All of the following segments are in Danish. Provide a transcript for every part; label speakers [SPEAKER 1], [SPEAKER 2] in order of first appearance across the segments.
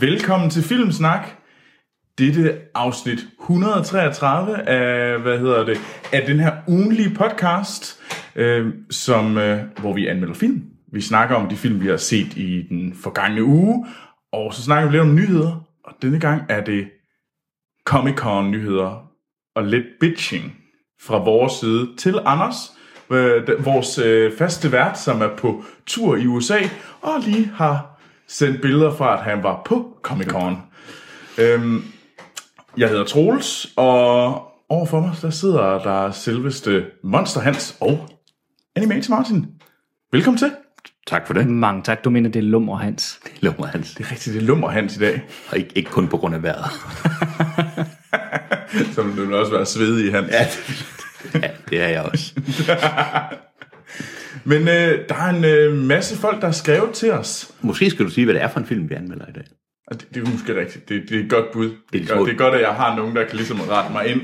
[SPEAKER 1] Velkommen til Filmsnak. Dette afsnit 133 af, hvad hedder det, af den her ugenlige podcast, øh, som, øh, hvor vi anmelder film. Vi snakker om de film, vi har set i den forgangne uge, og så snakker vi lidt om nyheder. Og denne gang er det Comic-Con-nyheder og lidt bitching fra vores side til Anders, øh, d- vores øh, faste vært, som er på tur i USA, og lige har sendt billeder fra, at han var på Comic-Con. Øhm, jeg hedder Troels, og overfor mig der sidder der selveste Monster Hans og Animator Martin. Velkommen til.
[SPEAKER 2] Tak for det.
[SPEAKER 3] Mange tak, du mener, det er lummer, Hans.
[SPEAKER 2] Lummer Hans.
[SPEAKER 1] Det er rigtig, det lummer Hans i dag,
[SPEAKER 2] Og ikke, ikke kun på grund af vejret.
[SPEAKER 1] som det vil også være svedig han. Ja.
[SPEAKER 2] Ja, det er jeg også.
[SPEAKER 1] Men øh, der er en øh, masse folk, der har skrevet til os.
[SPEAKER 2] Måske skal du sige, hvad det er for en film, vi anmelder i dag.
[SPEAKER 1] Og det, det er måske rigtigt. Det, det er et godt bud. Det er,
[SPEAKER 2] de
[SPEAKER 1] godt,
[SPEAKER 2] små-
[SPEAKER 1] det er godt, at jeg har nogen, der kan ligesom rette mig ind.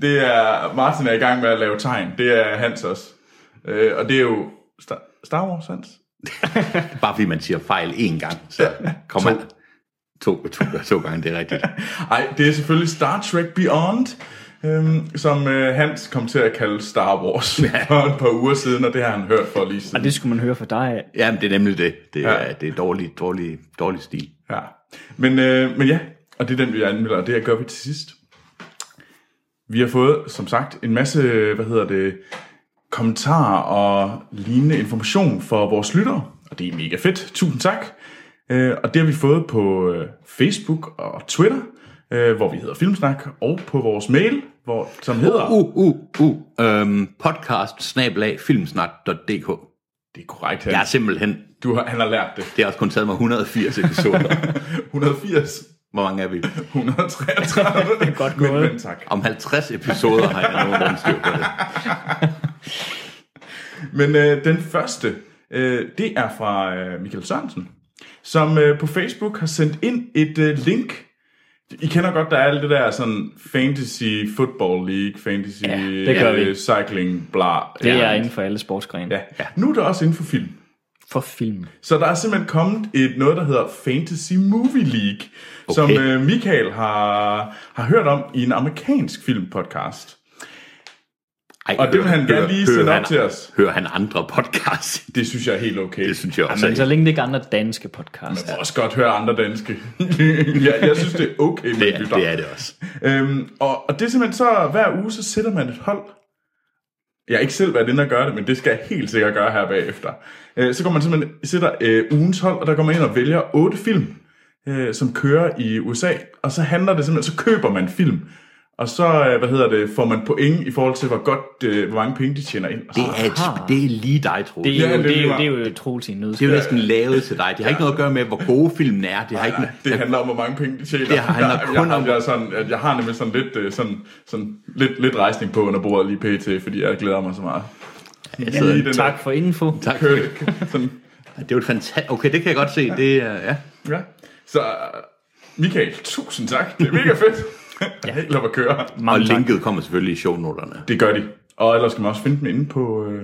[SPEAKER 1] Det er, Martin er i gang med at lave tegn. Det er Hans også. Øh, og det er jo Star, Star Wars, Hans.
[SPEAKER 2] Bare fordi man siger fejl én gang, så kommer man... To, to, to gange, det er rigtigt.
[SPEAKER 1] Nej, det er selvfølgelig Star Trek Beyond, øhm, som øh, Hans kom til at kalde Star Wars for et par uger siden, og det har han hørt for lige
[SPEAKER 3] Og
[SPEAKER 1] siden.
[SPEAKER 3] det skulle man høre fra dig af.
[SPEAKER 2] Jamen, det er nemlig det. Det er,
[SPEAKER 1] Ja.
[SPEAKER 2] ja. det er dårlig, dårlig, dårlig stil.
[SPEAKER 1] Ja. Men, øh, men ja, og det er den, vi anmelder, og det gør vi til sidst. Vi har fået, som sagt, en masse, hvad hedder det, kommentarer og lignende information for vores lyttere, og det er mega fedt. Tusind tak. Øh, Og det har vi fået på øh, Facebook og Twitter, øh, hvor vi hedder Filmsnak, og på vores mail, hvor, som hedder...
[SPEAKER 2] Uh, uh, uh. Øhm, podcast snablag filmsnak.dk
[SPEAKER 1] Det er korrekt, Hans.
[SPEAKER 2] Jeg er simpelthen...
[SPEAKER 1] Du har, han har lært det.
[SPEAKER 2] Det har også kun taget mig 180 episoder.
[SPEAKER 1] 180,
[SPEAKER 2] Hvor mange er vi?
[SPEAKER 1] 133. det er
[SPEAKER 3] godt
[SPEAKER 1] men,
[SPEAKER 3] gået.
[SPEAKER 1] men tak.
[SPEAKER 2] Om 50 episoder har jeg nogenlunde styr på det.
[SPEAKER 1] Men øh, den første, øh, det er fra øh, Michael Sørensen, som øh, på Facebook har sendt ind et øh, link. I kender godt, der er alt det der sådan fantasy football league, fantasy ja,
[SPEAKER 3] det gør vi.
[SPEAKER 1] cycling, bla.
[SPEAKER 3] Det
[SPEAKER 1] ja.
[SPEAKER 3] er inden for alle sportsgrene.
[SPEAKER 1] Ja. ja. Nu er det også inden for film.
[SPEAKER 3] For film.
[SPEAKER 1] Så der er simpelthen kommet et noget, der hedder Fantasy Movie League, okay. som øh, Michael har, har hørt om i en amerikansk filmpodcast.
[SPEAKER 2] Ej,
[SPEAKER 1] Og det vil han gerne lige sende op
[SPEAKER 2] han,
[SPEAKER 1] til os.
[SPEAKER 2] Hører han andre podcasts?
[SPEAKER 1] Det synes jeg er helt okay.
[SPEAKER 2] Det synes jeg også.
[SPEAKER 3] Men Altså, så længe det ikke er andre danske podcast.
[SPEAKER 1] Jeg må også godt høre andre danske. jeg, jeg synes, det er okay, med
[SPEAKER 2] Det, er-
[SPEAKER 1] lytter.
[SPEAKER 2] det er det også.
[SPEAKER 1] Øhm, og, og det er simpelthen så, hver uge, så sætter man et hold. Jeg har ikke selv været inde og gøre det, men det skal jeg helt sikkert gøre her bagefter. Øh, så går man simpelthen, sætter øh, ugens hold, og der går man ind og vælger otte film, øh, som kører i USA. Og så handler det simpelthen, så køber man film. Og så, øh, hvad hedder det, får man point i forhold til, hvor godt, øh, hvor mange penge de tjener ind. Og så,
[SPEAKER 2] Det er, et, sp- det er lige dig, tror
[SPEAKER 3] Det
[SPEAKER 2] jeg.
[SPEAKER 3] er
[SPEAKER 1] Ja,
[SPEAKER 3] jo,
[SPEAKER 1] det
[SPEAKER 3] det er
[SPEAKER 1] var-
[SPEAKER 3] jo, det er jo et troligt i en
[SPEAKER 2] Det er
[SPEAKER 3] nødskab.
[SPEAKER 2] jo næsten lavet til dig. Det har ikke noget at gøre med, hvor gode filmen er. Det har ikke...
[SPEAKER 1] Det handler om, hvor mange penge de tjener.
[SPEAKER 2] Det handler
[SPEAKER 1] jeg,
[SPEAKER 2] kun
[SPEAKER 1] jeg, har-
[SPEAKER 2] om-
[SPEAKER 1] Jeg, er sådan, at jeg har nemlig sådan lidt, øh, sådan, sådan lidt, lidt rejsning på under bordet lige pt, fordi jeg glæder mig så meget.
[SPEAKER 2] Jeg
[SPEAKER 1] Lige
[SPEAKER 2] sidder-
[SPEAKER 1] den
[SPEAKER 3] Tak for info.
[SPEAKER 2] Tak.
[SPEAKER 1] Der, kø, sådan,
[SPEAKER 2] Det er jo et fantastisk... Okay, det kan jeg godt se. Det er... Ja.
[SPEAKER 1] ja. Så øh, Michael, tusind tak. Det er mega fedt. Jeg helt op at køre.
[SPEAKER 2] Og
[SPEAKER 3] Mange tak.
[SPEAKER 2] linket kommer selvfølgelig i shownoterne.
[SPEAKER 1] Det gør de. Og ellers kan man også finde dem inde på, øh,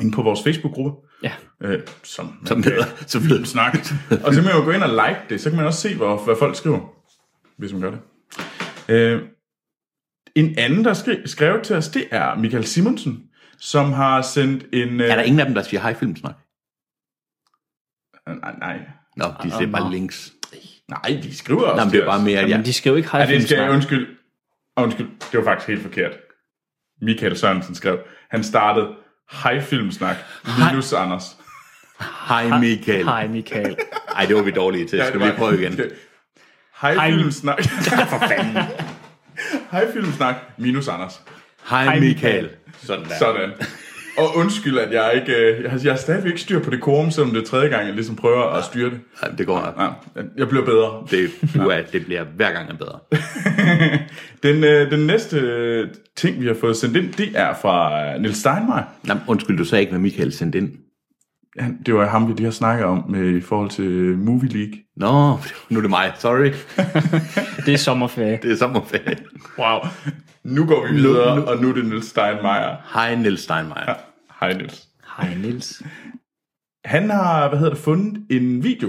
[SPEAKER 1] inde på vores Facebook-gruppe.
[SPEAKER 3] Ja.
[SPEAKER 1] Øh, som man
[SPEAKER 2] Som
[SPEAKER 1] kan-
[SPEAKER 2] hedder... Som hedder
[SPEAKER 1] snak. og så kan man jo gå ind og like det, så kan man også se, hvor, hvad folk skriver, hvis man gør det. Øh, en anden, der skrev, skrev til os, det er Michael Simonsen, som har sendt en... Øh,
[SPEAKER 2] er der ingen af dem, der siger hej filmsnak?
[SPEAKER 1] nej, nej,
[SPEAKER 2] Nå, de
[SPEAKER 3] Ah,
[SPEAKER 2] siger bare links.
[SPEAKER 1] nej, de skriver også
[SPEAKER 2] Nå, men det
[SPEAKER 1] til
[SPEAKER 2] er bare
[SPEAKER 1] os.
[SPEAKER 2] mere, at jeg...
[SPEAKER 3] Men de skal jo ikke
[SPEAKER 1] Ja,
[SPEAKER 3] have
[SPEAKER 1] det skal jeg,
[SPEAKER 3] filmsnak.
[SPEAKER 1] undskyld. Undskyld, det var faktisk helt forkert. Michael Sørensen skrev, han startede, hej filmsnak, Linus Anders.
[SPEAKER 2] Hej Michael.
[SPEAKER 3] Hej, Michael.
[SPEAKER 2] Ej, det var vi dårlige til. Skal vi lige prøve igen?
[SPEAKER 1] Hej,
[SPEAKER 3] Hej.
[SPEAKER 1] filmsnak. Hej filmsnak, minus Anders.
[SPEAKER 2] Hej Michael. Sådan der.
[SPEAKER 1] Sådan. Og undskyld, at jeg ikke... øh, Jeg har, jeg har stadigvæk ikke styr på det korum, selvom det er tredje gang, jeg ligesom prøver at styre det.
[SPEAKER 2] Ej, Det går nok.
[SPEAKER 1] Ja, jeg bliver bedre.
[SPEAKER 2] Det, du er, det bliver hver gang er bedre.
[SPEAKER 1] Den, øh, den næste øh, ting, vi har fået sendt ind, det er fra øh, Nils Steinmeier.
[SPEAKER 2] Nå, men undskyld, du sagde ikke, hvad Michael sendte ind.
[SPEAKER 1] Han, det var ham, vi lige har snakket om med, i forhold til øh, Movie League.
[SPEAKER 2] Nå, nu er det mig. Sorry.
[SPEAKER 3] Det er sommerferie.
[SPEAKER 2] Det er sommerferie.
[SPEAKER 1] Wow. Nu går vi videre, og nu er det Nils Steinmeier.
[SPEAKER 2] Hej Niels Steinmeier. Ja.
[SPEAKER 1] Hej Nils.
[SPEAKER 3] Hej, Nils.
[SPEAKER 1] Han har, hvad hedder det, fundet en video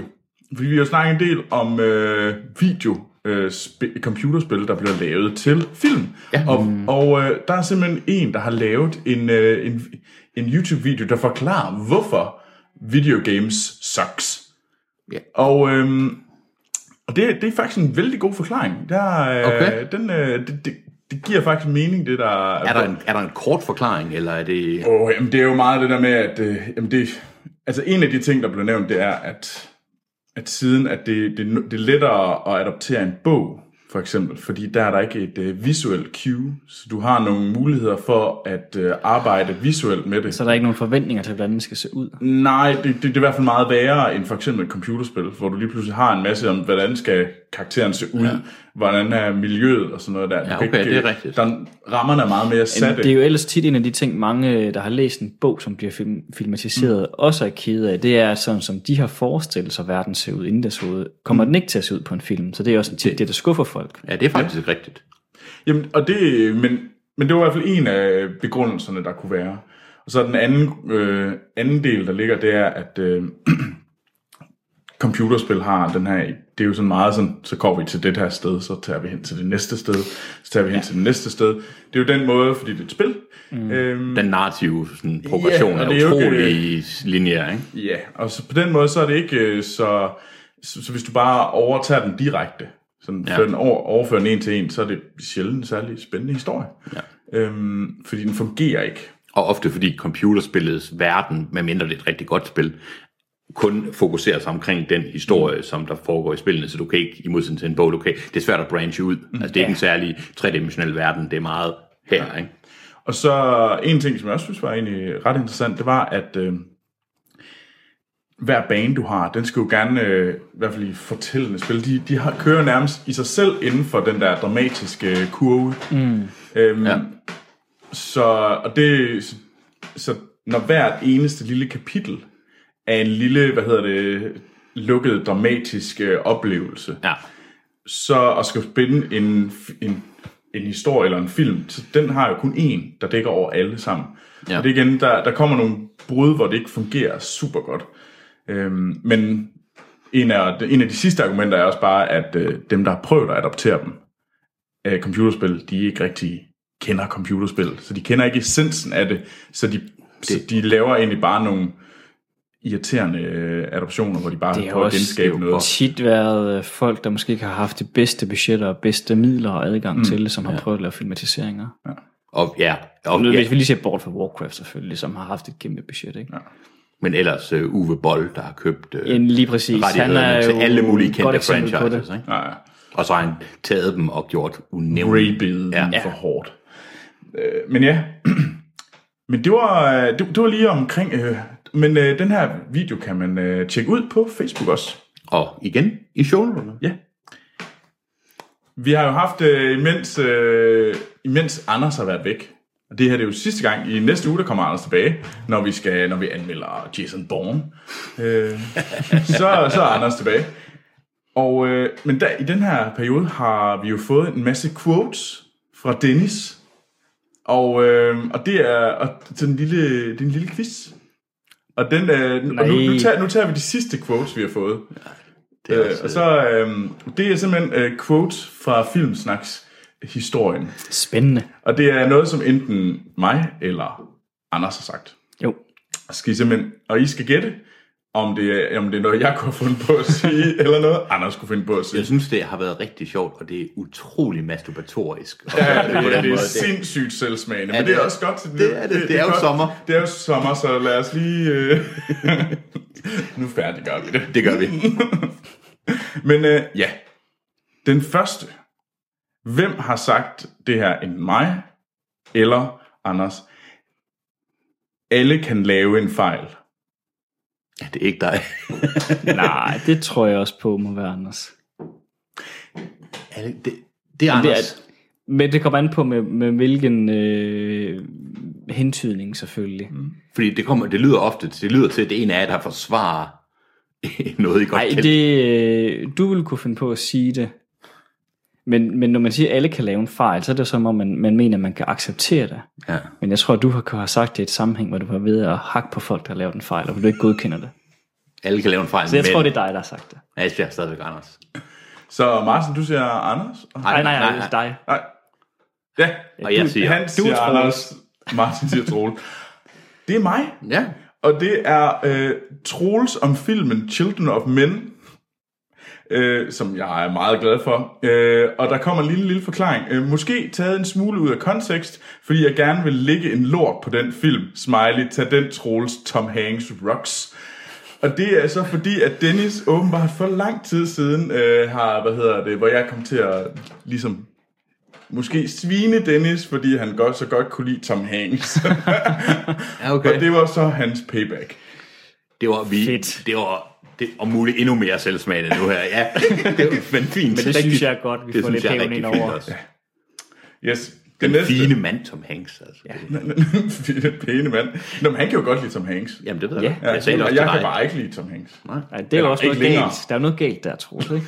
[SPEAKER 1] Fordi vi har snakket en del om øh, video, øh, sp- computerspil, der bliver lavet til film. Ja. Og, og øh, der er simpelthen en, der har lavet en, øh, en, en YouTube-video, der forklarer, hvorfor videogames sucks.
[SPEAKER 2] Ja.
[SPEAKER 1] Og, øh, og det, det er faktisk en vældig god forklaring. Der, øh,
[SPEAKER 2] Okay.
[SPEAKER 1] den, øh, det, det, det giver faktisk mening, det der...
[SPEAKER 2] Er der, en, er der en kort forklaring, eller er det...
[SPEAKER 1] Åh, jamen det er jo meget det der med, at øh, jamen det, altså en af de ting, der blev nævnt, det er, at, at siden at det, det, det er lettere at adoptere en bog, for eksempel, fordi der er der ikke et øh, visuelt cue, så du har nogle muligheder for at øh, arbejde visuelt med det.
[SPEAKER 3] Så der er ikke nogen forventninger til, hvordan den skal se ud.
[SPEAKER 1] Nej, det, det, det er i hvert fald meget værre end for eksempel et computerspil, hvor du lige pludselig har en masse om, hvordan skal karakteren se ud, ja. hvordan er miljøet og sådan noget der. Du kan
[SPEAKER 2] okay,
[SPEAKER 1] ikke,
[SPEAKER 2] det er
[SPEAKER 1] øh,
[SPEAKER 2] rigtigt.
[SPEAKER 1] Der, rammerne er meget mere
[SPEAKER 3] Men
[SPEAKER 1] satte.
[SPEAKER 3] det er jo ellers tit en af de ting, mange, øh, der har læst en bog, som bliver film, filmatiseret, mm. også er kede af. Det er sådan, som de har forestillet sig, verden ser ud inden der så ud. Kommer mm. den ikke til at se ud på en film? Så det er også tit det, der skuffer folk.
[SPEAKER 2] Ja, det er faktisk ja. rigtigt.
[SPEAKER 1] Jamen, og det, men, men det var i hvert fald en af begrundelserne, der kunne være. Og så den anden, øh, anden del, der ligger, det er, at øh, computerspil har den her, det er jo sådan meget sådan, så går vi til det her sted, så tager vi hen til det næste sted, så tager vi hen ja. til det næste sted. Det er jo den måde, fordi det er et spil. Mm. Øhm,
[SPEAKER 2] Den narrative sådan, progression
[SPEAKER 1] Ja, og
[SPEAKER 2] ja, er,
[SPEAKER 1] det er jo ikke-
[SPEAKER 2] utrolig lineær, ikke?
[SPEAKER 1] Ja, og så på den måde, så er det ikke øh, så... Så, så hvis du bare overtager den direkte, sådan ja.
[SPEAKER 2] Ja.
[SPEAKER 1] den over, overfører den en til en, så er det sjældent en særlig spændende historie.
[SPEAKER 2] Ja.
[SPEAKER 1] Øhm, fordi den fungerer ikke.
[SPEAKER 2] Og ofte fordi computerspillets verden, medmindre det er et rigtig godt spil, kun fokuserer sig omkring den historie, mm. som der foregår i spillene, så du kan ikke, i modsætning til en bog, du kan, det er svært at branche ud. Mm. Altså, det er ikke en særlig tredimensionel verden, det er meget her, ja. ikke?
[SPEAKER 1] Og så en ting, som jeg også synes var egentlig ret interessant, det var, at øh, hver bane, du har, den skal jo gerne, øh, i hvert fald i fortællende spil, de, de har, kører nærmest i sig selv inden for den der dramatiske kurve. Mm. Øhm, ja.
[SPEAKER 2] Ja.
[SPEAKER 1] Så, og det, så, så når hvert eneste lille kapitel er en lille, hvad hedder det, lukket dramatisk øh, oplevelse,
[SPEAKER 2] Ja.
[SPEAKER 1] så at skal spænde en, en, en historie eller en film, så den har jo kun én, der dækker over alle sammen. Ja.
[SPEAKER 2] Ja.
[SPEAKER 1] Og det er igen, der, der kommer nogle brud, hvor det ikke fungerer super godt. Øhm, men en af, en af de sidste argumenter er også bare, at øh, dem, der har prøvet at adoptere dem, øh, computerspil, de ikke rigtig kender computerspil. Så de kender ikke essensen af det, så de, det. Så de laver egentlig bare nogle irriterende øh, adoptioner, hvor de bare
[SPEAKER 3] Det er
[SPEAKER 1] prøver at
[SPEAKER 3] også-
[SPEAKER 2] det
[SPEAKER 1] genskabe
[SPEAKER 2] er jo
[SPEAKER 1] noget.
[SPEAKER 3] Tit været øh, folk, der måske ikke har haft de bedste budgetter og bedste midler og adgang mm. til det, som har prøvet at lave filmatiseringer. Ja.
[SPEAKER 2] Og, ja, og,
[SPEAKER 3] Nu,
[SPEAKER 2] ja.
[SPEAKER 3] Hvis vi lige ser bort fra Warcraft selvfølgelig, som har haft et kæmpe budget. Ikke?
[SPEAKER 2] Men ellers uh, Uwe Boll, der har købt uh,
[SPEAKER 3] Ja. Lige præcis. Han
[SPEAKER 2] rettighederne
[SPEAKER 3] er jo
[SPEAKER 2] til alle mulige
[SPEAKER 3] et godt
[SPEAKER 2] kendte
[SPEAKER 3] eksempel på
[SPEAKER 2] franchises. Ikke?
[SPEAKER 1] Ja, ja.
[SPEAKER 2] Og så har han taget dem og gjort unævnlige.
[SPEAKER 1] rabede ja.
[SPEAKER 2] Ja.
[SPEAKER 1] den for hårdt. Øh, men ja, men det var, øh, det, det var lige omkring... Øh, men øh, den her video kan man øh, tjekke ud på Facebook også.
[SPEAKER 2] Og igen, i showrunner.
[SPEAKER 1] Ja. Vi har jo haft, øh, imens, øh, imens Anders har været væk, og det her det er jo sidste gang, i næste uge, der kommer Anders tilbage, når vi, skal, når vi anmelder Jason Bourne. Øh, så, så er Anders tilbage. Og, øh, men der, i den her periode har vi jo fået en masse quotes fra Dennis. Og, øh, og det er og det er en lille, det er en lille quiz. Og, den, øh, og nu, nu,
[SPEAKER 3] Nej.
[SPEAKER 1] tager, nu tager vi de sidste quotes, vi har fået.
[SPEAKER 2] Det er
[SPEAKER 1] Øh,
[SPEAKER 2] også,
[SPEAKER 1] og så, øh, det er simpelthen øh, quotes fra Filmsnaks historien.
[SPEAKER 3] Spændende.
[SPEAKER 1] Og det er noget, som enten mig eller Anders har sagt.
[SPEAKER 3] Jo.
[SPEAKER 1] Skal I simpelthen, og I skal gætte, om det, er, om det er noget, jeg kunne have fundet på at sige, eller noget, Anders kunne finde på at sige.
[SPEAKER 2] Jeg synes, det har været rigtig sjovt, og det er utrolig masturbatorisk. Og
[SPEAKER 1] Ja, det,
[SPEAKER 2] på den
[SPEAKER 1] det, det er
[SPEAKER 2] måde,
[SPEAKER 1] sindssygt selvsmagende,
[SPEAKER 2] Ja,
[SPEAKER 1] men det er
[SPEAKER 2] det er-
[SPEAKER 1] også godt til
[SPEAKER 2] det er det. Det er jo
[SPEAKER 1] godt.
[SPEAKER 2] sommer.
[SPEAKER 1] Det er jo sommer, så lad os lige... Øh... nu færdiggør vi det.
[SPEAKER 2] det gør vi.
[SPEAKER 1] Men øh, ja, den første. Hvem har sagt det her enten mig eller Anders? Alle kan lave en fejl.
[SPEAKER 2] Ja, det er ikke dig.
[SPEAKER 3] Nej, det tror jeg også på må være Anders.
[SPEAKER 2] Alle- det, det er
[SPEAKER 3] Men det er-
[SPEAKER 2] Anders.
[SPEAKER 3] Men det kommer an på med, med hvilken øh, hentydning selvfølgelig.
[SPEAKER 2] Fordi det, kommer, det lyder ofte det lyder til, at det er en af jer, der forsvarer noget, I godt
[SPEAKER 3] Nej,
[SPEAKER 2] kan.
[SPEAKER 3] det øh, du ville kunne finde på at sige det. Men, men når man siger, at alle kan lave en fejl, så er det jo som om, man, man mener, at man kan acceptere det.
[SPEAKER 2] Ja.
[SPEAKER 3] Men jeg tror, at du har, har sagt det i et sammenhæng, hvor du var ved at hakke på folk, der har lavet en fejl, og hvor du ikke godkender det.
[SPEAKER 2] Alle kan lave en fejl,
[SPEAKER 3] Så jeg
[SPEAKER 2] men
[SPEAKER 3] tror, det er dig, der har sagt det.
[SPEAKER 2] Nej, jeg siger stadigvæk Anders.
[SPEAKER 1] Så Martin, du siger Anders? og-
[SPEAKER 3] Nej, nej, nej, det er dig.
[SPEAKER 1] Nej. Ja,
[SPEAKER 2] Og jeg
[SPEAKER 1] du-
[SPEAKER 2] siger-
[SPEAKER 1] han
[SPEAKER 2] du
[SPEAKER 1] siger
[SPEAKER 3] er Troels.
[SPEAKER 1] Anders, Martin siger Troel. Det er mig,
[SPEAKER 2] Ja,
[SPEAKER 1] og det er øh, Troels om filmen Children of Men, øh, som jeg er meget glad for. Øh, og der kommer en lille, lille forklaring. Øh, måske taget en smule ud af kontekst, fordi jeg gerne vil lægge en lort på den film. Smiley, tag den Troels, Tom Hanks rocks. Og det er så fordi, at Dennis åbenbart for lang tid siden øh, har, hvad hedder det, hvor jeg kom til at ligesom måske svine Dennis, fordi han godt så godt kunne lide Tom Hanks.
[SPEAKER 2] ja okay.
[SPEAKER 1] Og det var så hans payback.
[SPEAKER 2] Det var vi.
[SPEAKER 3] Fedt.
[SPEAKER 2] Det var det, om muligt endnu mere selvsmagende nu her. Ja, det var fandme fint. Men
[SPEAKER 3] det synes jeg er godt, vi får lidt hævn ind over.
[SPEAKER 2] Også.
[SPEAKER 1] Yes. Det
[SPEAKER 2] Den
[SPEAKER 1] næste.
[SPEAKER 2] fine mand Tom Hanks. Altså. Ja.
[SPEAKER 1] fine, pæne mand. Nå, men han kan jo godt lide Tom Hanks.
[SPEAKER 2] Jamen det ved jeg ja.
[SPEAKER 3] Ja.
[SPEAKER 2] godt. Jeg sagde det
[SPEAKER 1] og
[SPEAKER 2] også
[SPEAKER 1] jeg
[SPEAKER 2] til
[SPEAKER 1] kan
[SPEAKER 2] dig.
[SPEAKER 1] bare ikke lide Tom Hanks.
[SPEAKER 3] Nej, det er jo også
[SPEAKER 1] ikke
[SPEAKER 3] noget længere.
[SPEAKER 1] længere.
[SPEAKER 3] galt. Der er jo noget galt der, Troels, ikke?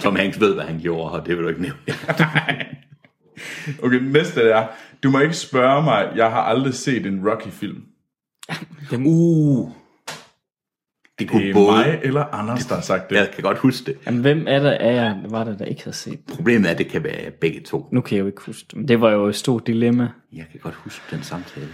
[SPEAKER 2] Tom Hanks ved, hvad han gjorde, og det vil du ikke nævne.
[SPEAKER 1] Okay, det næste er, du må ikke spørge mig, jeg har aldrig set en Rocky-film.
[SPEAKER 3] Dem,
[SPEAKER 2] Uh. Det kunne
[SPEAKER 1] Det er
[SPEAKER 2] både...
[SPEAKER 1] mig eller Anders, der har sagt det.
[SPEAKER 2] Jeg kan godt huske det.
[SPEAKER 3] jamen, hvem er der af jer, var der, der ikke havde set?
[SPEAKER 2] Problemet er, at det kan være begge to.
[SPEAKER 3] Nu kan jeg jo ikke huske det, men det var jo et stort dilemma.
[SPEAKER 2] Jeg kan godt huske den samtale.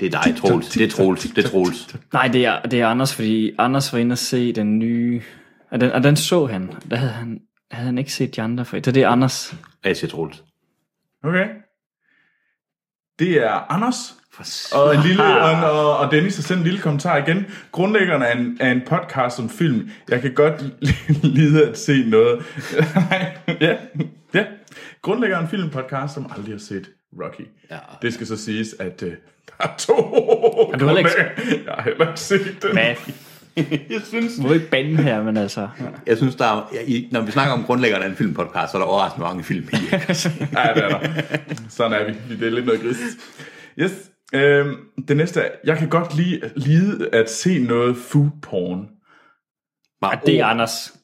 [SPEAKER 2] Det er dig, Troels. Det er
[SPEAKER 1] tik-tak,
[SPEAKER 2] Troels. Det er
[SPEAKER 1] tik-tak,
[SPEAKER 2] Troels.
[SPEAKER 3] Nej, det er, det er Anders, fordi Anders var inde og se den nye... Og den, og den så han. Der havde han, havde han ikke set de andre for. Så det er Anders.
[SPEAKER 2] Og jeg siger Troels.
[SPEAKER 1] Okay. Det er Anders,
[SPEAKER 2] For
[SPEAKER 1] Og, en lille, og, og- og Dennis har sendt en lille kommentar igen. Grundlæggeren af en, af en podcast om film. Jeg kan godt lide at se noget. Nej, ja, ja. Grundlæggeren af en filmpodcast, som aldrig har set Rocky.
[SPEAKER 2] Ja.
[SPEAKER 1] Det skal så siges, at uh, der er to
[SPEAKER 3] du heller ikke-
[SPEAKER 1] grundlæggere. Jeg har heller ikke set den.
[SPEAKER 3] Hvad?
[SPEAKER 1] Jeg synes...
[SPEAKER 3] Må ikke bande her, men altså...
[SPEAKER 2] Jeg synes, der er, jeg- i, når vi snakker om grundlæggerne af en filmpodcast, så er der overraskende mange film i.
[SPEAKER 1] Nej, det er der. Sådan er vi. Vi- Det er lidt noget gris. Yes. Øhm, det næste er, jeg kan godt lide, lide at se noget food porn.
[SPEAKER 2] Bare
[SPEAKER 3] Ja, det er
[SPEAKER 2] ord.
[SPEAKER 3] Anders.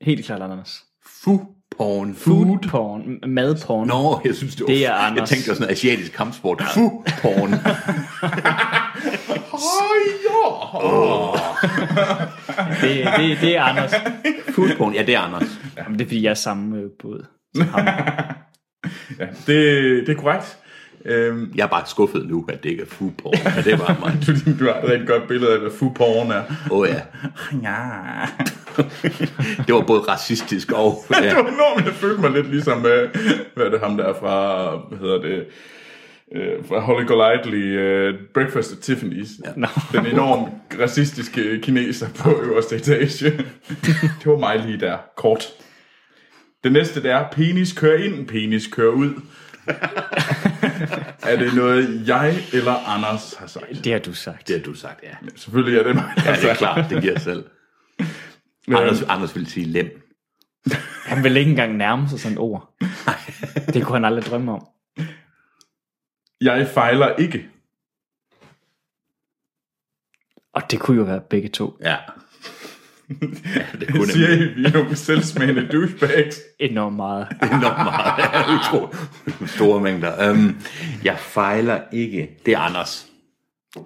[SPEAKER 3] Helt klart Anders.
[SPEAKER 2] Fu porn.
[SPEAKER 3] Food porn. m- Madporn.
[SPEAKER 2] Nå, jeg synes, det var...
[SPEAKER 3] Det er
[SPEAKER 2] Jeg
[SPEAKER 3] Anders.
[SPEAKER 2] tænkte, det var sådan noget asiatisk kampsport. Fu porn.
[SPEAKER 1] Åh, ja.
[SPEAKER 3] Det, det, det er Anders.
[SPEAKER 2] Food porn. Ja, det er Anders.
[SPEAKER 3] Jamen, det er fordi, jeg er samme øh, båd.
[SPEAKER 1] Ja, det, det er korrekt. Øhm,
[SPEAKER 2] Jeg er bare skuffet nu, at det ikke er fu porn. Men det var mig.
[SPEAKER 1] du, du har et rigtig godt billede af, hvad fuporn er.
[SPEAKER 2] Åh oh, ja.
[SPEAKER 1] Ja.
[SPEAKER 2] Det var både racistisk og...
[SPEAKER 1] Det
[SPEAKER 2] Ja.
[SPEAKER 1] var enormt, jeg følte mig lidt ligesom, øh, hvad er det ham der er fra, hvad hedder det, øh, fra Holly Golightly, øh, Breakfast at Tiffany's. Ja. Den enormt racistiske kineser på øverste etage. det var mig lige der, kort. Det næste det er, penis kører ind, penis kører ud. er det noget, jeg eller Anders har sagt?
[SPEAKER 3] Det har du sagt.
[SPEAKER 2] Det har du sagt, ja.
[SPEAKER 1] Selvfølgelig er det mig, der
[SPEAKER 2] Ja,
[SPEAKER 1] har
[SPEAKER 2] det er
[SPEAKER 1] sagt
[SPEAKER 2] klart. Det giver sig selv. Anders, Anders ville sige lem.
[SPEAKER 3] Han vil ikke engang nærme sig sådan et ord. Det kunne han aldrig drømme om.
[SPEAKER 1] Jeg fejler ikke.
[SPEAKER 3] Og det kunne jo være begge to.
[SPEAKER 2] Ja. ja det
[SPEAKER 1] Det
[SPEAKER 2] kunne
[SPEAKER 1] siger I, vi er nogle selvsmagende douchebags.
[SPEAKER 3] Enormt meget.
[SPEAKER 2] enormt meget. Ja, Utro, store mængder. Um, jeg fejler ikke. Det er Anders.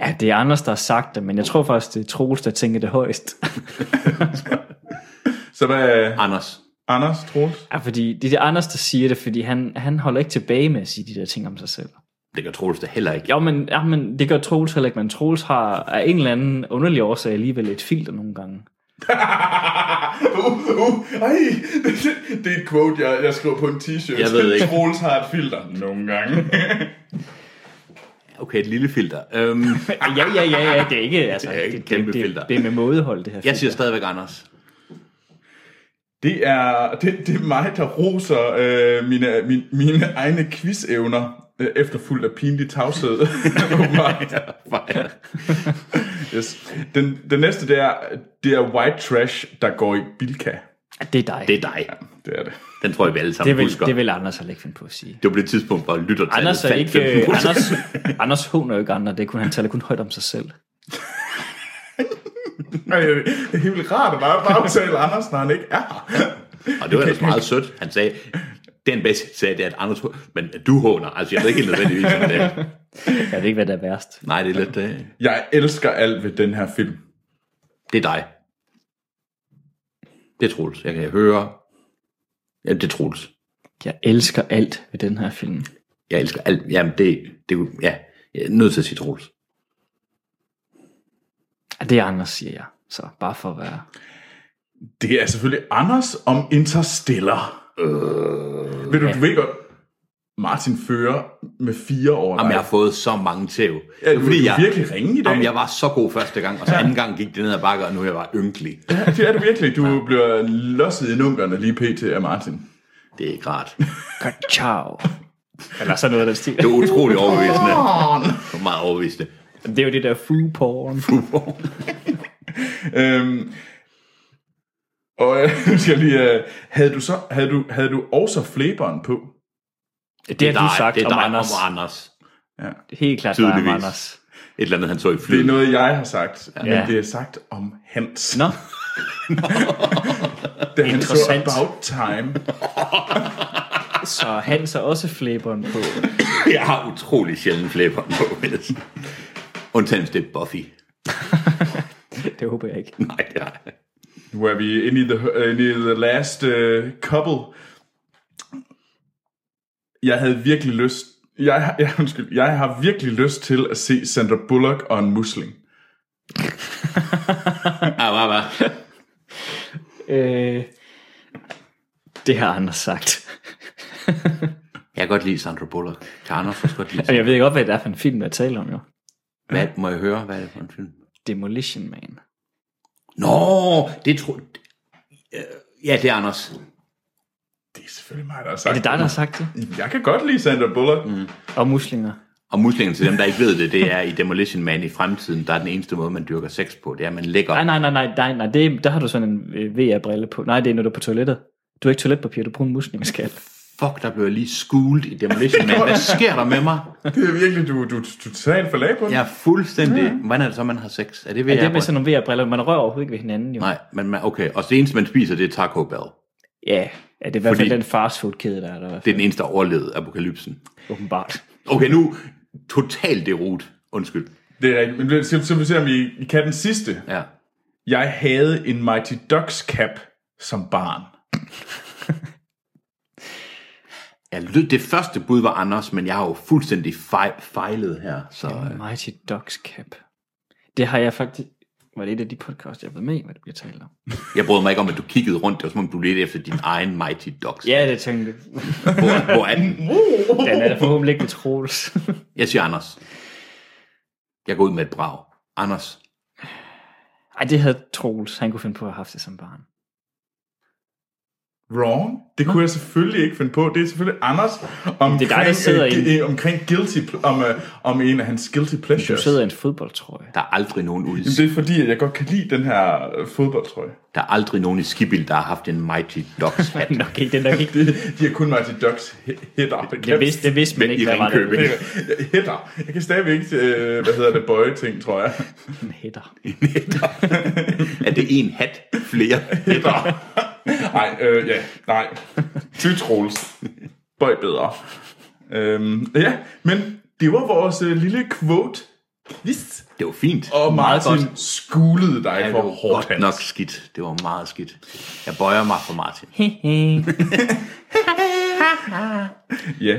[SPEAKER 3] Ja, det er Anders, der har sagt det, men jeg tror faktisk, det er Troels, der tænker det højst.
[SPEAKER 1] Så hvad er
[SPEAKER 2] Anders.
[SPEAKER 1] Anders Troels?
[SPEAKER 3] Ja, fordi det er Anders, der siger det, fordi han, han holder ikke tilbage med at sige de der ting om sig selv.
[SPEAKER 2] Det gør Troels da heller ikke.
[SPEAKER 3] Jo, men, ja, men det gør Troels heller ikke, men Troels har af en eller anden underlig årsag alligevel et filter nogle gange.
[SPEAKER 1] uh, uh, ej, det, det er et quote, jeg, jeg skriver på en t-shirt.
[SPEAKER 2] Jeg ved ikke.
[SPEAKER 1] Troels har et filter nogle gange.
[SPEAKER 2] Okay, et lille filter. Um,
[SPEAKER 3] Ah, Ja, ja, ja, ja, det er ikke, altså,
[SPEAKER 2] Det er ikke
[SPEAKER 3] det,
[SPEAKER 2] kæmpe
[SPEAKER 3] det, det,
[SPEAKER 2] filter.
[SPEAKER 3] det er med mådehold, det her
[SPEAKER 2] jeg
[SPEAKER 3] filter.
[SPEAKER 2] siger stadigvæk Anders.
[SPEAKER 1] Det er, det, det er mig, der roser øh, mine, mine, mine egne quiz-evner, øh, efterfuldt af pinlig tavshed. Åbenbart.
[SPEAKER 2] Fejler.
[SPEAKER 1] yes. den, den næste, det er, det er white trash, der går i Bilka.
[SPEAKER 3] Ja, Det er dig.
[SPEAKER 2] Det
[SPEAKER 3] Det,
[SPEAKER 2] er dig.
[SPEAKER 1] Det er det.
[SPEAKER 2] Den tror jeg, vi alle sammen
[SPEAKER 3] det, vil,
[SPEAKER 2] husker.
[SPEAKER 3] det vil Anders heller ikke finde på at sige.
[SPEAKER 2] Det var på det tidspunkt, hvor lyttertallet
[SPEAKER 3] Anders er
[SPEAKER 2] faldt
[SPEAKER 3] ikke... Øh,
[SPEAKER 2] 15%.
[SPEAKER 3] Anders, Anders håner jo ikke andre, det kunne han taler kun højt om sig selv.
[SPEAKER 1] Ej, det er helt vildt rart at bare, bare tale Anders, når han ikke er her.
[SPEAKER 2] Og det var ellers meget sødt. Han sagde, den bedste sag, det er, at Anders, men du håner. Altså, jeg ved ikke helt nødvendigvis, om det er.
[SPEAKER 3] Jeg ved ikke, hvad der er værst.
[SPEAKER 2] Nej, det er lidt, øh,
[SPEAKER 1] Jeg elsker alt ved den her film.
[SPEAKER 2] det er dig. Det er Troels. Jeg kan høre. Ja, det er Troels.
[SPEAKER 3] Jeg elsker alt ved den her film.
[SPEAKER 2] Jeg elsker alt. Jamen, det, det, er jo- ja, jeg er nødt til at sige Troels.
[SPEAKER 3] Og det er Anders, siger jeg. Så bare for at være...
[SPEAKER 1] Det er selvfølgelig Anders om Interstellar. Øh, ved du, du ved godt, Martin fører med fire år.
[SPEAKER 2] Jamen, jeg har fået så mange tæv.
[SPEAKER 1] Ja, du- du er virkelig ringe i dag.
[SPEAKER 2] Jamen, jeg var så god første gang, og så anden gang gik det ned ad bakke, og nu er jeg bare ynkelig.
[SPEAKER 1] Det er du virkelig. Du bliver losset i nunkerne lige pt. af Martin.
[SPEAKER 2] Det er ikke rart.
[SPEAKER 3] Godt, ciao. Eller sådan noget af den stil.
[SPEAKER 2] Det er utrolig overbevisende. Det er meget overbevisende.
[SPEAKER 3] Det er jo det der foo porn.
[SPEAKER 1] Øhm, og øh, nu skal jeg lige, øh, havde, du så, havde, du, havde du også flæberen på?
[SPEAKER 3] Det, det har du sagt
[SPEAKER 2] det er
[SPEAKER 3] om
[SPEAKER 2] dig
[SPEAKER 3] Anders.
[SPEAKER 2] om Anders.
[SPEAKER 3] Helt klart dig om
[SPEAKER 2] Tydeligvis.
[SPEAKER 3] Anders.
[SPEAKER 2] Et eller andet, han så i
[SPEAKER 1] Det er
[SPEAKER 2] flyet.
[SPEAKER 1] noget, jeg har sagt, ja.
[SPEAKER 3] Ja.
[SPEAKER 1] men det er sagt om Hans.
[SPEAKER 3] Nå,
[SPEAKER 1] da han så
[SPEAKER 3] interessant.
[SPEAKER 1] About Time.
[SPEAKER 3] så han så også flæberen på.
[SPEAKER 2] Jeg har utrolig sjældent flæberen på, vil jeg sige. Undtagen hvis det er Buffy.
[SPEAKER 3] Det håber jeg ikke.
[SPEAKER 2] Nej, det har jeg.
[SPEAKER 1] Nu er vi inde i the, uh, inde i the last uh, couple. Jeg havde virkelig lyst... Jeg, har- jeg, undskyld, jeg har virkelig lyst til at se Sandra Bullock og en musling.
[SPEAKER 2] Ah, hvad, hvad?
[SPEAKER 3] Øh, det har Anders sagt.
[SPEAKER 2] Jeg kan godt lide Sandra Bullock. Kan Anders også godt lide
[SPEAKER 3] Jamen, jeg ved godt, hvad det er for en film, der taler om jo.
[SPEAKER 2] Hvad må jeg høre? Hvad er det for en film?
[SPEAKER 3] Demolition Man.
[SPEAKER 2] Nå, det tror Øh, Ja, det er Anders.
[SPEAKER 1] Det er selvfølgelig mig, der har
[SPEAKER 3] Er
[SPEAKER 1] sagt
[SPEAKER 3] det dig, der har sagt det?
[SPEAKER 1] Jeg kan godt lide Sandra Bullock. Mm.
[SPEAKER 3] Og muslinger.
[SPEAKER 2] Og muslingen til dem, der ikke ved det, det er i Demolition Man i fremtiden, der er den eneste måde, man dyrker sex på. Det er, at man lægger...
[SPEAKER 3] Nej, nej, nej, nej, nej, nej. Det, er- der har du sådan en øh, VR-brille på. Nej, det er, når du er på toilettet. Du har ikke toiletpapir, du bruger en muslingeskat.
[SPEAKER 2] Fuck, der blev jeg lige skulet i Demolition Man. Hvad sker der med mig?
[SPEAKER 1] Det er virkelig, du, du, du er totalt forlag på den.
[SPEAKER 2] Jeg er fuldstændig... Hvordan er det så, man har sex? Er det ved
[SPEAKER 3] Det er med
[SPEAKER 2] jeg?
[SPEAKER 3] sådan nogle VR-briller, man rører overhovedet ikke ved hinanden jo.
[SPEAKER 2] Nej, men man, okay. Og det eneste, man spiser, det er Taco Bell.
[SPEAKER 3] Ja, ja det er i hvert fald
[SPEAKER 2] Fordi-
[SPEAKER 3] den fastfood-kæde, der er der, i hvert
[SPEAKER 2] Det
[SPEAKER 3] fald,
[SPEAKER 2] er den eneste, der overlevede apokalypsen.
[SPEAKER 3] åbenbart.
[SPEAKER 2] Okay, nu totalt derut. Undskyld.
[SPEAKER 1] Det er rigtigt. Men det- så så vi ser, om I, I kan den sidste.
[SPEAKER 2] Ja.
[SPEAKER 1] Jeg havde en Mighty Ducks cap som barn.
[SPEAKER 2] Jeg lød, det første bud var Anders, men jeg har jo fuldstændig fej, fejlet her. Så, øh.
[SPEAKER 3] Mighty Ducks Cap. Det har jeg faktisk... Var det et af de podcasts, jeg har været med i, hvad det bliver talt om?
[SPEAKER 2] Jeg brød mig ikke om, at du kiggede rundt. Det var som om, du ledte efter din egen Mighty Ducks.
[SPEAKER 3] Ja, det tænkte jeg.
[SPEAKER 2] Hvor, hvor er den?
[SPEAKER 3] Den er da forhåbentlig ikke ved Troels.
[SPEAKER 2] Jeg siger Anders. Jeg går ud med et brag. Anders.
[SPEAKER 3] Ej, det havde Troels. Han kunne finde på at have haft det som barn.
[SPEAKER 1] Wrong? Det kunne jeg selvfølgelig ikke finde på. Det er selvfølgelig Anders omkring,
[SPEAKER 3] Det er dig, der sidder
[SPEAKER 1] øh,
[SPEAKER 3] i
[SPEAKER 1] gi- øh, omkring guilty, pl- om, øh, om en af hans guilty
[SPEAKER 3] Du
[SPEAKER 1] pleasures.
[SPEAKER 3] sidder i en fodboldtrøje.
[SPEAKER 2] Der er aldrig nogen ude i,
[SPEAKER 1] Jamen, det er fordi, at jeg godt kan lide den her øh, fodboldtrøje.
[SPEAKER 2] der er aldrig nogen i Skibild, der har haft en Mighty Ducks hat.
[SPEAKER 3] Nok ikke, den nok ikke.
[SPEAKER 1] Det, de har kun Mighty Ducks he- hætter.
[SPEAKER 3] Det vidste, det vidste man
[SPEAKER 2] Men
[SPEAKER 3] ikke,
[SPEAKER 2] i
[SPEAKER 3] hvad var det.
[SPEAKER 2] Ringkøbing.
[SPEAKER 1] Hætter. Jeg kan stadigvæk ikke, øh, hvad hedder det, bøje ting, tror jeg.
[SPEAKER 3] En hætter.
[SPEAKER 2] er det en hat flere?
[SPEAKER 1] Hætter. Nej, øh, ja, nej. Tytrols. Bøj bedre. Øhm, ja, men det var vores øh, lille quote. Vist.
[SPEAKER 2] Det var fint.
[SPEAKER 1] Og
[SPEAKER 3] Meget
[SPEAKER 1] Martin skulede dig
[SPEAKER 2] det
[SPEAKER 1] for
[SPEAKER 2] var
[SPEAKER 1] hårdt.
[SPEAKER 2] godt nok skidt. Det var meget skidt. Jeg bøjer mig for Martin.
[SPEAKER 1] Ja.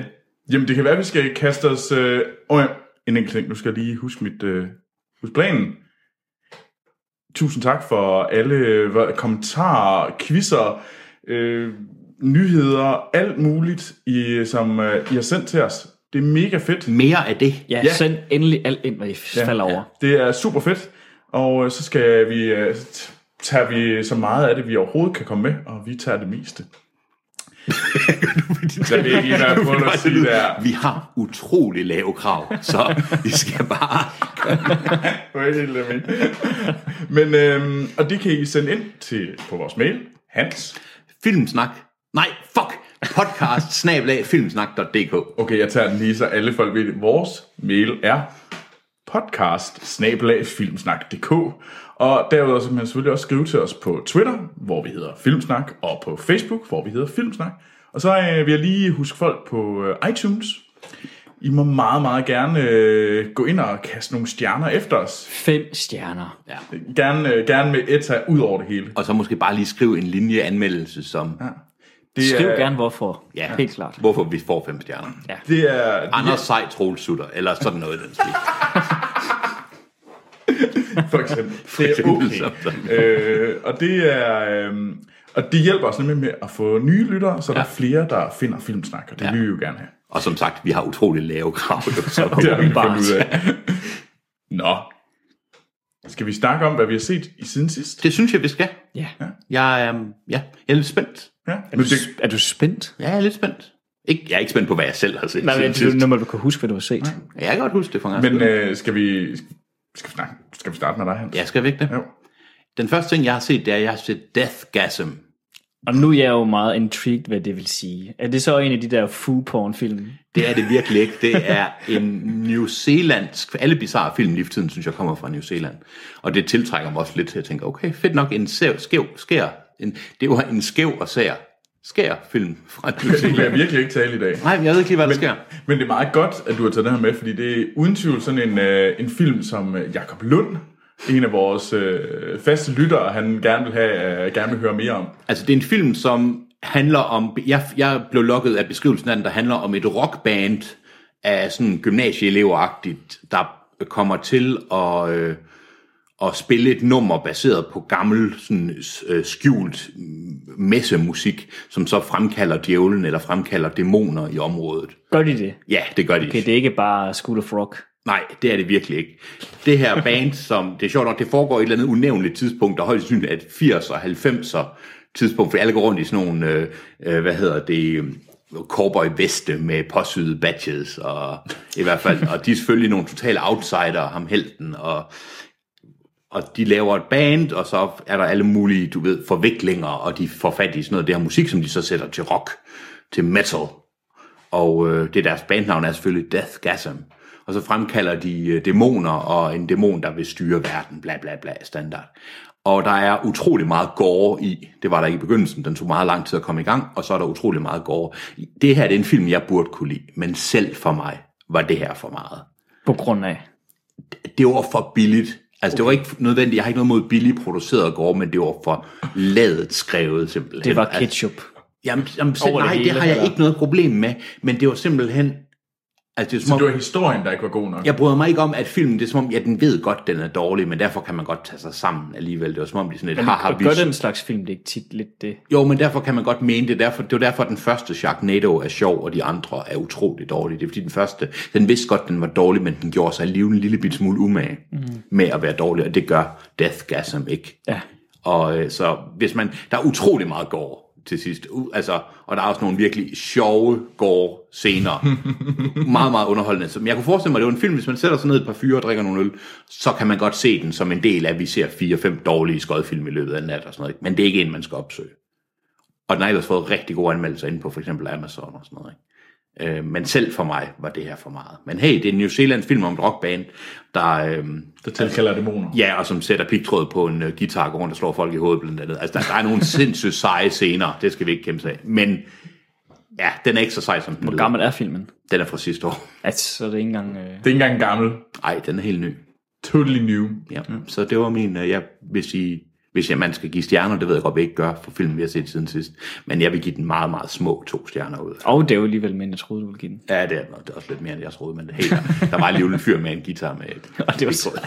[SPEAKER 1] Jamen, det kan være, vi skal kaste os... Åh øh... oh, ja, en enkelt ting. Nu skal jeg lige huske mit... Øh... Husk planen. Tusind tak for alle øh, hvad- kommentarer, quizzer, øh, nyheder, alt muligt, I, som øh, I har sendt til os. Det er mega fedt.
[SPEAKER 2] Mere af det.
[SPEAKER 3] Ja,
[SPEAKER 1] Ja.
[SPEAKER 3] send endelig alt ind, hvad I falder over.
[SPEAKER 1] Det er super fedt, og øh, så skal vi, øh, t- tager vi så meget af det, vi overhovedet kan komme med, og vi tager det meste. Så det er ikke, hvad jeg prøver at sige der.
[SPEAKER 2] Vi har utrolig lave krav, så vi skal bare...
[SPEAKER 1] Det var helt lemming. Men, øhm, og det kan I sende ind til, på vores mail, Hans.
[SPEAKER 2] Filmsnak. Nej, fuck! Podcast snablag filmsnak.dk
[SPEAKER 1] Okay, jeg tager den lige, så alle folk ved det. Vores mail er podcast Og derudover så kan man selvfølgelig også skrive til os på Twitter, hvor vi hedder Filmsnak, og på Facebook, hvor vi hedder Filmsnak. Og så øh, vil jeg lige huske folk på øh, iTunes. I må meget, meget gerne øh, gå ind og kaste nogle stjerner efter os.
[SPEAKER 3] Fem stjerner.
[SPEAKER 2] Ja.
[SPEAKER 1] Gerne, øh, gerne med Etta ud over det hele.
[SPEAKER 2] Og så måske bare lige skrive en linjeanmeldelse, som, ja.
[SPEAKER 1] Det
[SPEAKER 3] Skriv
[SPEAKER 1] er,
[SPEAKER 3] gerne hvorfor.
[SPEAKER 2] Ja.
[SPEAKER 3] Helt klart.
[SPEAKER 2] hvorfor vi får fem stjerner. Ja.
[SPEAKER 1] Det er,
[SPEAKER 2] Anders Sej Troelsutter, eller sådan noget i den stil.
[SPEAKER 3] Ah,
[SPEAKER 1] for eksempel. Det er
[SPEAKER 2] eksempel, som
[SPEAKER 1] okay. øh, og det er... Øh, og det hjælper os nemlig med at få nye lyttere, så ja. der er flere, der finder filmsnak, og det ja. vil vi jo gerne have.
[SPEAKER 2] Og som sagt, vi har utrolig lave krav. Så
[SPEAKER 1] Det har vi fundet ud af. Nå. Skal vi snakke om, hvad vi har set i siden sidst?
[SPEAKER 2] det synes jeg, vi skal.
[SPEAKER 3] Ja.
[SPEAKER 2] Jeg, øhm, ja, jeg er lidt spændt.
[SPEAKER 1] Ja. Men det,
[SPEAKER 3] Er du spændt?
[SPEAKER 2] Ja, jeg er lidt spændt. Ikke, jeg er ikke spændt på, hvad jeg selv har set.
[SPEAKER 3] Nej,
[SPEAKER 2] siden
[SPEAKER 3] men det er
[SPEAKER 2] sidst.
[SPEAKER 3] nummer, du kan huske, hvad du har set.
[SPEAKER 2] Jeg kan godt huske det fra en
[SPEAKER 1] men
[SPEAKER 2] gang.
[SPEAKER 1] øh, skal vi... Skal vi, snakke, skal vi starte med dig, Hans?
[SPEAKER 2] Jeg skal væk det.
[SPEAKER 1] Jo.
[SPEAKER 2] Den første ting, jeg har set, det er, at jeg har set Deathgasm.
[SPEAKER 3] Og nu er jeg jo meget intrigued, hvad det vil sige. Er det så en af de der foo-porn-film?
[SPEAKER 2] Det er det virkelig ikke. Det er en New Zealandsk... for Alle bizarre film lige for tiden, synes jeg, kommer fra New Zealand. Og det tiltrækker mig også lidt til at tænke, okay, fedt nok, en skæv, skæv, skær, en, det var en skæv og sær, skær film fra New
[SPEAKER 1] Du kan
[SPEAKER 2] Zealand.
[SPEAKER 1] virkelig ikke tale i dag.
[SPEAKER 2] Nej, men jeg ved ikke lige, hvad der sker.
[SPEAKER 1] Men det er meget godt, at du har taget det her med, fordi det er uden tvivl sådan en, øh, en film, som øh, Jakob Lund, en af vores øh, faste lyttere, han gerne vil, have, øh, gerne vil høre mere om.
[SPEAKER 2] Altså, det er en film, som handler om... Jeg, jeg blev lukket af beskrivelsen af den, der handler om et rockband af sådan gymnasieeleveragtigt, der kommer til at, øh, at spille et nummer baseret på gammel sådan, øh, skjult mm, messemusik, som så fremkalder djævlen eller fremkalder dæmoner i området.
[SPEAKER 3] Gør de det?
[SPEAKER 2] Ja, det gør de.
[SPEAKER 3] Okay, det er ikke bare School of Rock.
[SPEAKER 2] Nej, det er det virkelig ikke. Det her band, som det er sjovt nok, det foregår i et eller andet unævnligt tidspunkt, der højst sandsynligt er et 80'er, 90'er tidspunkt, for alle går rundt i sådan nogle, øh, øh, hvad hedder det, øhm, cowboy veste med påsyede badges, og i hvert fald, og de er selvfølgelig nogle totale outsider, ham helten, og og de laver et band, og så er der alle mulige, du ved, forviklinger, og de får fat i sådan noget af det her musik, som de så sætter til rock, til metal. Og øh, det deres bandnavn er selvfølgelig Deathgasm. Og så fremkalder de øh, dæmoner, og en dæmon, der vil styre verden, bla bla bla, standard. Og der er utrolig meget gore i. Det var der ikke i begyndelsen, den tog meget lang tid at komme i gang, og så er der utrolig meget gore. Det her det er en film, jeg burde kunne lide, men selv for mig var det her for meget
[SPEAKER 3] På grund af.
[SPEAKER 2] det var for billigt. Altså, okay. det var ikke nødvendigt. Jeg har ikke noget mod billigt produceret gårde, men det var for ladet skrevet, simpelthen.
[SPEAKER 3] Det var
[SPEAKER 2] Altså,
[SPEAKER 3] ketchup.
[SPEAKER 2] Jamen, jamen selv,
[SPEAKER 3] over det
[SPEAKER 2] nej, det,
[SPEAKER 3] hele,
[SPEAKER 2] har jeg
[SPEAKER 3] eller?
[SPEAKER 2] ikke noget problem med, men det var simpelthen... Altså, det er som
[SPEAKER 1] Så
[SPEAKER 2] om,
[SPEAKER 1] det var historien, der ikke var god nok.
[SPEAKER 2] jeg bryder mig ikke om, at filmen, det er som om, ja, den ved godt, den er dårlig, men derfor kan man godt tage sig sammen alligevel. Det var som om, de sådan lidt, haha,
[SPEAKER 3] Og
[SPEAKER 2] vi
[SPEAKER 3] gør den slags film, det er ikke tit lidt det.
[SPEAKER 2] jo, men derfor kan man godt mene det. Derfor, det var derfor, at den første Sharknado er sjov, og de andre er utroligt dårlige. Det er fordi den første, den vidste godt, den var dårlig, men den gjorde sig alligevel en lille bit smule umage mm. med at være dårlig, og det gør Deathgasm ikke.
[SPEAKER 3] Ja.
[SPEAKER 2] Og øh, så hvis man, der er utrolig meget går til sidst, U- altså, og der er også nogle virkelig sjove går senere. meget, meget underholdende. Så- Men jeg kunne forestille mig, at det var en film, hvis man sætter sig ned et par fyre og drikker nogle øl, så kan man godt se den som en del af, at vi ser fire-fem dårlige skodfilm i løbet af en nat og sådan noget. ikke? Men det er ikke en, man skal opsøge. Og den har ellers fået rigtig gode anmeldelser inde på for eksempel Amazon og sådan noget. Ikke? Øh, men selv for mig var det her for meget. Men hey, det er en New Zealands film om et rockband, der, øh,
[SPEAKER 1] Der tilkalder dæmoner.
[SPEAKER 2] Ja, og som sætter pigtråd på en uh, guitar og går rundt og slår folk i hovedet blandt andet. Altså, der, der er nogle sindssygt seje scener, det skal vi ikke kæmpe sig af. Men ja, den er ikke så sej som den
[SPEAKER 3] Hvor
[SPEAKER 2] lyder.
[SPEAKER 3] gammel er filmen?
[SPEAKER 2] Den er fra sidste år.
[SPEAKER 3] Altså, så er det ikke engang... Øh...
[SPEAKER 1] Det er ikke engang gammel.
[SPEAKER 2] Ej, den er helt ny.
[SPEAKER 1] Totally new.
[SPEAKER 2] Ja.
[SPEAKER 3] Mm.
[SPEAKER 2] Så det var min, uh, jeg vil sige, hvis jeg, man skal give stjerner, det ved jeg godt, vi ikke gør for filmen, vi har set siden sidst. Men jeg vil give den meget, meget små to stjerner ud.
[SPEAKER 3] Og det er jo alligevel mere, end jeg troede, du ville give den.
[SPEAKER 2] Ja, det er, det er også lidt mere, end jeg troede, men det er helt, der var alligevel en fyr med en guitar med et.
[SPEAKER 3] Og det var så...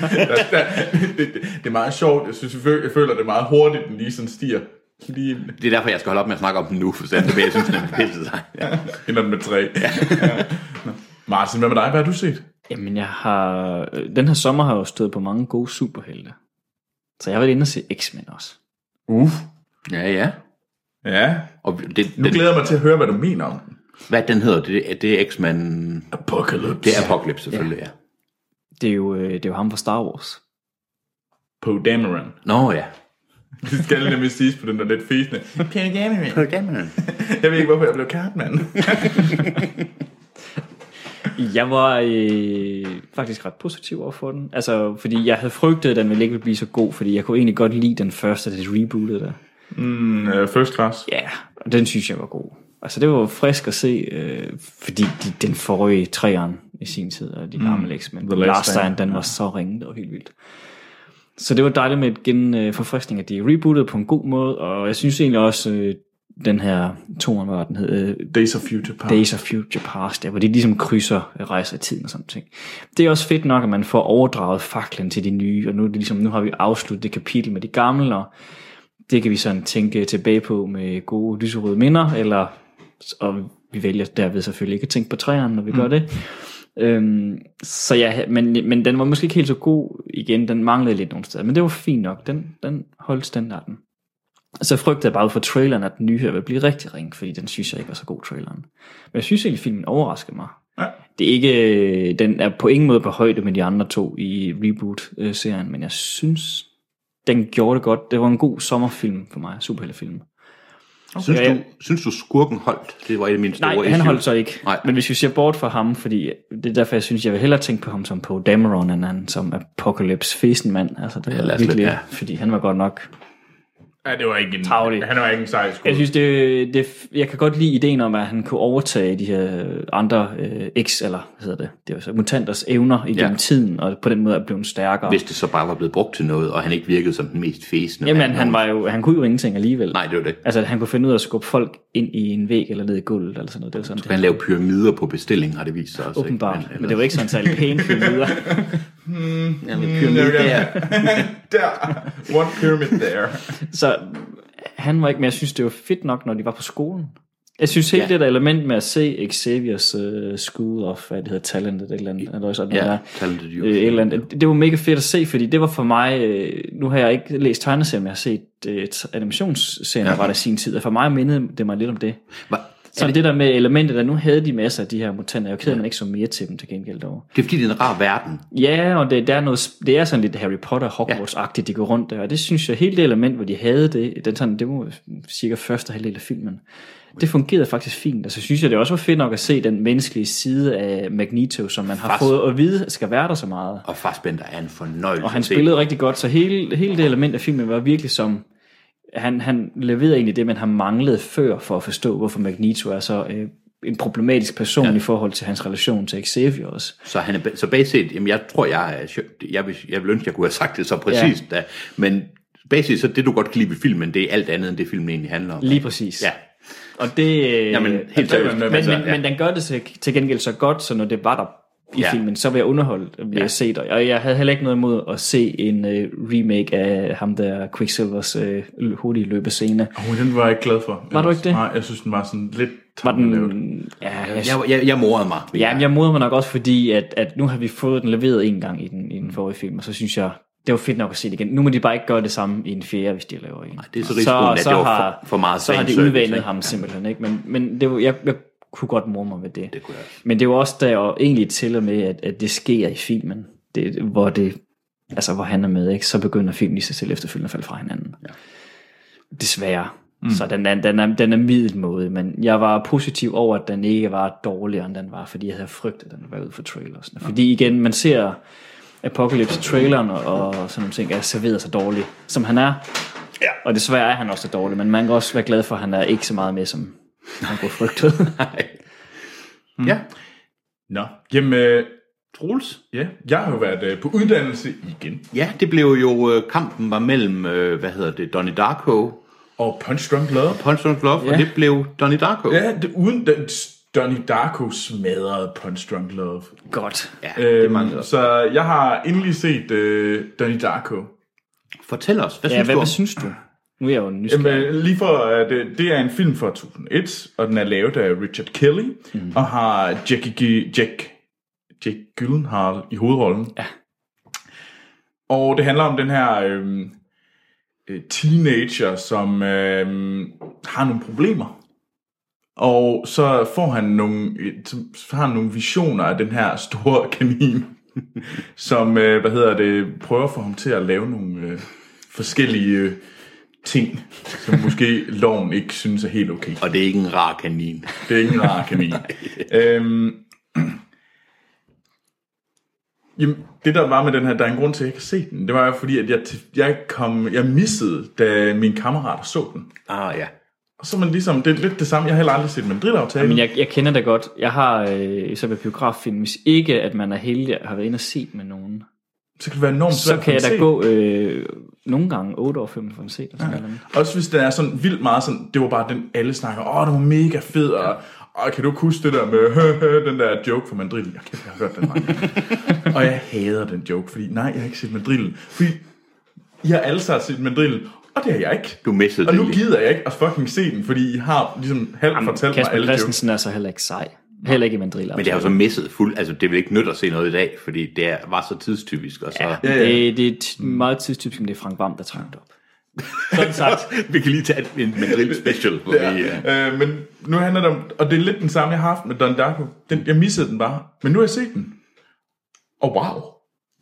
[SPEAKER 1] Der- der- det, det, det er meget sjovt. Jeg, synes, jeg føler, jeg føler det er meget hurtigt, den lige sådan stiger. Lige en-
[SPEAKER 2] Det er derfor, jeg skal holde op med at snakke om den nu, for sådan, jeg synes, den er pisse sej. Ja.
[SPEAKER 1] ender den med tre. Ja. Nå. Martin, hvad med dig? Hvad har du set?
[SPEAKER 3] Jamen, jeg har... øh, Den her sommer har jeg jo stået på mange gode superhelte. Så jeg har været inde og se X-Men også.
[SPEAKER 1] Uff.
[SPEAKER 2] ja, ja.
[SPEAKER 1] Ja.
[SPEAKER 2] Og det,
[SPEAKER 1] Nu glæder jeg mig til at høre, hvad du mener om den.
[SPEAKER 2] Hvad den hedder, det, er- det er X-Men...
[SPEAKER 1] Apocalypse.
[SPEAKER 2] Det er Apocalypse selvfølgelig, ja. ja.
[SPEAKER 3] Det er jo, øh, det er jo ham fra Star Wars.
[SPEAKER 1] Poe Dameron.
[SPEAKER 2] Nå ja.
[SPEAKER 1] Det skal nemlig siges på den der lidt fæsende. Poe Dameron.
[SPEAKER 2] Dameron.
[SPEAKER 1] Jeg ved ikke, hvorfor jeg blev Cartman.
[SPEAKER 3] Jeg var øh, faktisk ret positiv over for den. Altså, fordi jeg havde frygtet, at den ville ikke ville blive så god, fordi jeg kunne egentlig godt lide den første, da det rebootede der.
[SPEAKER 1] Mm, øh, first class.
[SPEAKER 3] Ja, yeah. Og den synes jeg var god. Altså det var frisk at se, øh, fordi de, den forrige træeren i sin tid, og de gamle mm. X-Men,
[SPEAKER 1] The
[SPEAKER 3] The
[SPEAKER 1] Last
[SPEAKER 3] Last Stand, den var så ringe, det var helt vildt. Så det var dejligt med et gen øh, forfriskning, at de rebootede på en god måde, og jeg synes egentlig også, øh, den her toren, var den hed, øh,
[SPEAKER 1] Days of Future Past.
[SPEAKER 3] Days of Future Past, der, hvor de ligesom krydser øh, rejser i tiden og sådan ting. Det er også fedt nok, at man får overdraget faklen til de nye, og nu, er det ligesom, nu har vi afsluttet det kapitel med de gamle, og det kan vi sådan tænke tilbage på med gode lyserøde minder, eller, og vi vælger derved selvfølgelig ikke at tænke på træerne, når vi mm. gør det. Øhm, så ja, men, men den var måske ikke helt så god igen, den manglede lidt nogle steder, men det var fint nok, den, den holdt standarden. Så frygtede jeg bare ud fra traileren, at den nye her vil blive rigtig ring, fordi den synes jeg ikke var så god, traileren. Men jeg synes egentlig, filmen overraskede mig.
[SPEAKER 1] Ja.
[SPEAKER 3] Det er ikke, øh, den er på ingen måde på højde med de andre to i reboot-serien, men jeg synes, den gjorde det godt. Det var en god sommerfilm for mig, superheltefilm.
[SPEAKER 2] Synes,
[SPEAKER 3] Ja, ja.
[SPEAKER 2] du, synes du skurken holdt? Det var et af mine store
[SPEAKER 3] Nej, han
[SPEAKER 2] issues.
[SPEAKER 3] holdt så ikke.
[SPEAKER 2] Nej.
[SPEAKER 3] Nej. Men hvis vi ser bort fra ham, fordi det er derfor, jeg synes, jeg vil hellere tænke på ham som på Dameron, end han som Apocalypse Fesenmand. Altså, det
[SPEAKER 2] Ja, lad
[SPEAKER 3] er
[SPEAKER 2] os
[SPEAKER 3] virkelig,
[SPEAKER 2] lidt, ja.
[SPEAKER 3] ja. fordi han var godt nok
[SPEAKER 1] Ja, det var ikke en,
[SPEAKER 3] Tarveligt.
[SPEAKER 1] han var ikke en sej skud.
[SPEAKER 3] Jeg synes, det, det, jeg kan godt lide ideen om, at han kunne overtage de her andre øh, X, eller hvad hedder det, det var så mutanters evner igennem
[SPEAKER 2] Ja.
[SPEAKER 3] ja. tiden, og på den måde er blevet stærkere.
[SPEAKER 2] Hvis det så bare var blevet brugt til noget, og han ikke virkede som den mest fæsende.
[SPEAKER 3] Jamen, han, var jo, han kunne jo ingenting alligevel.
[SPEAKER 2] Nej, det var det.
[SPEAKER 3] Altså, at han kunne finde ud af at skubbe folk ind i en væg eller ned i gulvet, eller sådan noget. Det var sådan,
[SPEAKER 2] Han lavede pyramider på bestilling, har det vist sig også. ikke?
[SPEAKER 3] åbenbart. Men,
[SPEAKER 2] ellers-
[SPEAKER 3] det var ikke sådan særlig pænt videre.
[SPEAKER 2] Jamen, pyramider,
[SPEAKER 1] ja.
[SPEAKER 2] ja.
[SPEAKER 1] Der. One pyramid there.
[SPEAKER 3] Så han var ikke, men jeg synes, det var fedt nok, når de var på skolen. Jeg synes helt
[SPEAKER 2] Ja.
[SPEAKER 3] ja. det der element med at se Xavier's uh, School of, hvad det hedder, Talented, et eller andet, eller sådan
[SPEAKER 2] Ja,
[SPEAKER 3] noget der.
[SPEAKER 2] Talented Youth.
[SPEAKER 3] øh, et eller andet. Det, det var mega fedt at se, fordi det var for mig, øh, nu har jeg ikke læst tegneserien, men jeg har set øh, t- animationsserien,
[SPEAKER 2] Ja.
[SPEAKER 3] ja. var der i sin tid, og for mig mindede det mig lidt om det.
[SPEAKER 2] Var-
[SPEAKER 3] Så det, det der med elementet, der nu havde de masser af de her mutanter, jeg er jo ked af, at man ikke så mere til dem til gengæld derovre.
[SPEAKER 2] Det er fordi, det er en rar verden.
[SPEAKER 3] Ja, og det, der er noget, sp- det er sådan lidt Harry Potter Hogwarts-agtigt, de går rundt der, og det synes jeg, hele det element, hvor de havde det, den sådan, det var cirka første halvdel af filmen, det fungerede faktisk fint, og så synes jeg, det også var fedt nok at se den menneskelige side af Magneto, som man har
[SPEAKER 2] Fast.
[SPEAKER 3] fået at vide skal være der så meget.
[SPEAKER 2] Og Fassbender er en fornøjelse.
[SPEAKER 3] Og han
[SPEAKER 2] at se.
[SPEAKER 3] spillede rigtig godt, så hele, hele det element af filmen var virkelig som, han, han leverede egentlig det, man har manglet før for at forstå, hvorfor Magneto er så øh, en problematisk person ja. i forhold til hans relation til Xavier også.
[SPEAKER 2] Så, han er, så basisk, jamen jeg tror, jeg, er, sjø- jeg, vil, jeg vil ønske, jeg kunne have sagt det så præcist. Ja. Da, men basisk, så det du godt kan lide ved filmen, det er alt andet, end det filmen egentlig handler om.
[SPEAKER 3] Lige præcis.
[SPEAKER 2] Ja,
[SPEAKER 3] Og det, øh,
[SPEAKER 2] jamen, helt
[SPEAKER 1] det er man med
[SPEAKER 2] seriøst.
[SPEAKER 1] på.
[SPEAKER 3] men,
[SPEAKER 2] Altså,
[SPEAKER 3] men,
[SPEAKER 2] ja.
[SPEAKER 3] men den gør det til, til gengæld så godt, så når det var der i
[SPEAKER 2] Ja.
[SPEAKER 3] ja. filmen, så var jeg underholdt ved ja. at se det. Og jeg havde heller ikke noget imod at se en øh, remake af ham der Quicksilvers øh, hurtige løbescene.
[SPEAKER 1] Oh, den var jeg ikke glad for.
[SPEAKER 3] Var du ikke det?
[SPEAKER 1] Nej, jeg synes, den var sådan lidt
[SPEAKER 3] Var
[SPEAKER 1] lavet.
[SPEAKER 3] den... Ja, jeg,
[SPEAKER 2] jeg, jeg, jeg morede mig.
[SPEAKER 3] Ja, men jeg moder mig nok også, fordi at, at nu har vi fået den leveret en gang i den,
[SPEAKER 2] Mm.
[SPEAKER 3] i den forrige film, og så synes jeg, det var fedt nok at se det igen. Nu må de bare ikke gøre det samme i en fjerde, hvis de laver en. Nej,
[SPEAKER 2] det er så risikoen, at det var for- for meget
[SPEAKER 3] Så har de
[SPEAKER 2] fanservice,
[SPEAKER 3] udvandet
[SPEAKER 2] ikke?
[SPEAKER 3] ham simpelthen, ikke? Men, men det var, jeg, jeg kunne godt mor mig ved det.
[SPEAKER 2] Det kunne jeg også.
[SPEAKER 3] Men det var også der, og egentlig til og med, at, at det sker i filmen, det, hvor det altså hvor han er med, ikke? så begynder filmen i sig selv efterfølgende at falde fra hinanden. Ja. Desværre. Mm. Så den er, den er, den er middelmåde, men jeg var positiv over, at den ikke var dårligere, end den var, fordi jeg havde frygtet, at den var ude for trailers. Fordi igen, man ser Apocalypse-traileren og, og sådan nogle ting, er serveret så dårligt, som han er. Ja. Og desværre er han også så dårlig, men man kan også være glad for, at han er ikke så meget med, som man kunne frygte.
[SPEAKER 2] Ja,
[SPEAKER 1] Nå, jamen, øh,
[SPEAKER 2] Troels.
[SPEAKER 1] ja, jeg har jo været øh, på uddannelse igen.
[SPEAKER 2] Ja, det blev jo, øh, kampen var mellem, øh, hvad hedder det, Donnie Darko
[SPEAKER 1] Og Punch Drunk Love.
[SPEAKER 2] Punch Love, ja.
[SPEAKER 3] Ja.
[SPEAKER 2] og det blev Donnie Darko.
[SPEAKER 1] Ja, det, uden den Donnie Darko smadrede Punch Drunk Love.
[SPEAKER 3] Godt.
[SPEAKER 2] ja det
[SPEAKER 1] Øhm,
[SPEAKER 2] manglede.
[SPEAKER 1] så jeg har endelig set øh, Donnie Darko.
[SPEAKER 2] Fortæl os, hvad
[SPEAKER 3] Ja,
[SPEAKER 2] synes
[SPEAKER 3] hvad,
[SPEAKER 2] du
[SPEAKER 3] hvad
[SPEAKER 2] om?
[SPEAKER 3] synes du? Nu er jeg jo nysgerrig.
[SPEAKER 1] Jamen, øh, lige for, at øh, det er en film fra 2001, og den er lavet af Richard Kelly, mm. og har Jackie, G- Jack, Jack Gyllenhaal i hovedrollen. Ja. Og det handler om den her øh, øh, teenager, som øh, har nogle problemer. Og så får han nogle, øh, så har han nogle visioner af den her store kanin, som, øh, hvad hedder det, prøver at få ham til at lave nogle øh, forskellige øh, ting, som måske loven ikke synes er helt okay.
[SPEAKER 2] Og det er ikke en rar kanin.
[SPEAKER 1] Det er ikke en rar kanin. øhm, jamen, det der var med den her, der er en grund til, at jeg ikke har set den, det var jo fordi, at jeg, jeg, kom, jeg missede, da mine kammerater så den.
[SPEAKER 2] Ah, ja.
[SPEAKER 1] Og så er man ligesom, det er lidt det samme. Jeg har heller aldrig set mandrilaftalen.
[SPEAKER 3] Men jeg, jeg kender det godt. Jeg har øh, så med biograffilm, hvis ikke at man er heldig og har været inde og set med nogen,
[SPEAKER 1] så kan det være enormt svært
[SPEAKER 3] så
[SPEAKER 1] at
[SPEAKER 3] kan jeg da
[SPEAKER 1] se.
[SPEAKER 3] gå øh, nogle gange 8 år før man får den set. Og sådan ja.
[SPEAKER 1] Mm. Også hvis den er sådan vildt meget sådan, det var bare den, alle snakker, åh, det var mega fed, og, og kan du ikke huske det der med, den der joke fra mandrillen? Jeg kan jeg har hørt den mange gange. Og jeg hader den joke, fordi nej, jeg har ikke set mandrillen. Fordi I har alle sammen set mandrillen, og det har jeg ikke.
[SPEAKER 2] Du missede
[SPEAKER 1] Og
[SPEAKER 2] den
[SPEAKER 1] nu
[SPEAKER 2] lige.
[SPEAKER 1] gider jeg ikke at fucking se den, fordi I har ligesom halvt fortalt mig
[SPEAKER 3] Kasper
[SPEAKER 1] alle jokes.
[SPEAKER 3] Christensen er så heller ikke sej. Heller ikke i mandriller.
[SPEAKER 2] Men det har jo så misset fuld, altså det vil ikke nytte at se noget i dag, fordi det er, var så tidstypisk, og så... Ja.
[SPEAKER 1] Ja, ja.
[SPEAKER 3] det, det er t-
[SPEAKER 2] Mm.
[SPEAKER 3] meget tidstypisk, men det er Frank Vam, der trænger det op. Sådan sagt.
[SPEAKER 2] vi kan lige tage et- en Madrid special, hvor vi... øh,
[SPEAKER 1] Ja. Øh, men nu handler det om, og det er lidt den samme, jeg har haft med Don Darko. Den, jeg missede den bare, men nu har jeg set den. Og wow.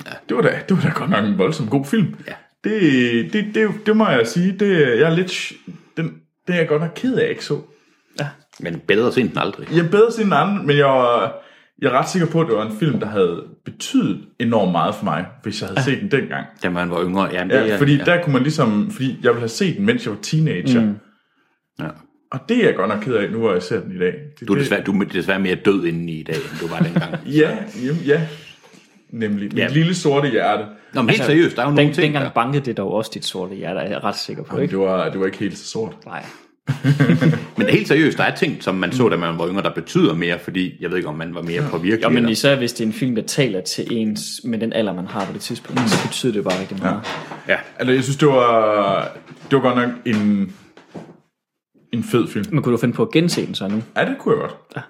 [SPEAKER 1] Ja. Det, var da, det var da godt nok en voldsom god film.
[SPEAKER 2] Ja.
[SPEAKER 1] Det, det, det, det må jeg sige, det, jeg er lidt, sh- den, det er jeg godt nok ked af, jeg ikke så.
[SPEAKER 2] Men bedre sent end aldrig.
[SPEAKER 1] Jeg er bedre set end anden, men jeg, var, jeg er ret sikker på, at det var en film, der havde betydet enormt meget for mig, hvis jeg havde set den dengang.
[SPEAKER 2] Da man var yngre. Jamen, det,
[SPEAKER 1] Ja,
[SPEAKER 2] er-
[SPEAKER 1] fordi ja. der kunne man ligesom, fordi jeg ville have set den, mens jeg var teenager. Mm.
[SPEAKER 2] Ja.
[SPEAKER 1] Og det er jeg godt nok ked af, nu hvor jeg ser den i dag. Det,
[SPEAKER 2] Du er
[SPEAKER 1] det-
[SPEAKER 2] desværre, du er desværre mere død inden i dag, end du var dengang.
[SPEAKER 1] Ja, jamen, ja. Nemlig. Mit
[SPEAKER 2] Ja.
[SPEAKER 1] lille sorte hjerte.
[SPEAKER 2] Nå, men helt seriøst, der er jo
[SPEAKER 3] Den,
[SPEAKER 2] nogle ting,
[SPEAKER 3] dengang
[SPEAKER 2] der...
[SPEAKER 3] bankede det dog også dit sorte hjerte, er jeg ret sikker på. Ikke?
[SPEAKER 1] Det var, det var ikke helt så sort.
[SPEAKER 3] Nej.
[SPEAKER 2] Men helt seriøst, der er ting, som man så, da man var yngre, der betyder mere, fordi jeg ved ikke, om man var mere påvirket.
[SPEAKER 3] Jo, men
[SPEAKER 2] eller-
[SPEAKER 3] især hvis det er en film, der taler til ens med den alder, man har på det tidspunkt, så betyder det jo bare rigtig meget.
[SPEAKER 2] Ja.
[SPEAKER 1] Altså, jeg synes, det var, det var godt nok en, en fed film.
[SPEAKER 3] Men kunne du finde på at gense den så nu?
[SPEAKER 1] Ja, det kunne jeg godt. Ja.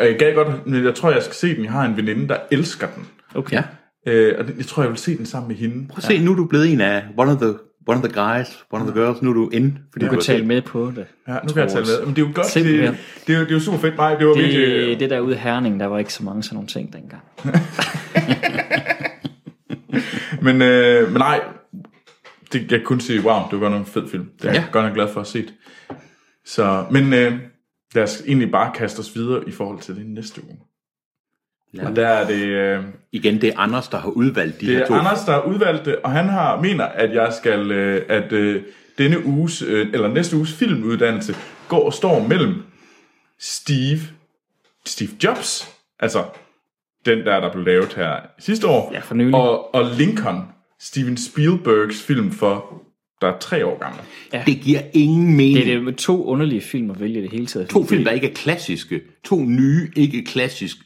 [SPEAKER 1] Og jeg gad godt, men jeg tror, jeg skal se den. Jeg har en veninde, der elsker den.
[SPEAKER 3] Okay.
[SPEAKER 2] ja.
[SPEAKER 1] Øh, Og det- jeg tror, jeg vil se den sammen med hende.
[SPEAKER 2] Prøv at se, nu er du blevet en af one of the, one of the guys, one of the girls, nu er du inde. Fordi
[SPEAKER 3] Du kan tale med på det.
[SPEAKER 1] Ja, nu kan jeg tale med. Men det er jo godt. Det,
[SPEAKER 3] Simpelthen.
[SPEAKER 1] det, er, jo, det er jo super fedt. Nej, det var virkelig...
[SPEAKER 3] Det, det der ude i Herning, der var ikke så mange sådan nogle ting dengang.
[SPEAKER 1] Men, øh, men nej, det, jeg kunne sige, wow, det var godt nok en fed film. Det er ja.
[SPEAKER 2] Ja.
[SPEAKER 1] jeg godt nok glad for at se det. Så, men øh, lad os egentlig bare kaste os videre i forhold til det næste uge. Ja.
[SPEAKER 2] Ja.
[SPEAKER 1] Og der er det, øh,
[SPEAKER 2] Igen, det er Anders, der har udvalgt de
[SPEAKER 1] det
[SPEAKER 2] her to.
[SPEAKER 1] er Anders, der har udvalgt det, og han har, mener, at jeg skal, øh, at øh, denne uges, øh, eller næste uges filmuddannelse går og står mellem Steve, Steve Jobs, altså den der, der blev lavet her sidste år,
[SPEAKER 3] Ja, for nylig.
[SPEAKER 1] og, og Lincoln, Steven Spielbergs film for, der er tre år gammel.
[SPEAKER 2] Det giver ingen mening.
[SPEAKER 3] Det er det med to underlige film at vælge det hele taget.
[SPEAKER 2] To film, der ikke er klassiske. To nye, ikke klassisk.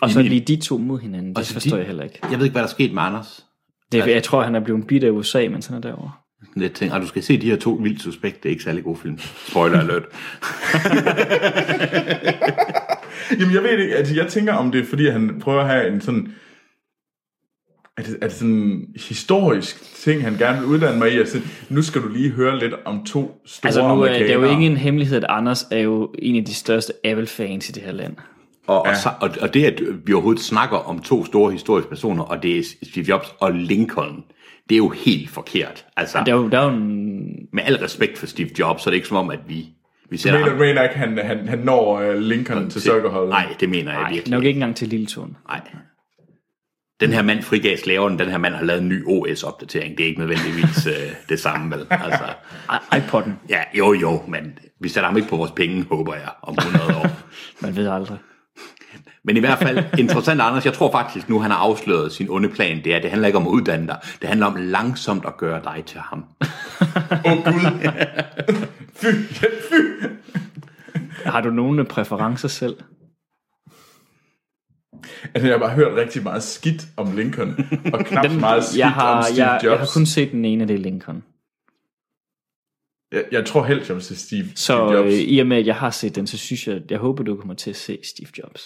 [SPEAKER 3] Og så lige de to mod hinanden, det
[SPEAKER 2] så
[SPEAKER 3] forstår
[SPEAKER 2] de- Altså-
[SPEAKER 3] jeg heller ikke.
[SPEAKER 2] Jeg ved ikke, hvad der er sket med Anders.
[SPEAKER 3] Det, er- jeg tror, han er blevet bidt af USA, mens han er derovre.
[SPEAKER 2] Jeg tænker, "Ah, du skal se de her to vildt suspekte. Det er ikke særlig gode film. Spoiler alert.
[SPEAKER 1] Jamen, jeg ved ikke, altså, jeg tænker, om det er, fordi han prøver at have en sådan... Er det, er det sådan en historisk ting, han gerne vil uddanne mig i? Altså, nu skal du lige høre lidt om to store
[SPEAKER 3] Altså nu er det er jo
[SPEAKER 1] amerikanere.
[SPEAKER 3] ikke en hemmelighed, at Anders er jo en af de største Apple-fans i det her land.
[SPEAKER 2] Og, ja. og, så, og, og det, at vi overhovedet snakker om to store historiske personer, og det er Steve Jobs og Lincoln, det er jo helt forkert. Altså,
[SPEAKER 3] Der er jo, der er jo en,
[SPEAKER 2] med al respekt for Steve Jobs, så er det ikke som om, at vi, vi sætter
[SPEAKER 1] Mener,
[SPEAKER 2] ham...
[SPEAKER 1] mener ikke, han, han, han når øh, Lincoln til sukkerholdet.
[SPEAKER 2] Nej, det mener jeg
[SPEAKER 3] ej,
[SPEAKER 2] virkelig
[SPEAKER 3] nok ikke engang til Lille Tone.
[SPEAKER 2] Nej. Den her mand frigav slaverne, den her mand har lavet en ny OS-opdatering. Det er ikke nødvendigvis øh, det samme, vel? Altså,
[SPEAKER 3] I- iPod'en,
[SPEAKER 2] ja, jo, jo, men vi sætter ham ikke på vores penge, håber jeg, om 100 år.
[SPEAKER 3] man ved aldrig.
[SPEAKER 2] Men i hvert fald, interessant Anders, jeg tror faktisk nu, han har afsløret sin onde plan, det er, at det handler ikke om at uddanne dig, det handler om langsomt at gøre dig til ham.
[SPEAKER 1] Åh, oh, Gud. fy, ja, fy.
[SPEAKER 3] Har du nogle præferencer selv?
[SPEAKER 1] Altså, jeg har bare hørt rigtig meget skidt om Lincoln, og knap så meget skidt
[SPEAKER 3] jeg, har,
[SPEAKER 1] om Steve
[SPEAKER 3] jeg,
[SPEAKER 1] Jobs.
[SPEAKER 3] jeg har kun set den ene, det er Lincoln.
[SPEAKER 1] jeg, jeg tror helst, jeg vil se Steve, Steve
[SPEAKER 3] Så øh,
[SPEAKER 1] Jobs.
[SPEAKER 3] i og med, at jeg har set den, så synes jeg, jeg håber, du kommer til at se Steve Jobs.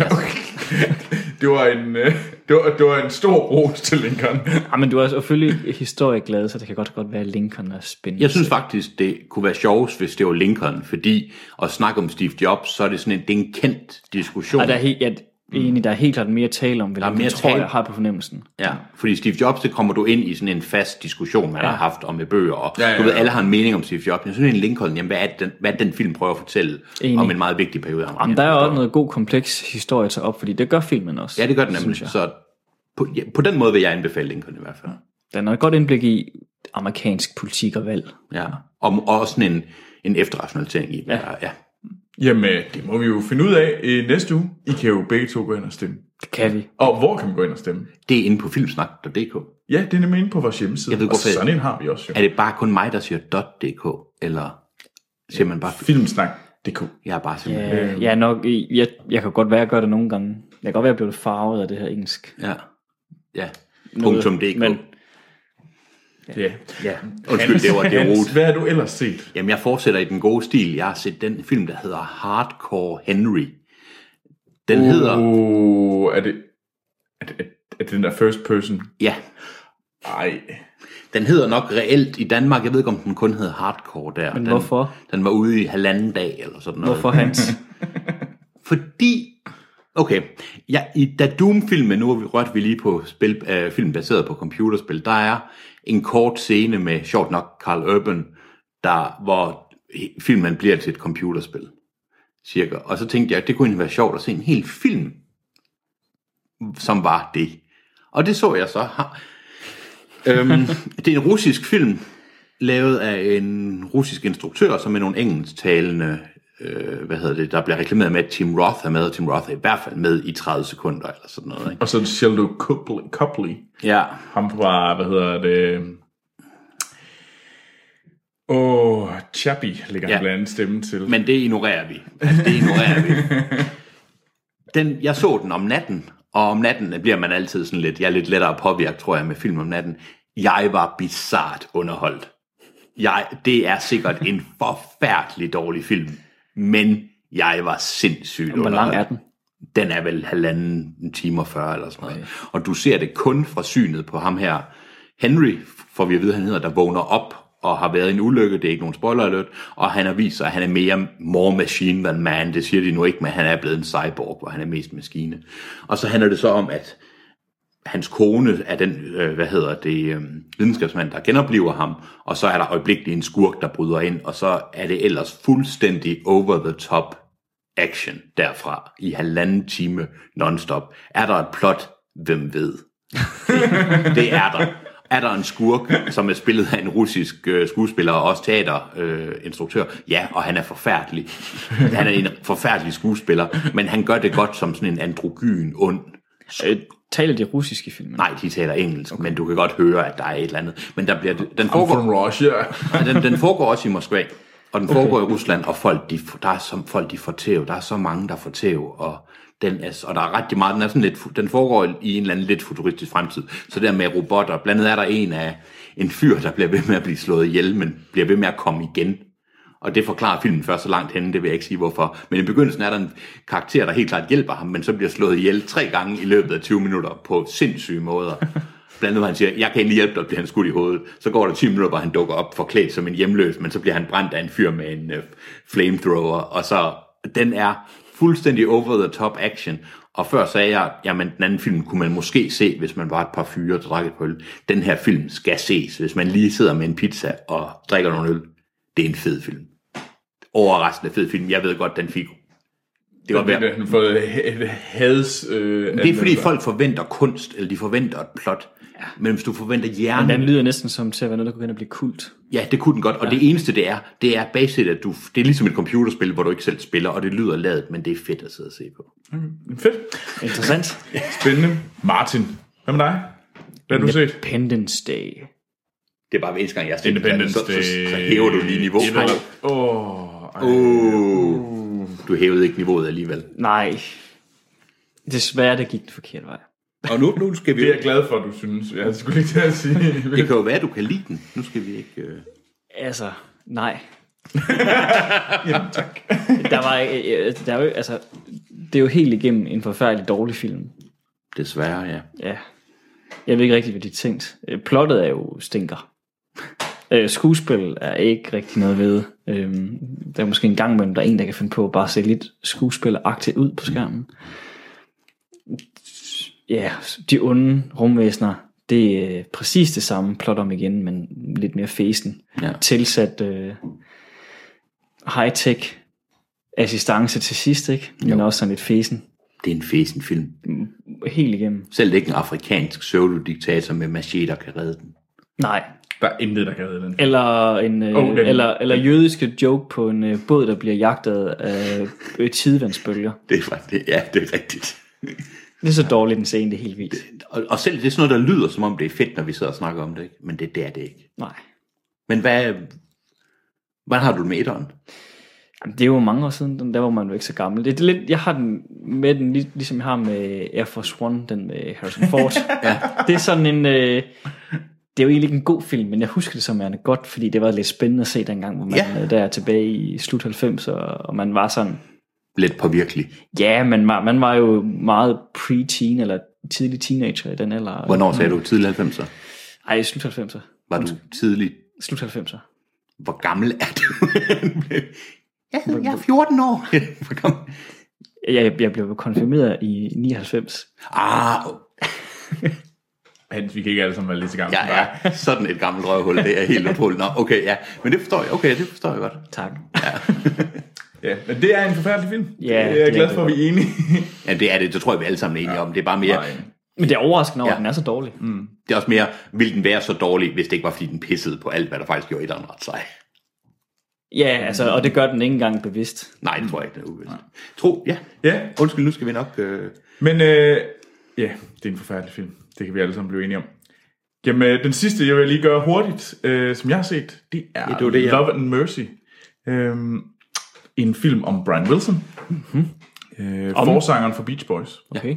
[SPEAKER 1] Okay. det, var en, øh, det, var, det var en stor ros til Lincoln.
[SPEAKER 3] Ah, men du er selvfølgelig historieglad, så det kan godt godt være, at Lincoln er spændende.
[SPEAKER 2] Jeg synes faktisk, det kunne være sjovt, hvis det var Lincoln, fordi at snakke om Steve Jobs, så er det sådan en, det er en kendt diskussion.
[SPEAKER 3] Og der er helt, jeg, egentlig, der er helt klart mere at tale om, hvilket
[SPEAKER 2] mere
[SPEAKER 3] jeg tror,
[SPEAKER 2] tale.
[SPEAKER 3] jeg har på fornemmelsen.
[SPEAKER 2] Ja, fordi Steve Jobs, det kommer du ind i sådan en fast diskussion, man ja. har haft om med bøger, og ja,
[SPEAKER 1] Ja,
[SPEAKER 2] ja,
[SPEAKER 1] ja,
[SPEAKER 2] ja. du ved,
[SPEAKER 1] ja.
[SPEAKER 2] alle har en mening om Steve Jobs. Jeg synes, en Lincoln, jamen, hvad er, det den, hvad er det, den film prøver at fortælle
[SPEAKER 3] Enig.
[SPEAKER 2] Enig. om en meget vigtig periode? af
[SPEAKER 3] Jamen, der er
[SPEAKER 2] amerikansk
[SPEAKER 3] også
[SPEAKER 2] historie?
[SPEAKER 3] noget god, kompleks historie at tage op, fordi det gør filmen også.
[SPEAKER 2] Ja, det gør den nemlig. Så på, ja, på den måde vil jeg anbefale Lincoln i hvert fald.
[SPEAKER 3] Den har et godt indblik i amerikansk politik og valg.
[SPEAKER 2] Ja. Og, og sådan en, en efterrationalisering i, hvad ja. der ja.
[SPEAKER 1] Jamen, det må vi jo finde ud af øh, næste uge. I kan jo begge to gå ind og stemme.
[SPEAKER 3] Det kan vi.
[SPEAKER 1] Og hvor kan man gå ind og stemme?
[SPEAKER 2] Det er inde på filmsnak.dk.
[SPEAKER 1] Ja, det er nemlig inde på vores hjemmeside.
[SPEAKER 2] Jeg ved
[SPEAKER 1] og
[SPEAKER 2] godt, hvad-
[SPEAKER 1] sådan en har vi også jo.
[SPEAKER 2] Er det bare kun mig, der siger .dk, eller siger man bare...
[SPEAKER 1] Filmsnak.dk
[SPEAKER 2] Jeg er bare simpelthen... Yeah.
[SPEAKER 3] Øh, jeg, er nok, jeg, jeg kan godt være, at jeg gør det nogle gange. Jeg kan godt være, at jeg bliver farvet af det her engelsk.
[SPEAKER 2] Ja. Ja. Punktum .dk.
[SPEAKER 3] Men
[SPEAKER 1] Ja.
[SPEAKER 2] Ja. Undskyld, det var det er
[SPEAKER 1] Hans,
[SPEAKER 2] rodet.
[SPEAKER 1] hvad har du ellers set?
[SPEAKER 2] Jamen, jeg fortsætter i den gode stil. Jeg har set den film, der hedder Hardcore Henry. Den uh. hedder...
[SPEAKER 1] Uh, er, det, er, det, er det den der first person?
[SPEAKER 2] Ja,
[SPEAKER 1] Ej.
[SPEAKER 2] den hedder nok reelt i Danmark. Jeg ved ikke, om den kun hedder Hardcore der. Men den,
[SPEAKER 3] hvorfor?
[SPEAKER 2] Den var ude i halvanden dag eller sådan noget.
[SPEAKER 3] hvorfor Hans?
[SPEAKER 2] Fordi... Okay, ja, i, da Doom-filmen, nu har vi rørt vi lige på spil, øh, film baseret på computerspil, der er en kort scene med, sjovt nok, Carl Urban, der, hvor he- filmen bliver til et computerspil, cirka. Og så tænkte jeg, at det kunne egentlig være sjovt at se en hel film, som var det. Og det så jeg så. Ha- Øhm, det er en russisk film, lavet af en russisk instruktør, som er nogle engelsktalende, øh, hvad hedder det, der bliver reklameret med, at Tim Roth er med, og Tim Roth er i hvert fald med i 30 sekunder, eller sådan noget. Ikke?
[SPEAKER 1] Og så Sheldon Copley, Copley.
[SPEAKER 2] Ja,
[SPEAKER 1] Ham fra, hvad hedder det... Åh, oh, Chappie ligger ja.
[SPEAKER 2] Ja.
[SPEAKER 1] han blandt andet stemme til.
[SPEAKER 2] men det ignorerer vi. Altså, det ignorerer vi. Den, jeg så den om natten, og om natten bliver man altid sådan lidt, jeg er lidt lettere påvirket, tror jeg, med film om natten. Jeg var bizart underholdt. Jeg, det er sikkert en forfærdelig dårlig film, men jeg var sindssygt
[SPEAKER 3] Hvor lang
[SPEAKER 2] underholdt.
[SPEAKER 3] er den?
[SPEAKER 2] den er vel halvanden en time og 40 eller sådan noget. Okay. Og du ser det kun fra synet på ham her, Henry, for vi ved, han hedder, der vågner op og har været i en ulykke, det er ikke nogen spoiler alert, og han har vist sig, at han er mere more machine than man, det siger de nu ikke, men han er blevet en cyborg, hvor han er mest maskine. Og så handler det så om, at hans kone er den, øh, hvad hedder det, øh, videnskabsmand, der genoplever ham, og så er der øjeblikkeligt en skurk, der bryder ind, og så er det ellers fuldstændig over the top action derfra i halvanden time nonstop. Er der et plot? Hvem ved? det er der. Er der en skurk, som er spillet af en russisk øh, skuespiller og også teaterinstruktør? Øh, instruktør? ja, og han er forfærdelig. Han er en forfærdelig skuespiller, men han gør det godt som sådan en androgyn, ond
[SPEAKER 3] Øh, taler de russisk i filmen?
[SPEAKER 2] Nej, de taler engelsk, okay. men du kan godt høre, at der er et eller andet. Men der bliver, den,
[SPEAKER 1] I'm
[SPEAKER 2] foregår,
[SPEAKER 1] from Russia.
[SPEAKER 2] den, den foregår også i Moskva, og den foregår okay. i Rusland, og folk, de, der er som, folk, de får tæv. Der er så mange, der får tæv, og den er, og der er rigtig meget, den, er sådan lidt, fu- den foregår i en eller anden lidt futuristisk fremtid. Så der med robotter, blandt andet er der en af en fyr, der bliver ved med at blive slået ihjel, men bliver ved med at komme igen. Og det forklarer filmen først så langt henne, det vil jeg ikke sige hvorfor. Men i begyndelsen er der en karakter, der helt klart hjælper ham, men så bliver slået ihjel tre gange i løbet af 20 minutter på sindssyge måder. Blandt andet, hvor han siger, jeg kan ikke lige hjælpe dig, bliver han skudt i hovedet. Så går der 10 minutter, hvor han dukker op forklædt som en hjemløs, men så bliver han brændt af en fyr med en øh, flamethrower. Og så, den er fuldstændig over the top action. Og før sagde jeg, jamen den anden film kunne man måske se, hvis man var et par fyre og drak et par øl. Den her film skal ses, hvis man lige sidder med en pizza og drikker nogle øl. Det er en fed film overraskende fed film. Jeg ved godt, den fik. Det var
[SPEAKER 1] Den
[SPEAKER 2] værd.
[SPEAKER 1] har fået et hads... Øh,
[SPEAKER 2] Det er fordi
[SPEAKER 1] anmeldelser.
[SPEAKER 2] folk forventer kunst, eller de forventer et plot. Men hvis du forventer
[SPEAKER 3] Men Den
[SPEAKER 2] hjernen,
[SPEAKER 3] lyder næsten som til at være noget, der kunne gå hen og blive kult.
[SPEAKER 2] ja, det kunne den godt. Og det eneste det er, det er baseret, at du, det er ligesom et computerspil, hvor du ikke selv spiller, og det lyder lavet, men det er fedt at sidde og se på.
[SPEAKER 1] Fedt.
[SPEAKER 3] Interessant.
[SPEAKER 1] Spændende. Martin, hvad med dig? Hvad har du set?
[SPEAKER 3] Independence Day.
[SPEAKER 2] Det er bare hver eneste gang, jeg ser det,
[SPEAKER 1] Independence
[SPEAKER 2] så, så, så,
[SPEAKER 1] Day.
[SPEAKER 2] så hæver du lige niveauet.
[SPEAKER 1] Et eller- Åh, ej.
[SPEAKER 2] Uh, du hævede ikke niveauet alligevel.
[SPEAKER 3] Nej. Desværre, det gik den forkerte vej.
[SPEAKER 2] Og nu, nu skal vi...
[SPEAKER 1] det er jeg glad for, du synes. Jeg skulle lige til at sige.
[SPEAKER 2] Det kan jo være, at du kan lide den. Nu skal vi ikke... Øh...
[SPEAKER 3] Altså, nej. Jamen, tak. der var, øh, øh, der er jo, altså, det er jo helt igennem en forfærdelig dårlig film.
[SPEAKER 2] Desværre, ja.
[SPEAKER 3] Ja. Jeg ved ikke rigtig, hvad de tænkt. Plottet er jo stinker. Øh, skuespil er ikke rigtig noget ved. Øhm, der er måske en gang imellem, der er en, der kan finde på at bare se lidt skuespilleragtigt ud på skærmen. Ja, de onde rumvæsener, det er øh, præcis det samme plot om igen, men lidt mere fesen.
[SPEAKER 2] Ja.
[SPEAKER 3] Tilsat øh, high-tech assistance til sidst, ikke? Men
[SPEAKER 2] Jo.
[SPEAKER 3] også sådan lidt fesen.
[SPEAKER 2] Det er en fesen film.
[SPEAKER 3] Helt igennem.
[SPEAKER 2] Selv ikke en afrikansk pseudodiktator med macheter kan redde den.
[SPEAKER 3] Nej,
[SPEAKER 2] Der er intet,
[SPEAKER 1] der kan hedde den.
[SPEAKER 3] Eller, en, øh,
[SPEAKER 1] Oh,
[SPEAKER 3] oh,
[SPEAKER 1] den-
[SPEAKER 3] eller, eller jødiske joke på en øh, båd, der bliver jagtet af øh, tidevandsbølger.
[SPEAKER 2] Det er faktisk, ja, det er rigtigt.
[SPEAKER 3] Det er så dårligt den scene, det er helt vildt.
[SPEAKER 2] Og, og selv det er sådan noget, der lyder, som om det er fedt, når vi sidder og snakker om det, ikke? men det, det er det ikke.
[SPEAKER 3] Nej.
[SPEAKER 2] Men hvad, hvad har du med etteren?
[SPEAKER 3] Jamen, det er jo mange år siden, den der var man jo ikke så gammel. Det er lidt, jeg har den med den, lig- ligesom jeg har med Air Force One, den med Harrison Ford. ja. Det er sådan en... Øh, det er jo egentlig ikke en god film, men jeg husker det som værende godt, fordi det var lidt spændende at se dengang, hvor man
[SPEAKER 2] Ja.
[SPEAKER 3] ja. øh, der tilbage i slut 90'erne, og man var sådan...
[SPEAKER 2] Lidt påvirkelig.
[SPEAKER 3] Ja, man var, man var jo meget pre-teen, eller tidlig teenager i den alder.
[SPEAKER 2] Hvornår sagde du tidlig 90'er?
[SPEAKER 3] Ej, slut 90'er.
[SPEAKER 2] Var du tidlig?
[SPEAKER 3] Slut 90'er.
[SPEAKER 2] Hvor gammel er du? jeg, hedder, jeg er 14 år. Hvor gammel?
[SPEAKER 3] Jeg, jeg blev konfirmeret i 99.
[SPEAKER 2] Ah,
[SPEAKER 1] Hans, vi kan ikke alle sammen være lige så gamle.
[SPEAKER 2] jeg
[SPEAKER 1] som dig.
[SPEAKER 2] er sådan et gammelt røvhul, det er helt utroligt. Nå, okay, ja. Men det forstår jeg, okay, det forstår jeg godt.
[SPEAKER 3] Tak.
[SPEAKER 1] Ja, men det er en forfærdelig film.
[SPEAKER 3] Ja,
[SPEAKER 1] jeg
[SPEAKER 3] det
[SPEAKER 1] er
[SPEAKER 3] er
[SPEAKER 1] glad
[SPEAKER 3] det
[SPEAKER 1] for, at vi er enige.
[SPEAKER 2] Ja, det er det, det tror jeg, vi alle sammen er enige om. Det er bare mere,
[SPEAKER 1] Nej.
[SPEAKER 3] Men det er overraskende
[SPEAKER 2] Ja.
[SPEAKER 3] over, ja. at den er så dårlig. Mm.
[SPEAKER 2] det er også mere, ville den være så dårlig, hvis det ikke var, fordi den pissede på alt, hvad der faktisk gjorde etteren ret sej.
[SPEAKER 3] Ja, altså, og det gør den ikke engang bevidst.
[SPEAKER 2] Nej, det tror jeg ikke, det er uvidst. Tro, ja.
[SPEAKER 1] Ja,
[SPEAKER 2] Undskyld, nu skal vi nok... Øh...
[SPEAKER 1] men øh, ja, det er en forfærdelig film. Det kan vi alle sammen blive enige om. Jamen, øh, den sidste, jeg vil lige gøre hurtigt, øh, som jeg har set, det er
[SPEAKER 2] det var det, jeg-
[SPEAKER 1] Love and Mercy. Øh, en film om Brian Wilson.
[SPEAKER 2] Mhm.
[SPEAKER 1] Mm-hmm. Øh, forsangeren for Beach Boys.
[SPEAKER 3] Okay.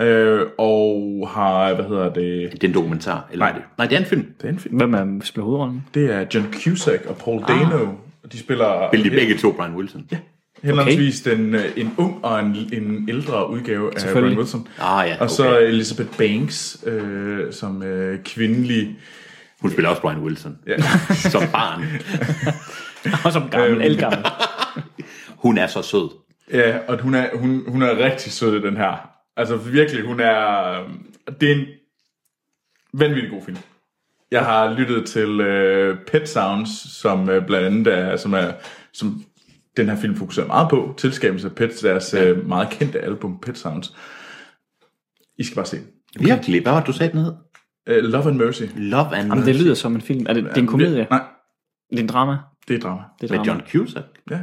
[SPEAKER 1] Øh, og har, hvad hedder det?
[SPEAKER 2] Det er en dokumentar, eller
[SPEAKER 1] Nej.
[SPEAKER 2] Nej. Nej, det er en film.
[SPEAKER 1] Det er en film.
[SPEAKER 3] Hvem er spiller hovedrollen?
[SPEAKER 1] Det er John Cusack og
[SPEAKER 2] Ah.
[SPEAKER 1] Paul Dano. Og de spiller
[SPEAKER 2] Vil de begge to Brian Wilson? Ja.
[SPEAKER 1] henholdsvis den, øh, en ung og en, en ældre udgave af Brian
[SPEAKER 3] Selvfølgelig.
[SPEAKER 1] Wilson.
[SPEAKER 2] Ah, ja,
[SPEAKER 1] Og så
[SPEAKER 2] okay.
[SPEAKER 1] Elizabeth Banks øh, som øh, kvindelig...
[SPEAKER 2] Hun spiller også Brian Wilson.
[SPEAKER 1] Ja.
[SPEAKER 2] Som barn.
[SPEAKER 3] Og som
[SPEAKER 1] Øhm.
[SPEAKER 3] gammel, ældgammel. gammel.
[SPEAKER 2] Hun er så sød.
[SPEAKER 1] Ja, og hun er, hun, hun er rigtig sød i den her. Altså virkelig, hun er... øhm, Det er en vanvittig god film. Jeg har lyttet til øh, Pet Sounds, som øh, blandt andet er, som er, som den her film fokuserer meget på, tilskabelse af Pets, deres øh, meget kendte album Pet Sounds. I skal bare se den.
[SPEAKER 2] Virkelig. Hvad var det, du sagde, den hed?
[SPEAKER 1] øh, Love and Mercy.
[SPEAKER 2] Love and
[SPEAKER 3] Jamen, det lyder som en film. Er det, det er en komedie?
[SPEAKER 1] Nej,
[SPEAKER 3] Det er en drama?
[SPEAKER 1] det er drama.
[SPEAKER 3] Det er
[SPEAKER 2] Med
[SPEAKER 3] drama.
[SPEAKER 2] John Cusack.
[SPEAKER 1] Ja.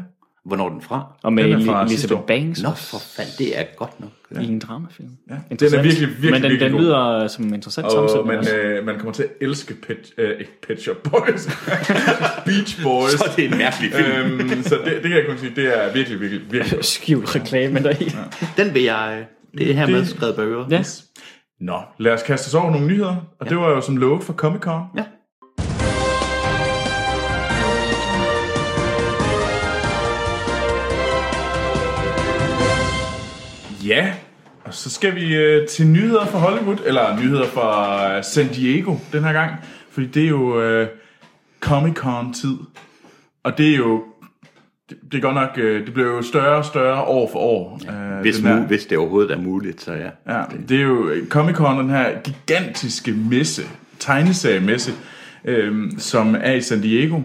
[SPEAKER 2] Hvornår er den fra?
[SPEAKER 3] Og med
[SPEAKER 1] Den er fra
[SPEAKER 3] Eli-
[SPEAKER 1] sidste
[SPEAKER 3] Elizabeth
[SPEAKER 1] år.
[SPEAKER 3] Banks
[SPEAKER 2] Nå,
[SPEAKER 3] også
[SPEAKER 2] for fanden, det er godt nok.
[SPEAKER 3] i en dramafilm. Ja.
[SPEAKER 1] Den er virkelig, virkelig,
[SPEAKER 3] Men den,
[SPEAKER 1] virkelig
[SPEAKER 3] den
[SPEAKER 1] god.
[SPEAKER 3] lyder øh, som en interessant altså.
[SPEAKER 1] Og man,
[SPEAKER 3] sammensætning. også.
[SPEAKER 1] øh, man kommer til at elske Pet, øh, ikke Pet Shop Boys, Beach Boys.
[SPEAKER 2] Så er det en mærkelig film.
[SPEAKER 1] øhm, så det, det kan jeg kun sige, det er virkelig, virkelig, virkelig godt.
[SPEAKER 3] Skjult reklame deri.
[SPEAKER 2] Den vil jeg... øh, Det er hermed
[SPEAKER 1] Det-
[SPEAKER 2] skrevet på øret.
[SPEAKER 3] Ja.
[SPEAKER 1] Nå, lad os kaste os over nogle nyheder, og ja. det var jo som lovet for Comic Con.
[SPEAKER 2] ja.
[SPEAKER 1] Ja, og så skal vi øh, til nyheder fra Hollywood, eller nyheder fra øh, San Diego den her gang, fordi det er jo øh, Comic Con tid, og det er jo, det, det er godt nok, øh, det bliver jo større og større år for år. Øh,
[SPEAKER 2] Hvis,
[SPEAKER 1] den her-
[SPEAKER 2] mu- hvis det overhovedet er muligt, så ja.
[SPEAKER 1] Ja, det er jo Comic Con, den her gigantiske messe, tegneseriemesse, øhm, som er i San Diego.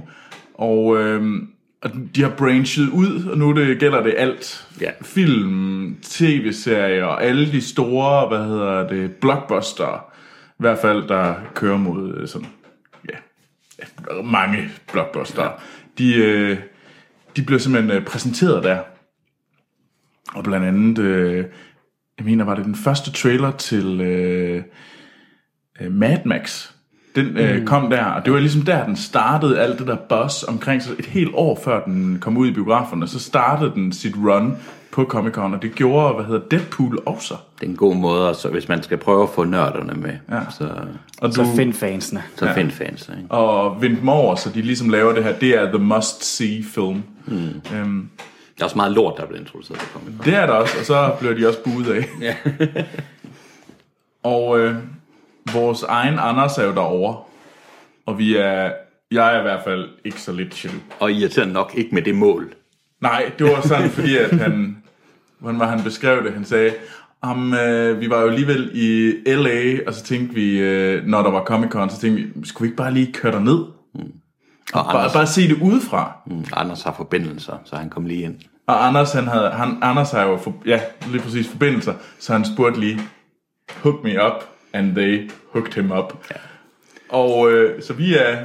[SPEAKER 1] Og, øhm, og de har branchet ud, og nu det, gælder det alt.
[SPEAKER 2] Ja.
[SPEAKER 1] Film, tv-serier og alle de store, hvad hedder det, blockbuster, i hvert fald, der kører mod øh, sådan, ja, ja, mange blockbuster. Ja. De, øh, de bliver simpelthen øh, præsenteret der. Og blandt andet, øh, jeg mener, var det den første trailer til øh, øh, Mad Max? Den øh, mm. kom der, og det var ligesom der, den startede alt det der buzz omkring sig. Et helt år før den kom ud i biograferne, så startede den sit run på Comic-Con, og det gjorde, hvad hedder Deadpool også.
[SPEAKER 2] Det er en god måde, og så hvis man skal prøve at få nørderne med, ja. så,
[SPEAKER 1] Og
[SPEAKER 3] Så
[SPEAKER 1] du,
[SPEAKER 3] find fansene.
[SPEAKER 2] så ja. find fans. Ikke?
[SPEAKER 1] og vente dem over, så de ligesom laver det her. Det er the must-see film. Mm. Øhm,
[SPEAKER 2] Der er også meget lort, der er blevet introduceret på Comic Con.
[SPEAKER 1] Det er der også, og så bliver de også buet af. Ja. og øh, vores egen Anders er jo derovre, og vi er, jeg er i hvert fald ikke så lidt chill.
[SPEAKER 2] Og irriterende nok ikke med det mål.
[SPEAKER 1] Nej, det var sådan, fordi at han, hvordan var han beskrev det, han sagde, om, øh, vi var jo alligevel i LA, og så tænkte vi, øh, når der var Comic-Con, så tænkte vi, skulle vi ikke bare lige køre derned?
[SPEAKER 2] Og
[SPEAKER 1] Bare,
[SPEAKER 2] Anders,
[SPEAKER 1] bare se det udefra.
[SPEAKER 2] mm, Anders har forbindelser, så han kom lige ind.
[SPEAKER 1] Og Anders, han havde, han, Anders har jo for, ja, lige præcis forbindelser, så han spurgte lige, hook me up, and they hooked him up. Ja. Og øh, så vi er...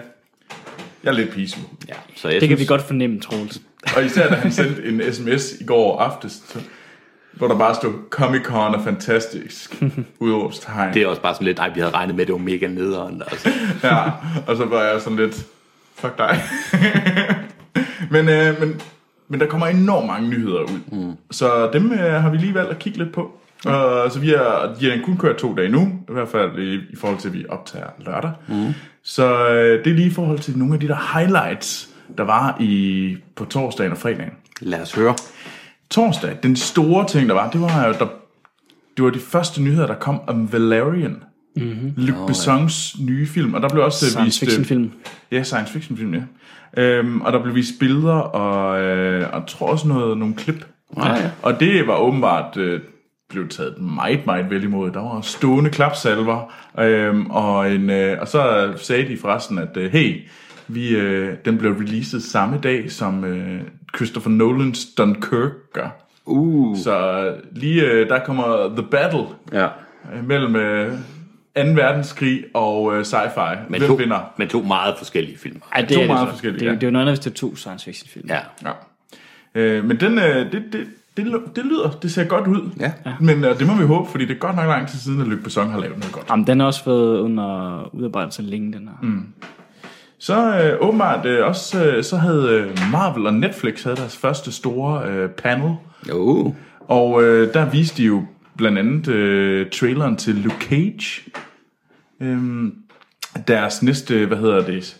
[SPEAKER 1] Jeg er lidt pisen.
[SPEAKER 2] Ja, så jeg
[SPEAKER 3] Det kan
[SPEAKER 2] synes,
[SPEAKER 3] vi godt fornemme, Troels.
[SPEAKER 1] Og især da han sendte en sms i går aftes, så- hvor der bare stod, Comic Con er fantastisk, udråbstegn.
[SPEAKER 2] det er også bare sådan lidt, ej, vi havde regnet med, at det var mega nederen. Altså.
[SPEAKER 1] Ja, og så var jeg sådan lidt, fuck dig. men, øh, men, men der kommer enormt mange nyheder ud. Mm. Så dem øh, har vi lige valgt at kigge lidt på. Mm. Og, så vi har, de har kun kørt to dage nu, i hvert fald i, i forhold til, at vi optager lørdag. Mm. Så øh, det er lige i forhold til nogle af de der highlights, der var i på torsdagen og fredagen.
[SPEAKER 2] Lad os høre.
[SPEAKER 1] Torsdag, den store ting, der var, det var jo, der, det var de første nyheder, der kom om Valerian. Mm-hmm. Luc Besson's nye film, og der blev også øh,
[SPEAKER 3] Mhm. Science
[SPEAKER 1] vist... øh,
[SPEAKER 3] fiction film.
[SPEAKER 1] Ja, science fiction film, ja. Øhm, og der blev vist billeder og, øh, og jeg tror også noget, nogle klip.
[SPEAKER 2] Ja, Ah, ja.
[SPEAKER 1] Og det var åbenbart øh, blev taget meget, meget vel imod. Der var stående klapsalver, øhm, og, en, øh, og så sagde de forresten, at øh, hey, vi, øh, den blev releaset samme dag, som øh, Christopher Nolans Dunkirk gør.
[SPEAKER 2] Uh.
[SPEAKER 1] Så øh, lige øh, der kommer The Battle
[SPEAKER 2] Ja.
[SPEAKER 1] øh, mellem øh, 2. verdenskrig og øh, sci-fi.
[SPEAKER 2] Men
[SPEAKER 1] Hvem
[SPEAKER 2] to,
[SPEAKER 1] vinder?
[SPEAKER 2] men to meget forskellige film.
[SPEAKER 3] Ej, det
[SPEAKER 1] to
[SPEAKER 3] er det
[SPEAKER 1] meget
[SPEAKER 3] så.
[SPEAKER 1] forskellige,
[SPEAKER 3] Det, er-
[SPEAKER 1] ja.
[SPEAKER 3] det er jo noget andet, hvis det er to science fiction film.
[SPEAKER 2] Ja.
[SPEAKER 1] Ja. Øh, men den, øh, det, det, det, lu- det lyder, det ser godt ud.
[SPEAKER 2] Ja.
[SPEAKER 1] Men øh, det må vi håbe, fordi det er godt nok lang tid siden, at Luc Besson har lavet noget godt.
[SPEAKER 3] Jamen, den har også været under udarbejdelse længe, den her. Mm.
[SPEAKER 1] Så øh, åbenbart øh, også, øh, så havde øh, Marvel og Netflix havde deres første store øh, panel,
[SPEAKER 2] Uh.
[SPEAKER 1] og øh, der viste de jo blandt andet øh, traileren til Luke Cage. Øhm, deres næste, hvad hedder det,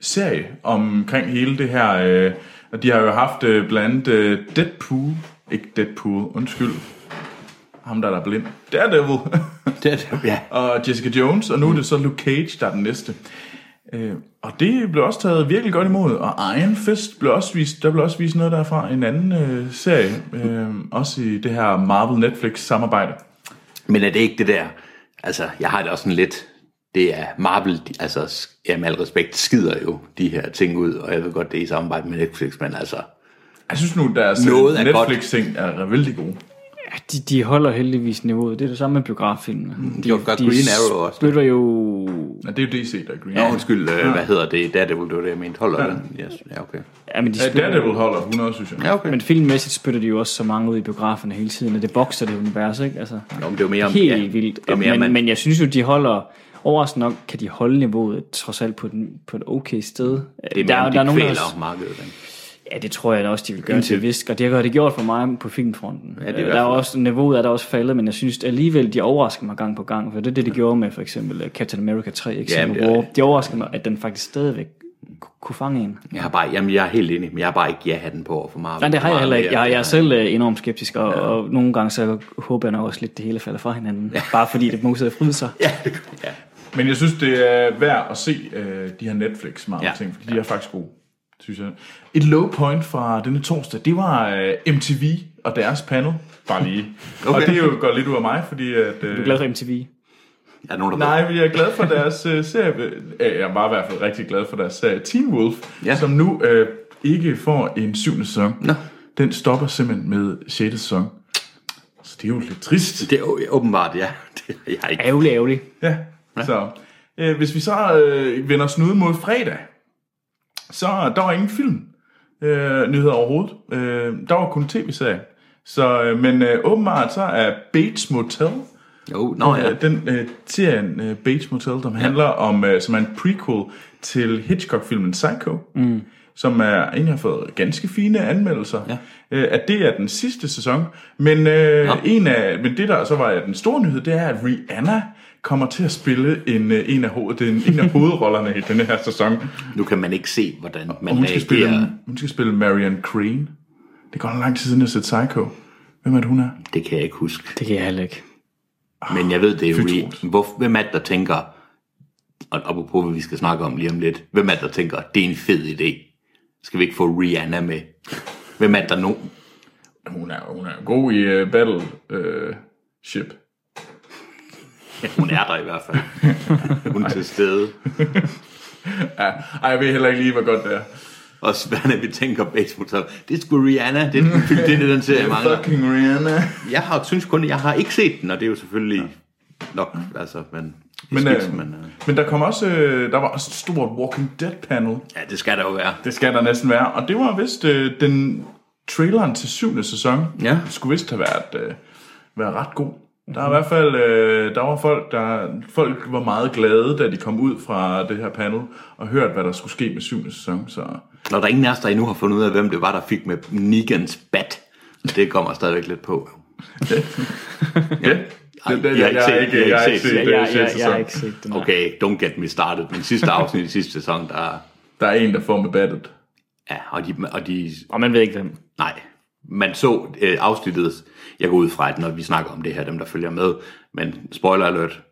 [SPEAKER 1] serie omkring hele det her. Øh, og de har jo haft øh, blandt andet øh, Deadpool, ikke Deadpool, undskyld, ham der er der blind, Daredevil,
[SPEAKER 2] Det, er det. ja.
[SPEAKER 1] og Jessica Jones, og nu er det så Luke Cage, der er den næste. Øh, og det blev også taget virkelig godt imod, og Iron Fist blev også vist, der blev også vist noget derfra, en anden øh, serie, øh, også i det her Marvel-Netflix samarbejde.
[SPEAKER 2] Men er det ikke det der, altså jeg har det også sådan lidt, det er Marvel, de, altså sk- ja, med al respekt, skider jo de her ting ud, og jeg ved godt, det er i samarbejde med Netflix, men altså,
[SPEAKER 1] Jeg synes nu, deres øh,
[SPEAKER 2] Noget er godt.
[SPEAKER 1] Netflix-ting er vældig gode.
[SPEAKER 3] Ja, de, de holder heldigvis niveauet. Det er det samme med biograffilmene. Mm.
[SPEAKER 2] gjorde godt Green Arrow også.
[SPEAKER 3] Spytter jo...
[SPEAKER 1] Ja, det er jo DC, der er Green.
[SPEAKER 2] ja, undskyld, ja. hvad hedder det, Daredevil, det var det, jeg mente, holder ja. den? Yes. Ja, okay.
[SPEAKER 3] Ja, men de
[SPEAKER 1] Ja,
[SPEAKER 3] spytter,
[SPEAKER 1] Daredevil holder 100, synes jeg.
[SPEAKER 2] Ja, okay.
[SPEAKER 3] Men filmmæssigt spytter de jo også så mange ud i biograferne hele tiden, og det vokser det univers, ikke? Altså,
[SPEAKER 2] Jo, men det er jo mere om,
[SPEAKER 3] helt
[SPEAKER 2] ja,
[SPEAKER 3] vildt.
[SPEAKER 2] Det er mere,
[SPEAKER 3] men,
[SPEAKER 2] man,
[SPEAKER 3] men jeg synes jo, de holder... Overraskende nok kan de holde niveauet trods alt på, den, på et okay sted.
[SPEAKER 2] det er mere, der, om de
[SPEAKER 3] der er nogen, der
[SPEAKER 2] kvæler
[SPEAKER 3] har-
[SPEAKER 2] markedet. Ikke?
[SPEAKER 3] Ja, det tror jeg da også, de vil gøre
[SPEAKER 2] Indtil-
[SPEAKER 3] til Visk, og det har det gjort for mig på filmfronten.
[SPEAKER 2] det er
[SPEAKER 3] Ja,
[SPEAKER 2] i
[SPEAKER 3] det er
[SPEAKER 2] hvert
[SPEAKER 3] der er
[SPEAKER 2] fald-
[SPEAKER 3] også, niveauet er der også faldet, men jeg synes alligevel, de overrasker mig gang på gang, for det er det, de gjorde med for eksempel øh, Captain America 3, ikke?
[SPEAKER 2] Ja,
[SPEAKER 3] Ja,
[SPEAKER 2] men det er
[SPEAKER 3] War. De overrasker mig, at den faktisk stadigvæk ku- kunne fange en.
[SPEAKER 2] Jeg, har bare, jamen, jeg er helt enig, men jeg har bare ikke ja-hatten på over for Marvel.
[SPEAKER 3] Nej, det har jeg
[SPEAKER 2] Meget
[SPEAKER 3] heller ikke.
[SPEAKER 2] mere.
[SPEAKER 3] Jeg, jeg er selv øh, enormt skeptisk, og, og nogle gange så håber jeg nok også lidt, det hele falder fra hinanden, bare fordi det modsatte fryder sig.
[SPEAKER 2] Ja, det, ja.
[SPEAKER 1] Men jeg synes, det er værd at se øh, de her Netflix mange
[SPEAKER 2] Ja.
[SPEAKER 1] ja. ting, for de er faktisk gode, synes jeg. Et low point fra denne torsdag, det var øh, MTV og deres panel. Bare lige. okay. Og det er jo går lidt ud af mig, fordi at...
[SPEAKER 3] Du er
[SPEAKER 1] Øh,
[SPEAKER 3] glad for MTV.
[SPEAKER 2] Er der nogen, der
[SPEAKER 1] Nej, men jeg er glad for deres øh, serie. Øh, jeg var i hvert fald rigtig glad for deres serie Teen Wolf,
[SPEAKER 2] Ja.
[SPEAKER 1] ja. som nu øh, ikke får en syvende sæson.
[SPEAKER 2] Nå.
[SPEAKER 1] Den stopper simpelthen med 6. sæson. Så det er jo lidt trist.
[SPEAKER 2] Det er jo- åbenbart, ja. Det, jeg har ikke.
[SPEAKER 3] Ærgerlig, ærgerlig.
[SPEAKER 1] Ja, så øh, hvis vi så øh, vender snuden mod fredag, så der var ingen film øh, nyheder overhovedet. Øh, der var kun tv-serier. Så, øh, men øh, åbenbart så er Bates Motel,
[SPEAKER 2] Jo, nå, ja.
[SPEAKER 1] øh, den øh, serien øh, Bates Motel, som handler om, øh, som er en prequel til Hitchcock-filmen Psycho, mm. som er egentlig har fået ganske fine anmeldelser.
[SPEAKER 2] Ja.
[SPEAKER 1] Øh, at det er den sidste sæson, men øh, en af, men det der så var den store nyhed, det er at Rihanna kommer til at spille en øh, en af hoved, den, en af hovedrollerne i denne her sæson.
[SPEAKER 2] Nu kan man ikke se, hvordan man
[SPEAKER 1] Og hun skal spille,
[SPEAKER 2] reagerer.
[SPEAKER 1] hun skal spille Marion Crane. Det går lang tid siden jeg har set Psycho. Hvem er det, hun er?
[SPEAKER 2] Det kan jeg ikke huske.
[SPEAKER 3] Det kan jeg heller ikke.
[SPEAKER 2] Men jeg ved, det er
[SPEAKER 1] Fy,
[SPEAKER 2] re-
[SPEAKER 1] Troels.
[SPEAKER 2] Hvor, hvem er det, der tænker, og apropos, hvad vi skal snakke om lige om lidt, hvem er det, der tænker, det er en fed idé? Skal vi ikke få Rihanna med? Hvem er det, der nu?
[SPEAKER 1] Hun er, hun er god i øh, battle øh, ship.
[SPEAKER 2] Ja, hun er der i hvert fald. Hun er til stede.
[SPEAKER 1] Ej, jeg ved heller ikke lige, hvor godt det er.
[SPEAKER 2] Og hvad er vi tænker baseball, så det er sgu Rihanna. Det er den, det, er det, den serie, jeg mangler.
[SPEAKER 1] Fucking Rihanna.
[SPEAKER 2] Jeg har, synes kun, jeg har ikke set den, og det er jo selvfølgelig nok, altså, men
[SPEAKER 1] Men,
[SPEAKER 2] skidt,
[SPEAKER 1] øh,
[SPEAKER 2] men,
[SPEAKER 1] men,
[SPEAKER 2] øh.
[SPEAKER 1] øh. men der kom også, øh, der var også et stort Walking Dead panel.
[SPEAKER 2] Ja, det skal der jo være.
[SPEAKER 1] Det skal der næsten være. Og det var vist øh, den traileren til syvende sæson.
[SPEAKER 2] Ja.
[SPEAKER 1] Skulle vist have været, øh, været ret god. Der er i hvert fald, øh, der var folk, der, folk var meget glade, da de kom ud fra det her panel, og hørte, hvad der skulle ske med syvende sæson. Så
[SPEAKER 2] Og der er ingen af os, der endnu har fundet ud af, hvem det var, der fik med Negans bat. Det kommer stadigvæk lidt på. ja. Ej,
[SPEAKER 1] Det- det-
[SPEAKER 2] I har ikke
[SPEAKER 1] jeg har
[SPEAKER 2] set-
[SPEAKER 1] ikke-
[SPEAKER 2] I
[SPEAKER 1] jeg
[SPEAKER 2] har
[SPEAKER 1] har
[SPEAKER 2] ikke
[SPEAKER 1] ikke
[SPEAKER 2] set.
[SPEAKER 1] set.
[SPEAKER 3] Jeg, jeg, jeg,
[SPEAKER 1] sidste
[SPEAKER 3] jeg har
[SPEAKER 1] sæson.
[SPEAKER 3] ikke set den. Okay.
[SPEAKER 2] Okay, don't get me started. Men sidste afsnit i sidste sæson, der...
[SPEAKER 1] der er en, der får med battet.
[SPEAKER 2] Ja, og de, og de
[SPEAKER 3] Og man ved ikke hvem.
[SPEAKER 2] Nej. Man så øh, afsnittet, jeg går ud fra, at når vi snakker om det her, dem der følger med, men spoiler alert,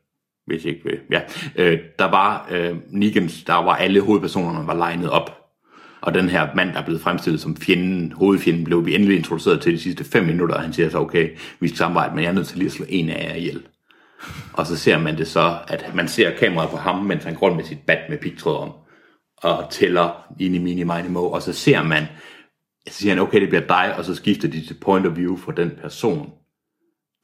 [SPEAKER 2] hvis I ikke vil. Ja, øh, der var øh, Negan's, der var alle hovedpersonerne var lined op. Og den her mand, der er blevet fremstillet som fjenden, hovedfjenden, blev vi endelig introduceret til de sidste 5 minutter, og han siger så, okay, vi skal samarbejde, men jeg er nødt til lige at slå en af jer ihjel. Og så ser man det så, at man ser kameraet på ham, mens han går rundt med sit bat med pigtråd om, og tæller ind i mini, mini, mo, og så ser man, så siger han, okay, det bliver dig, og så skifter de til point of view for den person,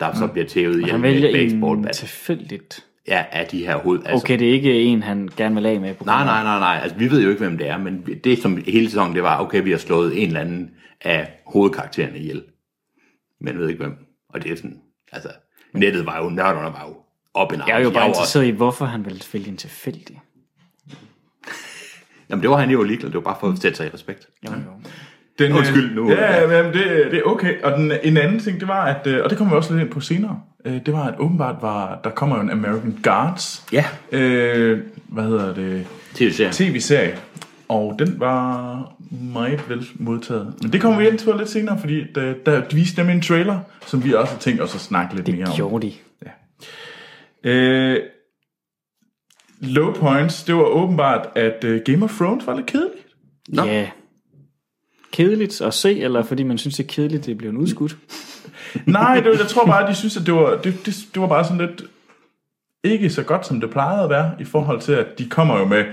[SPEAKER 2] der så bliver tævet ihjel
[SPEAKER 3] Mm. Han
[SPEAKER 2] med
[SPEAKER 3] vælger
[SPEAKER 2] et baseball
[SPEAKER 3] en
[SPEAKER 2] bat.
[SPEAKER 3] tilfældigt.
[SPEAKER 2] Ja, af de her hoved... Altså,
[SPEAKER 3] Okay, det er ikke en, han gerne vil af med. På grund
[SPEAKER 2] Nej,
[SPEAKER 3] af-
[SPEAKER 2] nej, nej, nej. Altså, vi ved jo ikke, hvem det er, men det som hele sæsonen, det var, okay, vi har slået en eller anden af hovedkaraktererne ihjel. Men jeg ved ikke, hvem. Og det er sådan, altså, nettet var jo, nørderne var jo op en
[SPEAKER 3] Jeg er jo bare
[SPEAKER 2] også,
[SPEAKER 3] interesseret i, hvorfor han ville vælge en tilfældig.
[SPEAKER 2] jamen, det var han jo ligeglad. Det var bare for at sætte sig i respekt.
[SPEAKER 3] Jo, jo.
[SPEAKER 1] Den, øh,
[SPEAKER 2] Undskyld nu.
[SPEAKER 1] Ja, ja. Jamen, det, det er okay. Og den, en anden ting, det var, at, øh, og det kommer vi også lidt ind på senere, øh, det var, at åbenbart var, der kommer jo en American Guards.
[SPEAKER 2] Ja.
[SPEAKER 1] Øh, hvad hedder det?
[SPEAKER 2] Til
[SPEAKER 1] TV-serie. Og den var meget vel modtaget. Men det kommer vi ind til lidt senere, fordi der, der de viste nemlig en trailer, som vi også har tænkt os at snakke lidt mere om.
[SPEAKER 3] Gjorde de.
[SPEAKER 1] Øh, low points, det var åbenbart, at øh, Game of Thrones var lidt kedeligt.
[SPEAKER 2] Nå.
[SPEAKER 3] Ja. Kedeligt at se, eller fordi man synes, det er kedeligt, det blev en udskudt.
[SPEAKER 1] Nej, det, jeg tror bare, at de synes, at det var, det, det, det var bare sådan lidt ikke så godt, som det plejede at være, i forhold til, at de kommer jo med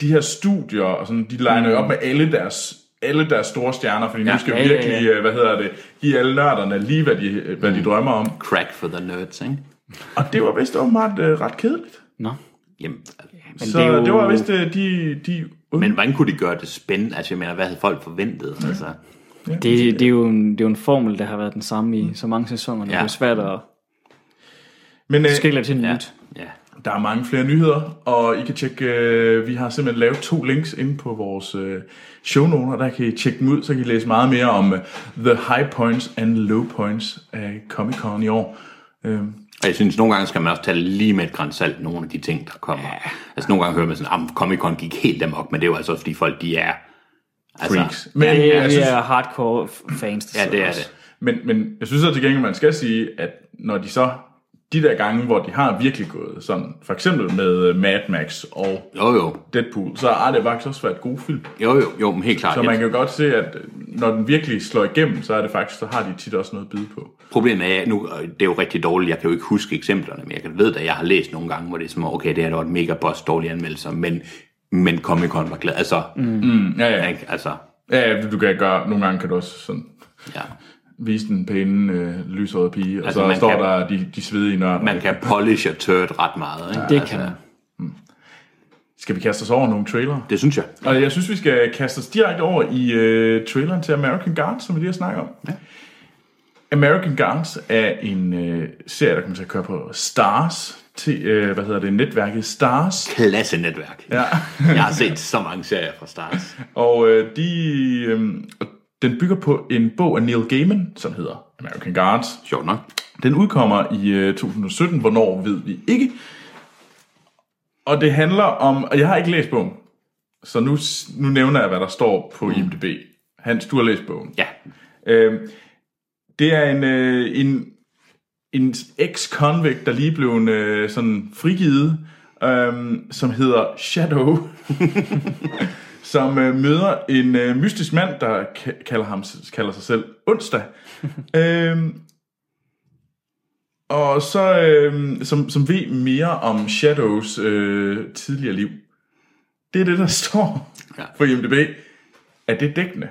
[SPEAKER 1] de her studier, og sådan, de liner jo op med alle deres alle deres store stjerner, fordi Mm. ja, nu skal
[SPEAKER 3] ja,
[SPEAKER 1] vi
[SPEAKER 3] ja,
[SPEAKER 1] virkelig, ja, Mm. ja. hvad hedder det, give alle nørderne lige, hvad de, hvad de drømmer om.
[SPEAKER 2] Crack for the nerds, ikke?
[SPEAKER 1] Og det var vist åbenbart øh, ret kedeligt.
[SPEAKER 3] Nå.
[SPEAKER 2] Jamen,
[SPEAKER 3] Men
[SPEAKER 1] Så det, jo... det var vist, øh, de... de
[SPEAKER 2] men hvordan kunne de gøre det spændende? Altså, jeg mener, hvad havde folk forventet? Altså,
[SPEAKER 3] Det, det, er jo en, det er jo en formel, der har været den samme i så mange sæsoner. Ja. Det er
[SPEAKER 2] Mm. Ja.
[SPEAKER 3] jo svært at
[SPEAKER 1] men, øh,
[SPEAKER 3] skille til
[SPEAKER 2] ja,
[SPEAKER 3] nyt.
[SPEAKER 2] ja.
[SPEAKER 1] Der er mange flere nyheder, og I kan tjekke, øh, vi har simpelthen lavet to links inde på vores øh, shownoter, der kan I tjekke dem ud, så kan I læse meget mere om øh, The High Points and Low Points af Comic Con i år. Øh,
[SPEAKER 2] Og jeg synes, nogle gange skal man også tage lige med et græns salt nogle af de ting, der kommer. Ja. Altså nogle gange hører man sådan, at Comic Con gik helt amok, men det er jo altså også, fordi folk de er... Altså,
[SPEAKER 1] freaks. Men,
[SPEAKER 3] Det er,
[SPEAKER 1] jeg synes,
[SPEAKER 3] er hardcore fans, der
[SPEAKER 2] Ja,
[SPEAKER 3] sidder
[SPEAKER 2] det er
[SPEAKER 3] også.
[SPEAKER 2] det.
[SPEAKER 1] men, men jeg synes så til gengæld, man skal sige, at når de så, de der gange, hvor de har virkelig gået sådan, for eksempel med øh, Mad Max og
[SPEAKER 2] Jo, jo.
[SPEAKER 1] Deadpool, så har det faktisk også været gode film.
[SPEAKER 2] Jo, jo, jo, men helt klart.
[SPEAKER 1] Så
[SPEAKER 2] Jeg-
[SPEAKER 1] man kan jo godt se, at øh, når den virkelig slår igennem, så er det faktisk, så har de tit også noget at byde på.
[SPEAKER 2] Problemet er, nu, og det er jo rigtig dårligt, jeg kan jo ikke huske eksemplerne, men jeg kan ved, at jeg har læst nogle gange, hvor det er som, okay, det her det var et mega boss dårlige anmeldelser, men, men Comic Con var glad. Altså, mm.
[SPEAKER 1] Ja, ja.
[SPEAKER 2] ikke? altså,
[SPEAKER 1] Ja, du kan gøre, nogle gange kan du også sådan
[SPEAKER 2] ja.
[SPEAKER 1] vise den pæne, øh, lyshårede pige, og
[SPEAKER 2] Altså,
[SPEAKER 1] så
[SPEAKER 2] man
[SPEAKER 1] står
[SPEAKER 2] kan-
[SPEAKER 1] der de, de svedige nørder.
[SPEAKER 2] Man kan polish og turd ret meget, ikke? Altså,
[SPEAKER 3] Det kan man.
[SPEAKER 1] Skal vi kaste os over nogle trailer?
[SPEAKER 2] Det synes jeg.
[SPEAKER 1] Og jeg synes, vi skal kaste os direkte over i øh, traileren til American Guards, som vi lige har snakket om. Ja. American Guards er en øh, serie, der kommer til at køre på Stars, til, øh, hvad hedder det, netværket Stars.
[SPEAKER 2] Klasse netværk.
[SPEAKER 1] Ja.
[SPEAKER 2] jeg har set så mange serier fra start.
[SPEAKER 1] Og øh, de, øh, den bygger på en bog af Neil Gaiman, som hedder American Guards.
[SPEAKER 2] Sjovt nok.
[SPEAKER 1] Den udkommer i øh, 2017, hvornår ved vi ikke. Og det handler om, og jeg har ikke læst bogen, så nu, s- nu nævner jeg, hvad der står på IMDb. Hans, du har læst bogen.
[SPEAKER 2] Ja,
[SPEAKER 1] Øh, det er en, øh, en, en ex-convict, der lige blev en, øh, sådan frigivet, øh, som hedder Shadow, som øh, møder en øh, mystisk mand, der ka- kalder, ham, kalder sig selv Onsdag. øh, og så, øh, som, som ved mere om Shadows øh, tidligere liv. Det er det, der står
[SPEAKER 2] Ja.
[SPEAKER 1] ja. for IMDb. Er det dækkende?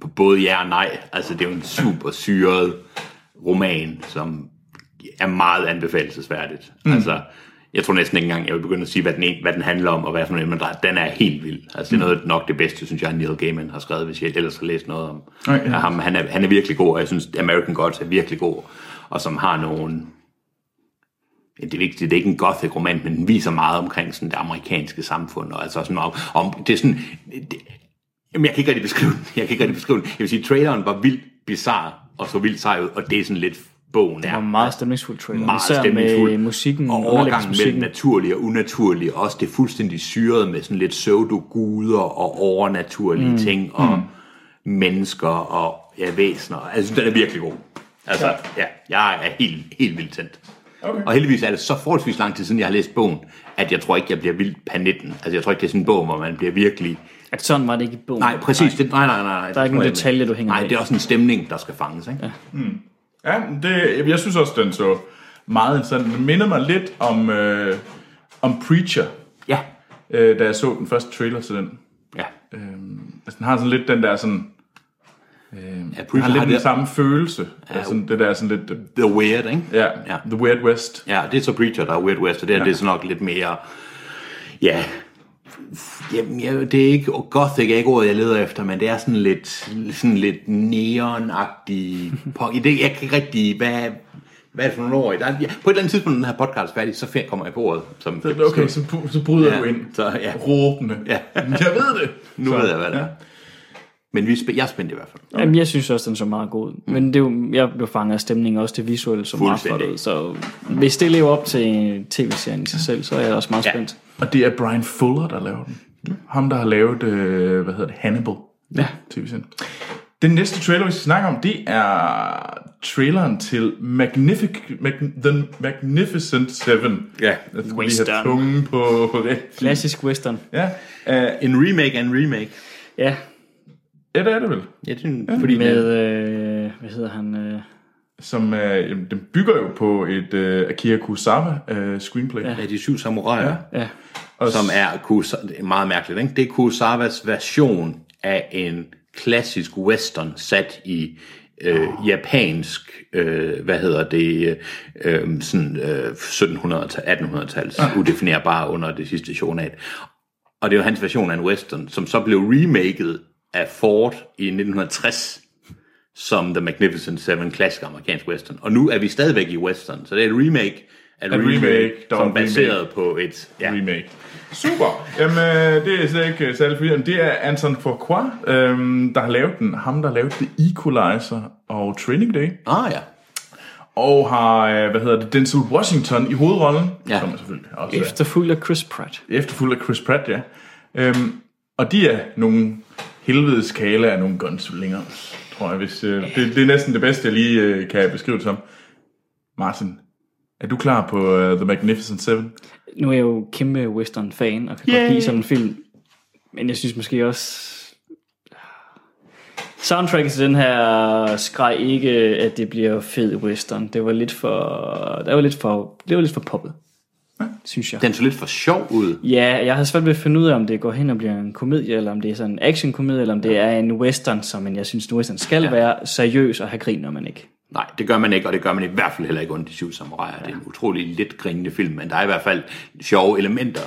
[SPEAKER 2] på både ja og nej. Altså, det er jo en super syret roman, som er meget anbefalesværdigt. Mm. Altså, jeg tror næsten ikke engang, jeg vil begynde at sige, hvad den, en, hvad den handler om, og hvad for noget, men der- den er helt vild. Altså, det er noget, nok det bedste, synes jeg, Neil Gaiman har skrevet, hvis jeg ellers har læst noget om
[SPEAKER 1] Nej,
[SPEAKER 2] okay.
[SPEAKER 1] ja.
[SPEAKER 2] ham. Han er, han er virkelig god, og jeg synes, American Gods er virkelig god, og som har nogle... Ja, det er vigtigt, det er ikke en gothic roman, men den viser meget omkring sådan det amerikanske samfund, og altså sådan om, om det er sådan, det, Jamen, jeg kan ikke rigtig beskrive den. Jeg kan ikke rigtig beskrive den. Jeg vil sige, traileren var vildt bizarre og så vildt sej ud, og det er sådan lidt bogen
[SPEAKER 3] Det var
[SPEAKER 2] er.
[SPEAKER 3] en meget stemningsfuld trailer.
[SPEAKER 2] Meget
[SPEAKER 3] især
[SPEAKER 2] stemningsfuld.
[SPEAKER 3] med musikken
[SPEAKER 2] Og overgangen mellem naturlig og unaturlig, og også det fuldstændig syret med sådan lidt pseudo-guder og overnaturlige mm. ting, og mm. mennesker og ja, væsener. Altså, jeg synes, den er virkelig god. Altså, ja, ja jeg er helt, helt vildt tændt.
[SPEAKER 1] Okay.
[SPEAKER 2] Og heldigvis er det så forholdsvis lang tid siden, jeg har læst bogen, at jeg tror ikke, jeg bliver vildt panetten. Altså, jeg tror ikke, det er sådan en bog, hvor man bliver virkelig...
[SPEAKER 3] At sådan var det ikke i bogen.
[SPEAKER 2] Nej, præcis. Det, nej, nej, nej, nej. Der
[SPEAKER 3] er ikke nogen detaljer, du hænger
[SPEAKER 2] Nej,
[SPEAKER 3] med i.
[SPEAKER 2] det er også en stemning, der skal fanges, ikke? Ja.
[SPEAKER 1] Ja, det, jeg synes også, den så meget interessant. Den minder mig lidt om, øh, om Preacher,
[SPEAKER 2] Ja.
[SPEAKER 1] øh, da jeg så den første trailer til den.
[SPEAKER 2] ja.
[SPEAKER 1] Altså, den har sådan lidt den der sådan...
[SPEAKER 2] ja
[SPEAKER 1] Den har lidt den
[SPEAKER 2] det,
[SPEAKER 1] samme følelse. Ja, sådan, det der sådan lidt... øh,
[SPEAKER 2] The Weird, ikke?
[SPEAKER 1] Ja,
[SPEAKER 2] Ja.
[SPEAKER 1] ja, The Weird West.
[SPEAKER 2] ja, det er så Preacher, der er Weird West, og det, ja. det er så nok lidt mere... Ja, Jamen, ja, det er ikke, og gothic er ikke ordet, jeg leder efter, men det er sådan lidt, sådan lidt neonagtig... punk. Det, jeg kan ikke rigtig... Hvad, hvad er det for nogle år? Der, er- ja, på et eller andet tidspunkt, når den her podcast er færdig, så find- kommer jeg på ordet. Som,
[SPEAKER 1] Okay, så, bu- så bryder
[SPEAKER 2] Ja,
[SPEAKER 1] du ind.
[SPEAKER 2] så, ja.
[SPEAKER 1] Råbende.
[SPEAKER 2] Ja.
[SPEAKER 1] Jeg ved det.
[SPEAKER 2] nu
[SPEAKER 1] så,
[SPEAKER 2] ved jeg, hvad det er. Men vi er spæ- jeg er spændt i hvert fald.
[SPEAKER 3] Jamen, jeg synes også, den så meget god ud. Mm. Men det er jo, jeg blev fanget af stemningen, også det visuelle, som meget flot
[SPEAKER 2] Fuldstændig.
[SPEAKER 3] ud. Så hvis det lever op til tv-serien i sig selv, så er jeg også meget spændt.
[SPEAKER 1] Og det er Brian Fuller, der laver den. Ham, der har lavet, øh, hvad hedder det, Hannibal. Ja. TV-serien. Den næste trailer, vi skal snakke om, det er traileren til Magnific, Mag- The Magnificent Seven.
[SPEAKER 2] Ja.
[SPEAKER 1] Jeg skulle lige
[SPEAKER 3] Western.
[SPEAKER 1] have tungen på, på det.
[SPEAKER 3] Klassisk western.
[SPEAKER 1] Ja. Uh,
[SPEAKER 2] En remake af en remake.
[SPEAKER 3] Ja,
[SPEAKER 1] ja, det er det vel.
[SPEAKER 2] Ja, det er en, fordi
[SPEAKER 3] med, øh, hvad hedder han? Øh,
[SPEAKER 1] Som, øh, jamen, den bygger jo på et øh, Akira Kurosawa øh, screenplay. Ja.
[SPEAKER 2] af de syv samuraier,
[SPEAKER 3] ja.
[SPEAKER 2] ja. som er Kurosawa, det er meget mærkeligt, ikke? Det er Kurosawas version af en klassisk western sat i øh, japansk, øh, hvad hedder det, øh, sådan øh, 1700-1800-tals, udefinerbare under det sidste shogunat. Og det er jo hans version af en western, som så blev remaket af Ford i 1960 som The Magnificent Seven, klassisk amerikansk western. Og nu er vi stadigvæk i western, så det er et remake af et remake,
[SPEAKER 1] remake,
[SPEAKER 2] remake
[SPEAKER 1] der
[SPEAKER 2] som
[SPEAKER 1] var
[SPEAKER 2] er
[SPEAKER 1] en
[SPEAKER 2] baseret på et... Ja,
[SPEAKER 1] remake. Super. Jamen, øh, det er slet ikke øh, særlig forvirrende. Det er Anton Fuqua, øhm, der har lavet den. Ham, der har lavet The Equalizer og Training Day.
[SPEAKER 2] ah ja,
[SPEAKER 1] Og har, øh, hvad hedder det, Denzel Washington i hovedrollen.
[SPEAKER 2] Ja.
[SPEAKER 1] Som er selvfølgelig også er
[SPEAKER 3] Efterfulgt af Chris Pratt.
[SPEAKER 1] efterfulgt af Chris Pratt, ja. Øhm, og de er nogle helvedes kale af nogle gunslinger, tror jeg. Hvis, øh, det, det er næsten det bedste, jeg lige øh, kan beskrive det som. Martin, er du klar på øh, The Magnificent Seven?
[SPEAKER 3] Nu er jeg jo kæmpe western-fan, og kan
[SPEAKER 2] Yay.
[SPEAKER 3] godt lide sådan en film. Men jeg synes måske også... Soundtracket til den her skreg ikke, at det bliver fed western. Det var lidt for... Det var lidt for, det var lidt for poppet, synes jeg.
[SPEAKER 2] den så lidt for sjov ud.
[SPEAKER 3] Ja, jeg har svært ved at finde ud af, om det går hen og bliver en komedie, eller om det er sådan en actionkomedie, eller om det er en western, som en- jeg synes, en western skal ja. være seriøs og have grin, når man ikke.
[SPEAKER 2] Nej, det gør man ikke, og det gør man i hvert fald heller ikke under de syv samuraier. Ja. Det er en utrolig lidt grinende film, men der er i hvert fald sjove elementer.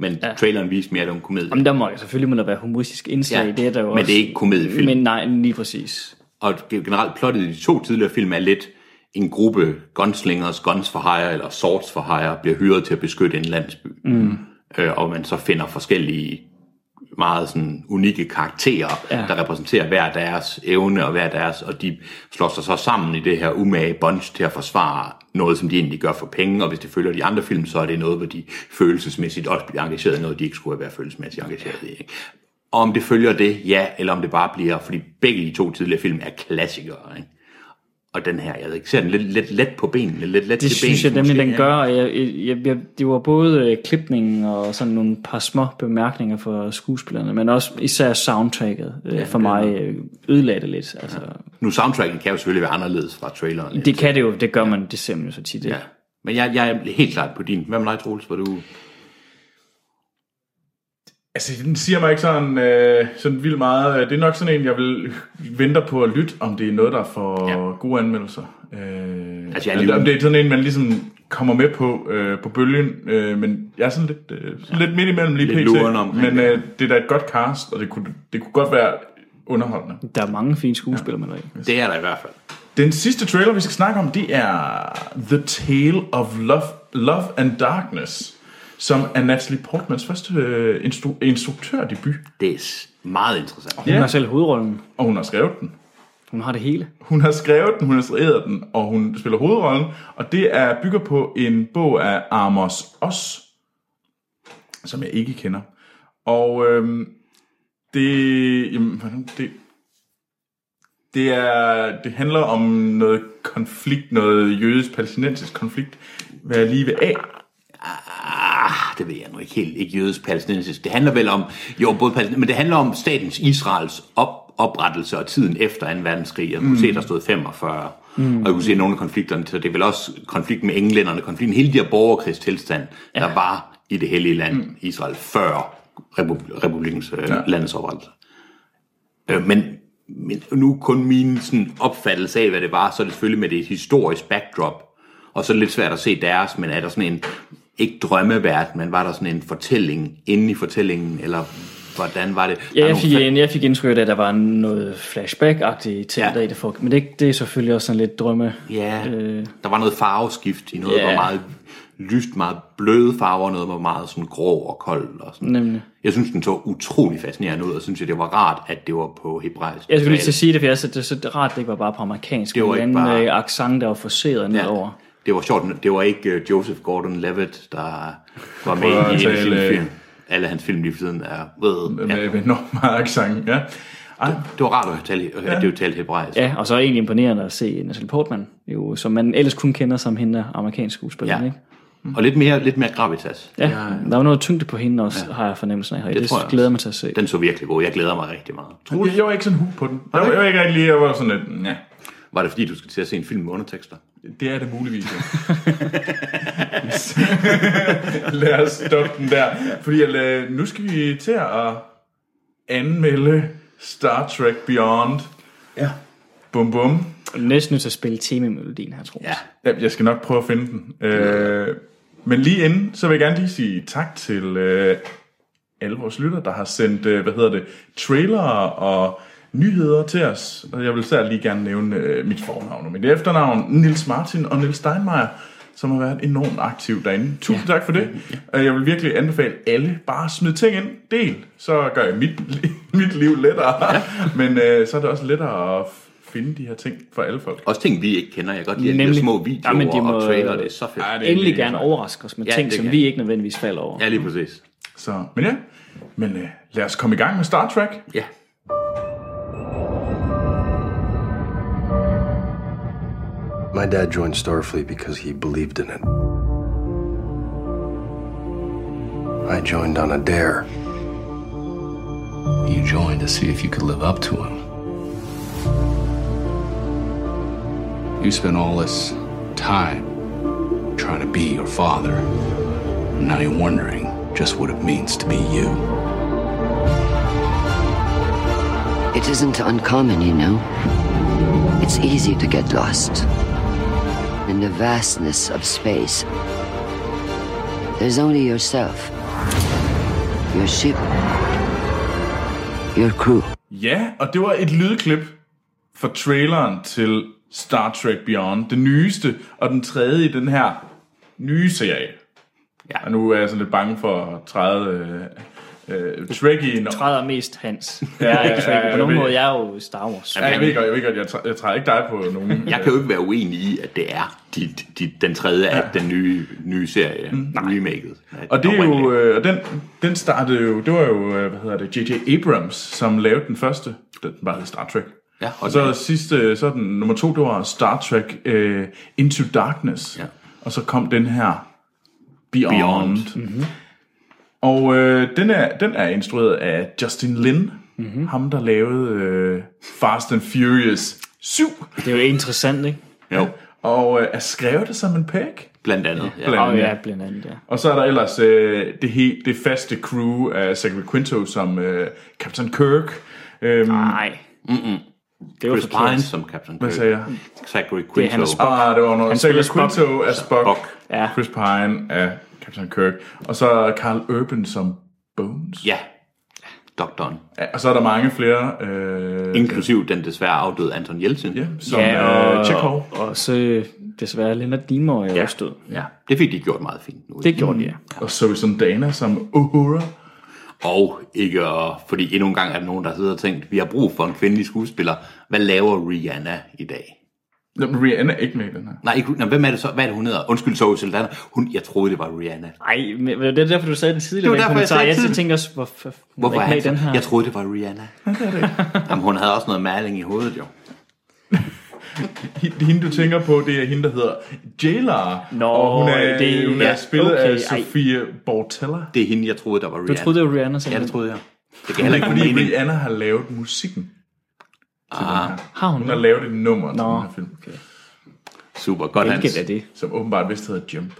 [SPEAKER 2] Men ja. traileren viste mere, at det var en komedie.
[SPEAKER 3] Men der må selvfølgelig må der være humoristisk indslag
[SPEAKER 2] Ja,
[SPEAKER 3] i det, er der jo
[SPEAKER 2] men
[SPEAKER 3] også.
[SPEAKER 2] det er ikke komediefilm.
[SPEAKER 3] Men nej, lige præcis.
[SPEAKER 2] Og generelt plottet i de to tidligere film er lidt en gruppe gunslingers, guns for hire eller swords for hire, bliver hyret til at beskytte en landsby. Mm. Øh, og man så finder forskellige meget sådan unikke karakterer, ja. der repræsenterer hver deres evne og hver deres, og de slår sig så sammen i det her umage bunch til at forsvare noget, som de egentlig gør for penge, og hvis det følger de andre film, så er det noget, hvor de følelsesmæssigt også bliver engageret i noget, de ikke skulle have været følelsesmæssigt engageret i. Ikke? Og om det følger det, ja, eller om det bare bliver, fordi begge de to tidligere film er klassikere, ikke? Og den her, jeg ved ikke, ser den lidt, lidt let på benene, lidt let
[SPEAKER 3] Det
[SPEAKER 2] til
[SPEAKER 3] synes jeg
[SPEAKER 2] benene,
[SPEAKER 3] nemlig,
[SPEAKER 2] måske, ja.
[SPEAKER 3] den gør. og Jeg, jeg, jeg, jeg, det var både øh, klipningen og sådan nogle par små bemærkninger for skuespillerne, men også især soundtracket øh, for mig øh, ødelagde det lidt. Altså,
[SPEAKER 2] Nu soundtracken kan jo selvfølgelig være anderledes fra traileren. lidt.
[SPEAKER 3] Det kan det jo, det gør man, det ser man jo så tit.
[SPEAKER 2] Ja. Men jeg, jeg er helt klart på din. Hvad med dig, Troels? Var du...
[SPEAKER 1] Altså, den siger mig ikke sådan, øh, sådan vildt meget. Det er nok sådan en, jeg vil venter på at lytte, om det er noget, der får ja. gode anmeldelser. Øh,
[SPEAKER 2] Altså,
[SPEAKER 1] altså,
[SPEAKER 2] jeg er
[SPEAKER 1] jeg
[SPEAKER 2] lige-
[SPEAKER 1] om det er sådan en, man ligesom kommer med på, øh, på bølgen, øh, men jeg er sådan lidt, øh, sådan lidt midt imellem lige
[SPEAKER 2] Lidt
[SPEAKER 1] pt.
[SPEAKER 2] luren omkring
[SPEAKER 1] Men
[SPEAKER 2] det.
[SPEAKER 1] øh, det er da et godt cast, og det kunne, det kunne godt være underholdende.
[SPEAKER 3] Der er mange fine skuespillere, man er i.
[SPEAKER 2] Det er der i hvert fald.
[SPEAKER 1] Den sidste trailer, vi skal snakke om, det er The Tale of Love, Love and Darkness, som er Natalie Portmans første øh, instru- instruktørdebut,
[SPEAKER 2] Det er s- meget interessant.
[SPEAKER 3] Hun
[SPEAKER 1] Ja.
[SPEAKER 3] har selv hovedrollen.
[SPEAKER 1] og hun har skrevet den.
[SPEAKER 3] Hun har det hele.
[SPEAKER 1] Hun har skrevet den, hun har instrueret den, og hun spiller hovedrollen, og det er bygger på en bog af Amos Oz, som jeg ikke kender. Og øhm, det, jamen, hvordan- det, det, er, det handler om noget konflikt, noget jødisk-palæstinensisk konflikt, hvad jeg lige ved af.
[SPEAKER 2] Ah, det ved jeg nu ikke helt. Ikke jødisk palæstinensisk. Det handler vel om, jo, både palæstinensisk, men det handler om statens Israels op, oprettelse og tiden efter 2. verdenskrig. Jeg kunne se, der stod 45. Mm. Og jeg kunne se nogle af konflikterne, så det er vel også konflikten med englænderne, konflikten, hele de her borgerkrigstilstand, ja. der var i det hellige land, mm. Israel, før republi- republikens øh, ja. landets oprettelse. Øh, men, men nu kun min sådan, opfattelse af, hvad det var, så er det selvfølgelig med det historisk backdrop, og så er det lidt svært at se deres, men er der sådan en, ikke drømmeverden, men var der sådan en fortælling inde i fortællingen, eller hvordan var det? Der
[SPEAKER 3] Ja,
[SPEAKER 2] er
[SPEAKER 3] jeg
[SPEAKER 2] nogle
[SPEAKER 3] fik,
[SPEAKER 2] fa-
[SPEAKER 3] en, jeg fik indtryk af, at der var noget flashback-agtigt til
[SPEAKER 2] Ja.
[SPEAKER 3] ja. i det folk. Men det, det er selvfølgelig også sådan lidt drømme.
[SPEAKER 2] Ja,
[SPEAKER 3] Øh.
[SPEAKER 2] øh... der var noget farveskift i noget,
[SPEAKER 3] Ja.
[SPEAKER 2] der var meget lyst, meget bløde farver, og noget der var meget sådan grå og kold. Og sådan.
[SPEAKER 3] Nemlig.
[SPEAKER 2] Jeg synes, den så utrolig fascinerende ud, og synes, jeg, det var rart, at det var på hebraisk.
[SPEAKER 3] Jeg skulle lige til at sige det, for jeg synes, det er så rart, det ikke var bare på amerikansk.
[SPEAKER 2] Det var
[SPEAKER 3] men
[SPEAKER 2] ikke
[SPEAKER 3] en
[SPEAKER 2] bare-
[SPEAKER 3] øh, accent, der var forceret ja. nedover.
[SPEAKER 2] Det var sjovt, det var ikke øh, Joseph Gordon-Levitt, der var med
[SPEAKER 1] prøver at
[SPEAKER 2] i en af
[SPEAKER 1] tale,
[SPEAKER 2] sine
[SPEAKER 1] øh,
[SPEAKER 2] film. Alle hans film lige for siden er... Øh, ja.
[SPEAKER 1] Med, med enormt meget accent, ja. Ej,
[SPEAKER 2] Det var rart at, tale, at det var talt hebraisk.
[SPEAKER 3] Ja, og så er det egentlig imponerende at se Natalie Portman, jo, som man ellers kun kender som hende der amerikansk skuespiller. Ja. Ikke?
[SPEAKER 2] Og lidt mere, lidt mere gravitas.
[SPEAKER 3] Ja, der var noget tyngde på hende også, ja. har jeg fornemmelsen af. Det, det
[SPEAKER 2] tror jeg
[SPEAKER 3] jeg
[SPEAKER 2] også.
[SPEAKER 3] glæder jeg mig til at se.
[SPEAKER 2] Den så virkelig god. Jeg glæder mig rigtig meget.
[SPEAKER 1] jeg, jeg var ikke sådan hooked på den. Jeg, var- jeg var ikke rigtig lige, jeg var sådan lidt, ja.
[SPEAKER 2] Var det fordi, du skal til at se en film med undertekster?
[SPEAKER 1] Det er det muligvis, jo. Lad os stoppe den der. Fordi øh, nu skal vi til at anmelde Star Trek Beyond.
[SPEAKER 2] Ja.
[SPEAKER 1] Bum bum.
[SPEAKER 3] Næsten nødt til at spille temamelodien her, tror jeg.
[SPEAKER 2] Ja.
[SPEAKER 1] Ja, Jeg skal nok prøve at finde den. Øh, men lige inden, så vil jeg gerne lige sige tak til øh, alle vores lytter, der har sendt, øh, hvad hedder det, trailere og nyheder til os. Og jeg vil særligt lige gerne nævne øh, mit fornavn og mit efternavn, Nils Martin og Nils Steinmeier, som har været enormt aktiv derinde. Tusind ja. tak for det. Ja. Jeg vil virkelig anbefale alle bare at smide ting ind. Del, så gør jeg mit, li- mit liv lettere. Ja. Men øh, så er det også lettere at f- finde de her ting for alle folk.
[SPEAKER 2] Også ting, vi ikke kender. Jeg kan godt lide Nemlig.
[SPEAKER 3] Nemlig.
[SPEAKER 2] de små videoer
[SPEAKER 3] Jamen, de
[SPEAKER 2] må... og
[SPEAKER 3] må-
[SPEAKER 2] trailer. Det er så fedt.
[SPEAKER 1] det er
[SPEAKER 3] Endelig
[SPEAKER 1] mega
[SPEAKER 3] gerne overraske os med
[SPEAKER 2] Ja,
[SPEAKER 3] ting,
[SPEAKER 2] det
[SPEAKER 3] som
[SPEAKER 2] kan.
[SPEAKER 3] vi ikke nødvendigvis falder over.
[SPEAKER 2] Ja, lige præcis.
[SPEAKER 1] Så, men ja, men øh, lad os komme i gang med Star Trek.
[SPEAKER 2] Ja.
[SPEAKER 4] My dad joined Starfleet because he believed in it. I joined on a dare.
[SPEAKER 5] You joined to see if you could live up to him. You spent all this time trying to be your father. And now you're wondering just what it means to be you.
[SPEAKER 6] It isn't uncommon, you know. It's easy to get lost. In the vastness of space, there's only yourself, your ship, your crew.
[SPEAKER 1] Ja, og det var et lydklip fra traileren til Star Trek Beyond, den nyeste og den tredje i den her nye serie.
[SPEAKER 2] Ja.
[SPEAKER 1] Og nu er jeg sådan lidt bange for at træde øh, øh, Trek i en...
[SPEAKER 3] træder mest Hans. Jeg er ikke
[SPEAKER 1] ja,
[SPEAKER 3] Trigger
[SPEAKER 1] jeg
[SPEAKER 3] på nogen
[SPEAKER 1] ved-
[SPEAKER 3] måde. Jeg er jo Star Wars.
[SPEAKER 1] Ja, jeg ved godt, jeg ved godt, jeg træder, jeg træder ikke dig på nogen.
[SPEAKER 2] Jeg kan jo ikke være uenig i, at det er de, de, den tredje af den nye, nye serie, mm, remaket.
[SPEAKER 1] Og det er jo, øh, og den, den startede jo, det var jo, øh, hvad hedder det, J.J. Abrams, som lavede den første, den bare hed Star Trek.
[SPEAKER 2] Ja,
[SPEAKER 1] og
[SPEAKER 2] og
[SPEAKER 1] så
[SPEAKER 2] den-
[SPEAKER 1] sidste, øh, så den nummer to, det var Star Trek øh, Into Darkness.
[SPEAKER 2] Ja.
[SPEAKER 1] Og så kom den her Beyond.
[SPEAKER 2] Beyond.
[SPEAKER 1] Beyond. Mm-hmm. Og øh, den, er, den er instrueret af Justin Lin, mm-hmm. ham der lavede øh, Fast and Furious 7,
[SPEAKER 3] Det er jo interessant, ikke?
[SPEAKER 2] Jo,
[SPEAKER 1] og øh, er skrevet det som en pæk.
[SPEAKER 2] blandt andet. Ja.
[SPEAKER 1] Blandt-
[SPEAKER 3] Og ja, blandt andet, ja.
[SPEAKER 1] Og så er der ellers øh, det, he, det faste
[SPEAKER 3] Ah,
[SPEAKER 1] crew af Zachary Quinto som øh, Captain Kirk. Øhm,
[SPEAKER 3] Nej. Det var
[SPEAKER 2] Chris
[SPEAKER 3] forkert.
[SPEAKER 2] Pine som Captain Kirk.
[SPEAKER 1] Hvad sagde jeg?
[SPEAKER 2] Zachary Quinto.
[SPEAKER 3] Det er han, der spørger.
[SPEAKER 1] Ah, det var noget. Zachary
[SPEAKER 3] spiller Spock.
[SPEAKER 1] Quinto er Spock.
[SPEAKER 2] Spock.
[SPEAKER 3] Ja.
[SPEAKER 1] Chris Pine er Captain Kirk. Og så Carl Urban som Bones.
[SPEAKER 2] Ja, doktoren.
[SPEAKER 1] Ja, og så er der mange flere. Øh,
[SPEAKER 2] Inklusiv den desværre afdøde Anton Jeltsin.
[SPEAKER 1] ja, som ja, øh, Chekhov.
[SPEAKER 3] Og så øh, desværre Leonard Nimoy er ja. også død.
[SPEAKER 2] ja. Det fik de gjort meget fint nu.
[SPEAKER 3] Det gjorde de, ja.
[SPEAKER 1] Og Zoe Saldana som Uhura.
[SPEAKER 2] Og ikke at, fordi endnu en gang er der nogen, der sidder og tænkt, vi har brug for en kvindelig skuespiller. Hvad laver Rihanna i dag?
[SPEAKER 1] Jamen, Rihanna er ikke med i den her.
[SPEAKER 2] Nej, ikke, nej hvem er det så? Hvad er det, hun hedder? Undskyld, Zoe Saldana. Hun, jeg troede, det var Rihanna.
[SPEAKER 3] Ej, men det er derfor, du sagde det tidligere.
[SPEAKER 2] Det var derfor,
[SPEAKER 3] i
[SPEAKER 2] jeg
[SPEAKER 3] kommentaren.
[SPEAKER 2] sagde det
[SPEAKER 3] Jeg tænkte også, hvorfor,
[SPEAKER 2] Hvorfor
[SPEAKER 3] hvorfor
[SPEAKER 2] er
[SPEAKER 3] er
[SPEAKER 2] han
[SPEAKER 3] ikke
[SPEAKER 2] så?
[SPEAKER 3] med i den her?
[SPEAKER 2] Jeg troede, det var Rihanna. Jamen, hun havde også noget maling i hovedet, jo.
[SPEAKER 1] H- Hende, du tænker på, det er hende, der hedder Jailar.
[SPEAKER 3] Nå,
[SPEAKER 1] og hun er,
[SPEAKER 3] det-
[SPEAKER 1] hun er
[SPEAKER 3] ja,
[SPEAKER 1] spillet
[SPEAKER 3] okay,
[SPEAKER 1] af
[SPEAKER 3] ej.
[SPEAKER 1] Sofia Bortella.
[SPEAKER 2] Det er hende, jeg troede, der var Rihanna.
[SPEAKER 3] du troede, det var Rihanna?
[SPEAKER 2] Ja,
[SPEAKER 3] simpelthen?
[SPEAKER 2] det troede jeg. Det kan heller
[SPEAKER 1] Det er
[SPEAKER 2] ikke
[SPEAKER 1] fordi
[SPEAKER 2] give mening.
[SPEAKER 1] Rihanna har lavet musikken til ah, den her.
[SPEAKER 3] Har hun
[SPEAKER 1] Hun har lavet et nummer til
[SPEAKER 3] Nå,
[SPEAKER 1] den her film, okay.
[SPEAKER 2] Super, godt
[SPEAKER 3] Hvilket er
[SPEAKER 2] Hans.
[SPEAKER 3] det?
[SPEAKER 1] som åbenbart vist hedder Jump.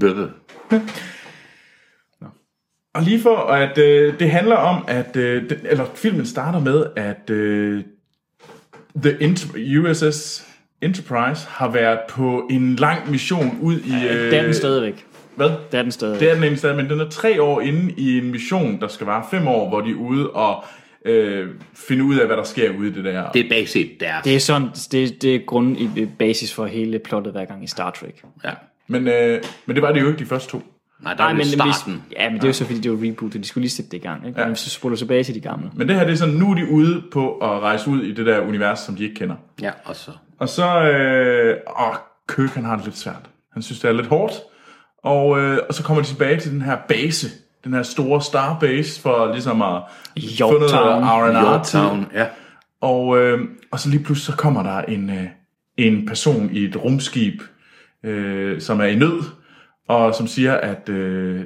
[SPEAKER 2] Bøh.
[SPEAKER 1] Og lige for, at øh, det handler om, at øh, den, eller filmen starter med, at øh, The Inter- USS Enterprise har været på en lang mission ud i... Øh,
[SPEAKER 3] Det er den stadigvæk.
[SPEAKER 1] Hvad?
[SPEAKER 3] Det er den stadigvæk.
[SPEAKER 1] Det er den ene sted, men den er tre år inde i en mission, der skal vare fem år, hvor de er ude og øh, finde ud af, hvad der sker ude i det der.
[SPEAKER 2] Det er bagsigt deres.
[SPEAKER 3] Det er sådan, det, det er grund i basis for hele plottet hver gang i Star Trek.
[SPEAKER 2] Ja.
[SPEAKER 1] Men, øh, men det var det jo ikke de første to.
[SPEAKER 2] Nej, der er det starten.
[SPEAKER 3] Hvis, ja, men det er jo så fordi, det var rebootet. De skulle lige sætte det i gang. Ikke? Ja. Men hvis du spoler tilbage til de gamle.
[SPEAKER 1] Men det her, det er sådan, nu er de ude på at rejse ud i det der univers, som de ikke kender.
[SPEAKER 2] Ja, og så.
[SPEAKER 1] Og så, øh, åh, Kirk, han har det lidt svært. Han synes, det er lidt hårdt. Og, øh, og så kommer de tilbage til den her base, den her store starbase, for ligesom at få noget
[SPEAKER 3] Yorktown.
[SPEAKER 1] R&R til.
[SPEAKER 2] Yorktown, ja.
[SPEAKER 1] Og, øh, og så lige pludselig så kommer der en, øh, en person i et rumskib, øh, som er i nød, og som siger, at øh,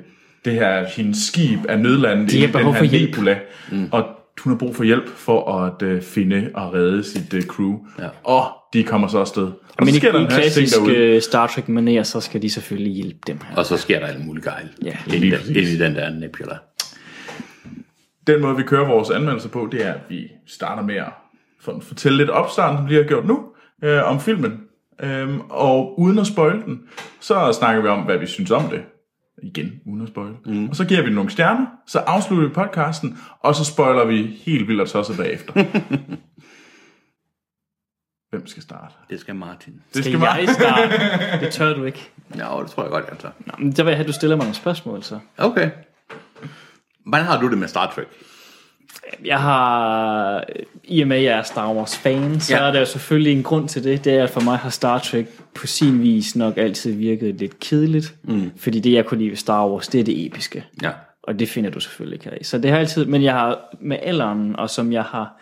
[SPEAKER 1] det her, hendes skib er nødlandet
[SPEAKER 3] De
[SPEAKER 1] i
[SPEAKER 3] har
[SPEAKER 1] den
[SPEAKER 3] behov
[SPEAKER 1] her
[SPEAKER 3] for hjælp.
[SPEAKER 1] nebula, mm. og hun har brug for hjælp for at øh, finde og redde sit øh, crew. Ja. Og de kommer så afsted. Og
[SPEAKER 3] Men
[SPEAKER 1] så
[SPEAKER 3] i,
[SPEAKER 1] sker der
[SPEAKER 3] i
[SPEAKER 1] en masse ting
[SPEAKER 3] klassisk
[SPEAKER 1] derude.
[SPEAKER 3] øh, Star trek manér så skal de selvfølgelig hjælpe dem her.
[SPEAKER 2] Og så sker der alt muligt gejl.
[SPEAKER 3] Ja.
[SPEAKER 2] Ind, i den- ind i den der nebula.
[SPEAKER 1] Den måde, vi kører vores anmeldelser på, det er, at vi starter med at for- fortælle lidt opstarten, som vi har gjort nu, øh, om filmen. Øhm, og uden at spoil den, så snakker vi om, hvad vi synes om det. Igen, uden at spoil. Mm. Og så giver vi den nogle stjerner, så afslutter vi podcasten, og så spoiler vi helt vildt og tosset bagefter. Hvem skal starte?
[SPEAKER 2] Det skal Martin.
[SPEAKER 1] Det
[SPEAKER 3] Skal jeg starte? Det tør du ikke.
[SPEAKER 2] Ja, det tror jeg godt, jeg tager.
[SPEAKER 3] Nå, men der vil jeg have, at du stiller mig nogle spørgsmål, så.
[SPEAKER 2] Okay. Hvordan har du det med Star Trek?
[SPEAKER 3] Jeg har, øh, i og med at jeg er Star Wars-fan, så
[SPEAKER 2] Ja.
[SPEAKER 3] ja. er der jo selvfølgelig en grund til det. Det er, at for mig har Star Trek på sin vis nok altid virket lidt kedeligt. Mm. Fordi det, jeg kunne lide ved Star Wars, det er det episke.
[SPEAKER 2] Ja.
[SPEAKER 3] Og det finder du selvfølgelig ikke her i. Så det har altid, men jeg har med alderen, og som jeg har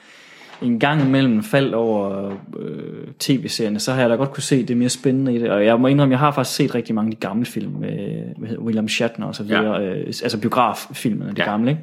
[SPEAKER 3] en gang imellem faldt over øh, tv-serierne, så har jeg da godt kunne se det mere spændende i det. Og jeg må indrømme, jeg har faktisk set rigtig mange af de gamle film med hvad hedder, William Shatner og så videre. Ja. Øh, altså biograffilmene, de
[SPEAKER 2] Ja.
[SPEAKER 3] ja. gamle, ikke?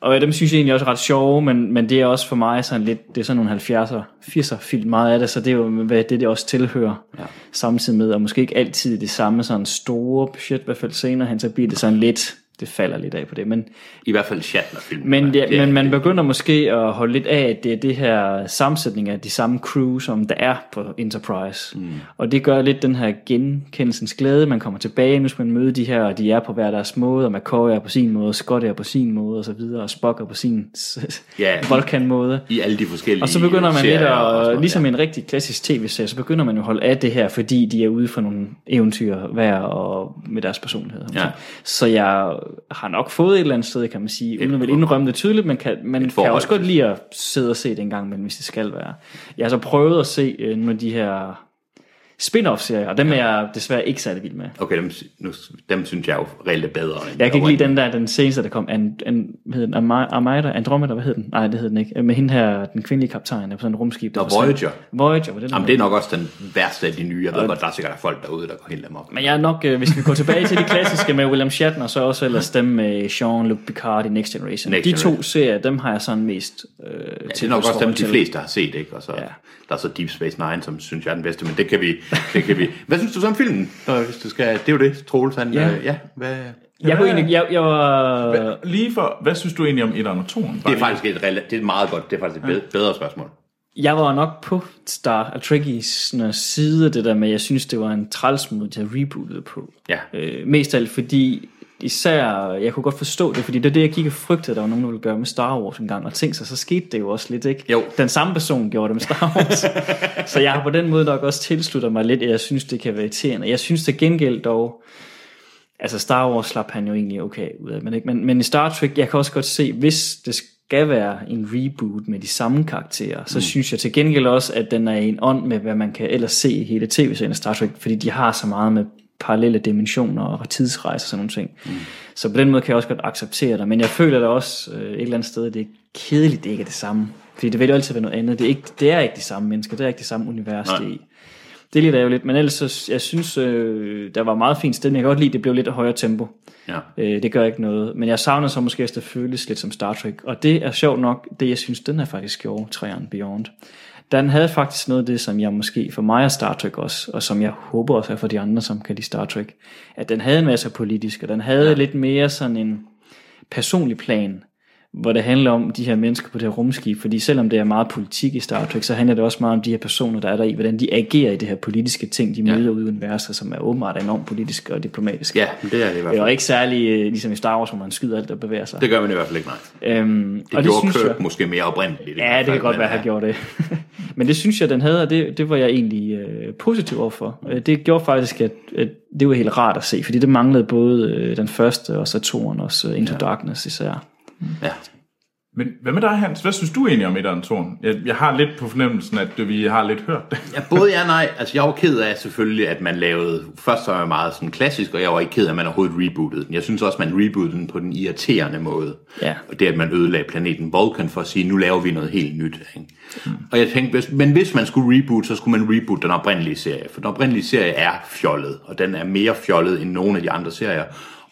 [SPEAKER 3] Og dem synes jeg egentlig også er ret sjove, men, men det er også for mig sådan lidt, det er sådan nogle 70'er, 80'er film meget af det, så det er jo hvad det, det også tilhører ja. samtidig med, og måske ikke altid det samme sådan store budget, i hvert fald senere hen, så bliver det sådan lidt, det falder lidt af på det, men,
[SPEAKER 2] I hvert fald Shatner-filmen.
[SPEAKER 3] men, ja,
[SPEAKER 2] Det er-
[SPEAKER 3] men man begynder måske at holde lidt af, at det er det her sammensætning af de samme crew, som der er på Enterprise. Mm. Og det gør lidt den her genkendelsens glæde. Man kommer tilbage, nu skal man møde de her, og de er på hver deres måde, og McCoy er på sin måde, og Scott er på sin måde, og så videre, og Spock er på sin
[SPEAKER 2] Ja.
[SPEAKER 3] Vulcan-måde.
[SPEAKER 2] I alle de forskellige
[SPEAKER 3] Og så begynder man lidt
[SPEAKER 2] serier og sådan
[SPEAKER 3] at,
[SPEAKER 2] noget,
[SPEAKER 3] ligesom
[SPEAKER 2] ja.
[SPEAKER 3] en rigtig klassisk tv-serie, så begynder man jo at holde af det her, fordi de er ude for nogle eventyr hver og med deres personlighed.
[SPEAKER 2] Ja.
[SPEAKER 3] Så jeg har nok fået et eller andet sted, kan man sige, uden at vil indrømme det tydeligt, men kan, man kan
[SPEAKER 2] forhold.
[SPEAKER 3] også godt lide at sidde og se det en gang imellem, hvis det skal være. Jeg har så prøvet at se øh, nogle af de her spin-off-serier, og dem er jeg desværre ikke særlig vild med.
[SPEAKER 2] Okay, dem, sy- nu, dem synes jeg jo reelt er bedre. End
[SPEAKER 3] Jeg kan ikke lide den der, den seneste, der kom, an, an, hvad hed den, Ama- Armada, Andromeda, hvad hed den? Nej, det hed den ikke. Med hende her, den kvindelige kaptajn, der på sådan et rumskib. Der
[SPEAKER 2] Nå,
[SPEAKER 3] forsvandt.
[SPEAKER 2] Voyager.
[SPEAKER 3] Voyager, var det den
[SPEAKER 2] Jamen,
[SPEAKER 3] hed?
[SPEAKER 2] det er nok også den værste af de nye. Jeg ved godt, der er sikkert folk derude, der går helt dem op.
[SPEAKER 3] Men jeg er nok, øh, hvis vi går tilbage til det klassiske med William Shatner, så også ellers dem med Jean-Luc Picard i Next Generation.
[SPEAKER 2] Next
[SPEAKER 3] Next de to
[SPEAKER 2] Generation.
[SPEAKER 3] serier, dem har jeg sådan mest øh, ja,
[SPEAKER 2] Det er nok også dem, de fleste har set, ikke? Og så, ja.
[SPEAKER 3] Ja.
[SPEAKER 2] der er så Deep Space Nine, som synes jeg er den bedste, men det kan vi... Det kan vi. Hvad synes du så om filmen? Nå, hvis du skal, det er jo det, Troels han... Ja.
[SPEAKER 3] Ja.
[SPEAKER 2] Øh, ja hvad,
[SPEAKER 3] Jeg, kunne egentlig, jeg, jeg var...
[SPEAKER 1] Lige for, hvad synes du egentlig om 1'eren og 2'eren?
[SPEAKER 2] Det er faktisk et, rela- det er meget godt, det er faktisk et bedre, bedre spørgsmål.
[SPEAKER 3] Jeg var nok på Star og Trickies side, det der med, at jeg synes, det var en træls måde, de havde rebootet på.
[SPEAKER 2] Ja.
[SPEAKER 3] Øh, mest af alt fordi, især, jeg kunne godt forstå det, fordi det er det, jeg gik og frygtede, der var nogen, der ville gøre med Star Wars engang, og tænkte sig, så skete det jo også lidt, ikke?
[SPEAKER 2] Jo.
[SPEAKER 3] Den samme person gjorde det med Star Wars. så jeg har på den måde nok også tilsluttet mig lidt, at jeg synes, det kan være irriterende. Jeg synes til gengæld dog, altså Star Wars slap han jo egentlig okay ud af, men, ikke? men, men i Star Trek, jeg kan også godt se, hvis det skal være en reboot med de samme karakterer, så mm. synes jeg til gengæld også, at den er i en ånd med, hvad man kan ellers se i hele tv-serien af Star Trek, fordi de har så meget med parallelle dimensioner og tidsrejser og sådan nogle ting. Mm. Så på den måde kan jeg også godt acceptere det, men jeg føler da også øh, et eller andet sted, at det er kedeligt, det ikke er det samme. Fordi det vil jo altid være noget andet. Det er ikke, det er ikke de samme mennesker, det er ikke det samme univers, det er i. Det er lidt ærgerligt, men ellers, så, jeg synes, øh, der var meget fint sted, men jeg kan godt lide, at det blev lidt højere tempo.
[SPEAKER 2] Ja.
[SPEAKER 3] Øh, det gør ikke noget. Men jeg savner så måske, at det føles lidt som Star Trek. Og det er sjovt nok, det jeg synes, den her faktisk gjorde, træerne Beyond. Den havde faktisk noget af det, som jeg måske, for mig er Star Trek også, og som jeg håber også er for de andre, som kan lide Star Trek, at den havde en masse politisk, og den havde ja. lidt mere sådan en personlig plan, hvor det handler om de her mennesker på det her rumskib, fordi selvom det er meget politik i Star Trek, så handler det også meget om de her personer, der er der i, hvordan de agerer i det her politiske ting, de møder ja. ude i universet, som er åbenbart enormt politisk og diplomatisk.
[SPEAKER 2] ja, men det er det i hvert
[SPEAKER 3] Og
[SPEAKER 2] fald.
[SPEAKER 3] ikke særlig øh, ligesom i Star Wars, hvor man skyder alt, der bevæger sig.
[SPEAKER 2] Det gør man i hvert fald ikke, nej.
[SPEAKER 3] øhm,
[SPEAKER 2] Det og gjorde det Kirk jeg... måske mere oprindeligt. i
[SPEAKER 3] Ja,
[SPEAKER 2] hvert
[SPEAKER 3] det kan
[SPEAKER 2] fald,
[SPEAKER 3] godt
[SPEAKER 2] men,
[SPEAKER 3] være, at
[SPEAKER 2] ja.
[SPEAKER 3] han gjorde det. Men det synes jeg, den havde, og det, det var jeg egentlig øh, positiv overfor. Øh, Det gjorde faktisk, at, at det var helt rart at se, fordi det manglede både øh, den første, og så toren, og så Into ja. Darkness især.
[SPEAKER 2] Ja.
[SPEAKER 1] Men hvad med dig, Hans? Hvad synes du egentlig om 1'eren og 2'eren? Jeg, jeg har lidt på fornemmelsen, at vi har lidt hørt det.
[SPEAKER 2] Ja, både ja og nej. Altså, jeg var ked af selvfølgelig, at man lavede... Først så var jeg meget sådan klassisk, og jeg var ikke ked af, at man overhovedet rebootede den. Jeg synes også, man rebootede den på den irriterende måde.
[SPEAKER 3] Ja.
[SPEAKER 2] Og det, at man ødelagde planeten Vulcan for at sige, nu laver vi noget helt nyt. Ikke? Og jeg tænkte, hvis, men hvis man skulle reboot, så skulle man reboot den oprindelige serie. For den oprindelige serie er fjollet, og den er mere fjollet end nogen af de andre serier.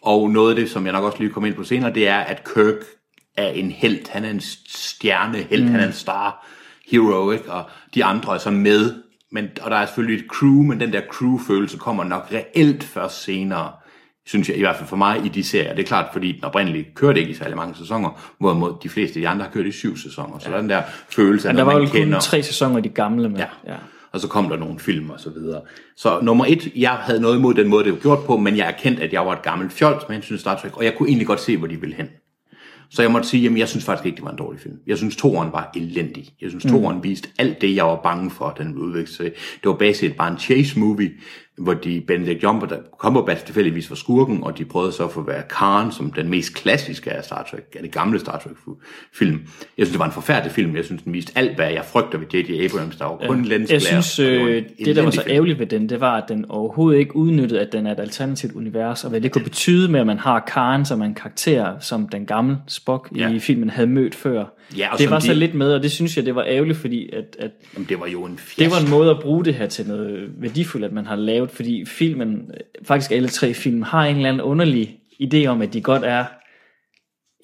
[SPEAKER 2] Og noget af det, som jeg nok også lige kommer ind på senere, det er, at Kirk er en held, han er en stjernehelt, mm. han er en star hero, ikke? og de andre er så med, men, og der er selvfølgelig et crew, men den der crew-følelse kommer nok reelt først senere, synes jeg, i hvert fald for mig, i de serier. Det er klart, fordi den oprindelige kørte ikke i særlig mange sæsoner, hvorimod de fleste af de andre har kørt i syv sæsoner, så ja. den der følelse af,
[SPEAKER 3] Men der
[SPEAKER 2] noget,
[SPEAKER 3] var
[SPEAKER 2] man
[SPEAKER 3] jo kun
[SPEAKER 2] kender.
[SPEAKER 3] tre sæsoner af de gamle med.
[SPEAKER 2] Ja. Og så kom der nogle film og så videre. Så nummer et, jeg havde noget imod den måde, det var gjort på, men jeg erkendte, at jeg var et gammelt fjols med hensyn til Star Trek, og jeg kunne egentlig godt se, hvor de ville hen. Så jeg måtte sige, at jeg synes faktisk ikke, det var en dårlig film. Jeg synes, toeren var elendig. Jeg synes, toeren
[SPEAKER 3] Mm.
[SPEAKER 2] viste alt det, jeg var bange for, den udviklede sig. Det var baseret bare en chase-movie, hvor de Benedict Cumberbatch tilfældigvis var skurken, og de prøvede så at få være Karen, som den mest klassiske af Star Trek, af det gamle Star Trek-film. Jeg synes, det var en forfærdelig film. Jeg synes, den viste alt, hvad jeg frygter ved J.J. Abrams. Der var kun ja.
[SPEAKER 3] Jeg synes, øh, det der var så ærgerligt ved den, det var, at den overhovedet ikke udnyttede, at den er et alternativt univers, og hvad det kunne betyde med, at man har Karen som er en karakter, som den gamle Spock ja.
[SPEAKER 2] Ja.
[SPEAKER 3] i filmen havde mødt før.
[SPEAKER 2] Ja, og
[SPEAKER 3] det
[SPEAKER 2] som
[SPEAKER 3] var
[SPEAKER 2] de-
[SPEAKER 3] så lidt med, og det synes jeg, det var ærgerligt, fordi at, at
[SPEAKER 2] Jamen, det var jo en
[SPEAKER 3] det
[SPEAKER 2] fiasko.
[SPEAKER 3] var en måde at bruge det her til noget værdifuldt, at man har lavet, fordi filmen, øh, faktisk alle tre film, har en eller anden underlig idé om, at de godt er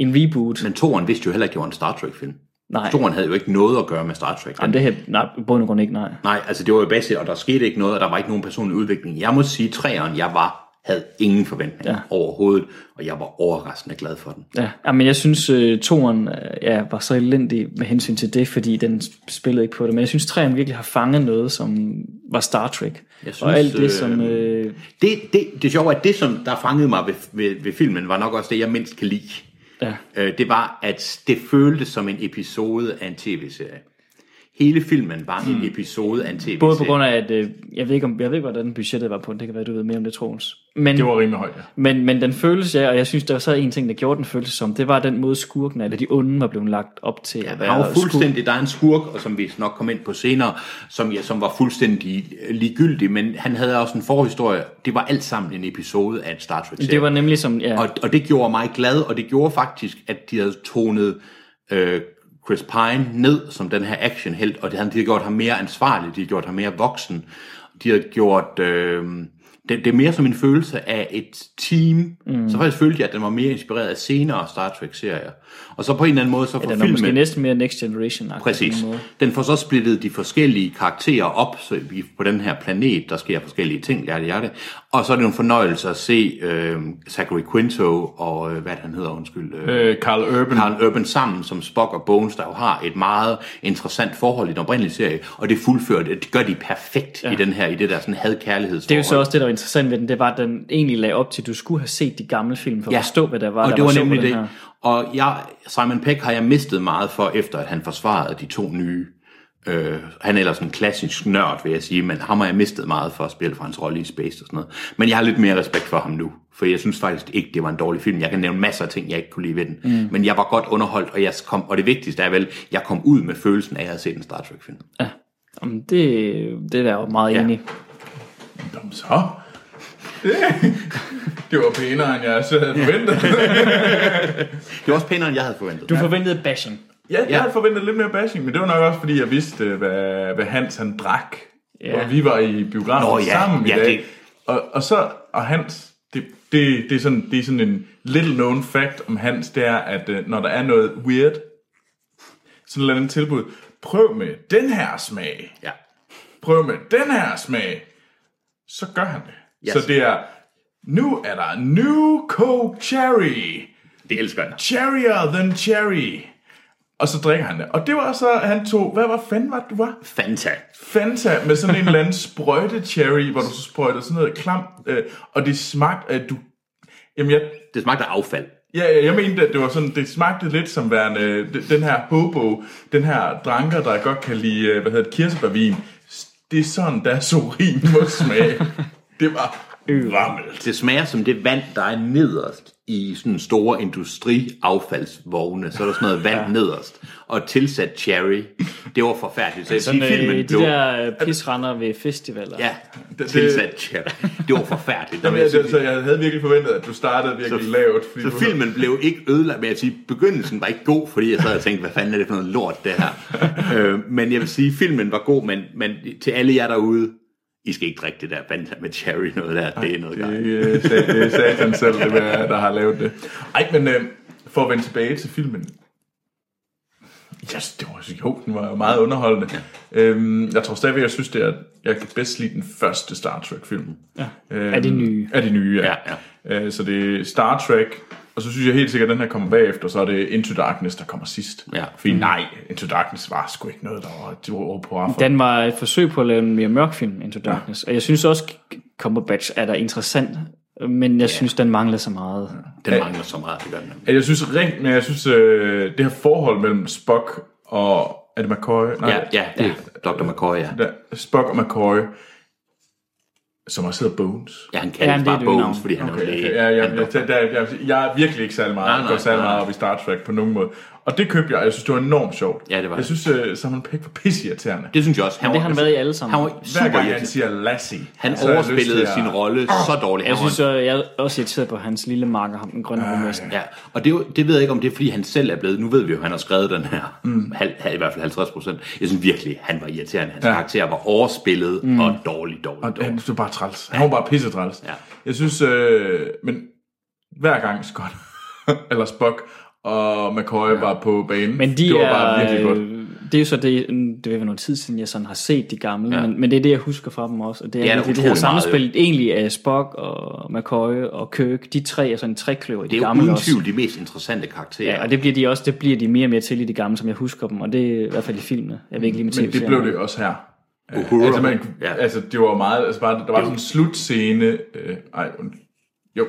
[SPEAKER 3] en reboot.
[SPEAKER 2] Men toeren vidste jo heller ikke, at det var en Star Trek-film.
[SPEAKER 3] Nej.
[SPEAKER 2] Toeren havde jo ikke noget at gøre med Star Trek.
[SPEAKER 3] Jamen, det her, nej, i bund og grund ikke, nej.
[SPEAKER 2] Nej, altså det var jo baseret, og der skete ikke noget, og der var ikke nogen personlig udvikling. Jeg må sige, træeren, jeg var, havde ingen forventning ja. overhovedet, og jeg var overraskende glad for den.
[SPEAKER 3] Ja, ja, men jeg synes, øh, toren øh, ja, var så elendig med hensyn til det, fordi den spillede ikke på det. Men jeg synes, træerne virkelig har fanget noget, som var Star Trek.
[SPEAKER 2] Jeg
[SPEAKER 3] og
[SPEAKER 2] synes,
[SPEAKER 3] alt det,
[SPEAKER 2] øh,
[SPEAKER 3] som... Øh,
[SPEAKER 2] Det, det, det sjove er, at det, som der fangede mig ved, ved, ved filmen, var nok også det, jeg mindst kan lide.
[SPEAKER 3] Ja.
[SPEAKER 2] Øh, det var, at det føltes som en episode af en tv-serie. Hele filmen var en episode af en tv-serie.
[SPEAKER 3] Hmm. både på grund af, at øh, jeg ved ikke, om, jeg ved ikke, hvordan budgettet var på den. Det kan være, du ved mere om det, Troels. Men,
[SPEAKER 1] Det var rimelig højt, ja.
[SPEAKER 3] men, men den føles, ja, og jeg synes, der var så en ting, der gjorde den følelse som, det var den måde skurken, eller de onde, var blevet lagt op til. at
[SPEAKER 2] Han var
[SPEAKER 3] være skurke.
[SPEAKER 2] fuldstændig, der er en skurk, og som vi nok kom ind på senere, som, ja, som var fuldstændig øh, ligegyldig, men han havde også en forhistorie. Det var alt sammen en episode af en Star Trek
[SPEAKER 3] Det var nemlig som... Ja,
[SPEAKER 2] og, og det gjorde mig glad, og det gjorde faktisk, at de havde tonet øh, Chris Pine ned som den her actionhelt, og det, havde- de havde gjort ham mere ansvarlig, de havde gjort ham mere voksen, de havde gjort øh, det, det er mere som en følelse af et team. Mm. Så faktisk følte jeg, at den var mere inspireret af senere Star Trek-serier. Og så på en eller anden måde, så får
[SPEAKER 3] Den er
[SPEAKER 2] filmen...
[SPEAKER 3] måske næsten mere Next Generation.
[SPEAKER 2] Præcis. Den får så splittet de forskellige karakterer op så vi på den her planet, der sker forskellige ting, ja, det er det. Og så er det jo en fornøjelse at se øh, Zachary Quinto og, øh, hvad er det, han hedder, undskyld, øh,
[SPEAKER 1] Øh, Carl Urban.
[SPEAKER 2] Carl Urban sammen, som Spock og Bones, der jo har et meget interessant forhold i den oprindelige serie, og det fuldfører det, det gør de perfekt ja. i den her, i det der sådan had-kærlighedsforhold.
[SPEAKER 3] Det er jo så også det, der var interessant ved den. Det var, at den egentlig lagde op til, at du skulle have set de gamle film for ja. at forstå, hvad der var,
[SPEAKER 2] og
[SPEAKER 3] der
[SPEAKER 2] det var
[SPEAKER 3] sjovt ved
[SPEAKER 2] nemlig
[SPEAKER 3] den
[SPEAKER 2] det.
[SPEAKER 3] her.
[SPEAKER 2] Og jeg, Simon Peck har jeg mistet meget for, efter at han forsvarede de to nye. Øh, han er ellers en klassisk nørd, vil jeg sige, men ham har jeg mistet meget for at spille for hans rolle i Space og sådan noget. Men jeg har lidt mere respekt for ham nu, for jeg synes faktisk ikke, det var en dårlig film. Jeg kan nævne masser af ting, jeg ikke kunne lide ved den. Mm. Men jeg var godt underholdt, og, jeg kom, og det vigtigste er vel, jeg kom ud med følelsen af, at jeg havde set en Star Trek-film.
[SPEAKER 3] Jamen, det, det er der jo meget ja.
[SPEAKER 2] Ja.
[SPEAKER 3] enig i.
[SPEAKER 1] Jamen så. Det, det var pænere, end jeg så havde forventet.
[SPEAKER 2] Det var også pænere, end jeg havde forventet.
[SPEAKER 3] Du forventede bashing.
[SPEAKER 1] Ja, jeg havde forventet lidt mere bashing, men det var nok også, fordi jeg vidste, øh, hvad, hvad Hans han drak.
[SPEAKER 3] Ja.
[SPEAKER 1] Ja. Og vi var i biografen
[SPEAKER 2] Nå,
[SPEAKER 1] Nå,
[SPEAKER 2] ja.
[SPEAKER 1] ja. sammen
[SPEAKER 2] Ja,
[SPEAKER 1] i dag.
[SPEAKER 2] det-
[SPEAKER 1] Og, og så, og Hans, det, det, det, er sådan, det er sådan en little known fact om Hans, det er, at øh, når der er noget weird, sådan et eller andet tilbud, prøv med den her smag,
[SPEAKER 2] Ja.
[SPEAKER 1] prøv med den her smag, så gør han det.
[SPEAKER 2] Yes.
[SPEAKER 1] Så det er, nu er der New Coke Cherry
[SPEAKER 2] Det elsker jeg.
[SPEAKER 1] cherrier than cherry. Og så drikker han det. Og det var så, at han tog, hvad var fanden var det, du var?
[SPEAKER 2] Fanta.
[SPEAKER 1] Fanta med sådan en eller anden sprøjte cherry, hvor du så sprøjter sådan noget klam. Øh, og det smagte, at du... Jamen, jeg,
[SPEAKER 2] Det smagte af affald.
[SPEAKER 1] ja, ja, jeg mente, at det var sådan, det smagte lidt som værende øh, d- den her hobo, den her dranker, der godt kan lide, øh, hvad hedder det, kirsebærvin. S- Det er sådan, der sorin må smage. Det var rammelt.
[SPEAKER 2] Det smager som det vand, der er nederst i sådan store industriaffaldsvogne. Så er der sådan noget vand nederst. Og tilsat cherry. Det var forfærdeligt. Så jeg
[SPEAKER 3] Sådan,
[SPEAKER 2] vil sige,
[SPEAKER 3] øh,
[SPEAKER 2] filmen
[SPEAKER 3] de
[SPEAKER 2] blev...
[SPEAKER 3] der øh, pisrender ved festivaler.
[SPEAKER 2] Ja,
[SPEAKER 1] det-
[SPEAKER 2] tilsat cherry. Det var forfærdeligt.
[SPEAKER 1] Jamen,
[SPEAKER 2] Jamen,
[SPEAKER 1] jeg, så jeg havde virkelig forventet, at du startede virkelig
[SPEAKER 2] Så-
[SPEAKER 1] lavt. fordi
[SPEAKER 2] så
[SPEAKER 1] du-
[SPEAKER 2] filmen blev ikke ødelagt, men jeg vil sige, begyndelsen var ikke god, fordi jeg sad og tænkte, hvad fanden er det for noget lort, det her. øh, men jeg vil sige, filmen var god, men, men til alle jer derude, I skal ikke drikke det der Fanta med cherry noget der, det er noget gejt.
[SPEAKER 1] Det er sat- det er satan selv, det er, der har lavet det. Ej, men øh, for at vende tilbage til filmen. Yes, det var, jo, den var jo meget underholdende. Øhm, jeg tror stadigvæk, jeg synes, det er, jeg kan bedst lide den første Star Trek-film. Ja. Øhm,
[SPEAKER 3] Af de nye.
[SPEAKER 1] Af de nye, ja.
[SPEAKER 2] Ja,
[SPEAKER 1] ja, ja. Øh, så det er Star Trek, og så synes jeg helt sikkert, at den her kommer bagefter, så er det Into Darkness, der kommer sidst.
[SPEAKER 2] Ja.
[SPEAKER 1] Fordi
[SPEAKER 3] Mm.
[SPEAKER 1] nej, Into Darkness var sgu ikke noget, der var det var over på Afro.
[SPEAKER 3] Den var et forsøg på at lave en mere mørk film, Into Darkness. Og jeg synes også, Cumberbatch er der interessant, men jeg synes, den mangler så meget.
[SPEAKER 2] Den mangler så meget, det gør den.
[SPEAKER 1] Jeg synes rent, men jeg synes, øh, det her forhold mellem Spock og... Er det McCoy? Nej,
[SPEAKER 2] Ja, ja, det er Dr. McCoy, ja.
[SPEAKER 1] der, Spock og McCoy, som også hedder Bones.
[SPEAKER 2] Ja, han kaldes
[SPEAKER 3] Ja, men det er
[SPEAKER 2] bare
[SPEAKER 3] et øgenavn.
[SPEAKER 2] Bones, fordi han er jo læge.
[SPEAKER 1] Ja, ja,
[SPEAKER 2] Han-
[SPEAKER 1] jeg, der, der, jeg, jeg er virkelig ikke særlig meget,
[SPEAKER 2] Nej,
[SPEAKER 1] nej,
[SPEAKER 2] nej,
[SPEAKER 1] nej, går særlig
[SPEAKER 2] nej,
[SPEAKER 1] meget
[SPEAKER 2] nej.
[SPEAKER 1] op i Star Trek på nogen måde. Og det købte jeg, og jeg synes, det var enormt sjovt.
[SPEAKER 2] Ja, det var
[SPEAKER 1] Jeg
[SPEAKER 2] det.
[SPEAKER 1] synes, uh, Simon Peck var pisseirriterende.
[SPEAKER 2] Det synes jeg også. Han,
[SPEAKER 3] Men det har
[SPEAKER 2] var-
[SPEAKER 3] han været i alle sammen.
[SPEAKER 2] Han, var
[SPEAKER 1] Hver
[SPEAKER 2] super
[SPEAKER 1] gang han
[SPEAKER 2] irriterende.
[SPEAKER 1] siger Lassie.
[SPEAKER 2] han
[SPEAKER 1] så har jeg lyst til
[SPEAKER 2] overspillede
[SPEAKER 1] at-
[SPEAKER 2] sin rolle så dårligt.
[SPEAKER 3] Jeg
[SPEAKER 2] Han var-
[SPEAKER 3] synes, så jeg er også irriteret på hans lille marker, ham den
[SPEAKER 2] Ah,
[SPEAKER 3] grønne rumvæsen.
[SPEAKER 2] Ja, og det, er jo- det ved jeg ikke, om det er, fordi han selv er blevet... Nu ved vi jo, at han har skrevet den her, mm. halv, halv, i hvert fald 50 procent. Jeg synes virkelig, han var irriterende. Hans ja. karakter var overspillet mm. og dårlig, dårlig,
[SPEAKER 1] Og han
[SPEAKER 2] dårlig.
[SPEAKER 1] var bare træls. Han var bare pisse træls.
[SPEAKER 2] Ja.
[SPEAKER 1] Jeg synes, øh, men hver gang Scott eller Spock og McCoy ja. var på banen,
[SPEAKER 3] Men de
[SPEAKER 1] det var
[SPEAKER 3] er,
[SPEAKER 1] bare virkelig godt.
[SPEAKER 3] øh, det er jo så det, det er noget tid siden, jeg sådan har set de gamle, ja. men, men det er det, jeg husker fra dem også. Og det er
[SPEAKER 2] Ja, der er
[SPEAKER 3] ja, det, det
[SPEAKER 2] utrolig
[SPEAKER 3] her
[SPEAKER 2] meget,
[SPEAKER 3] samspil egentlig af Spock og McCoy og Kirk, de tre er sådan en trekløver i de
[SPEAKER 2] Det er jo
[SPEAKER 3] gamle
[SPEAKER 2] uden
[SPEAKER 3] også.
[SPEAKER 2] tvivl de mest interessante karakterer.
[SPEAKER 3] Ja, og det bliver de også, det bliver de mere og mere til i de gamle, som jeg husker dem, og det er i hvert fald i filmene. Jeg ved ikke lige med
[SPEAKER 1] Men det blev det jo også her.
[SPEAKER 2] Uhura.
[SPEAKER 1] Altså, man,
[SPEAKER 2] Ja.
[SPEAKER 1] ja. altså, det var meget, altså bare, der var sådan en slutscene, øh, ej, und- jo,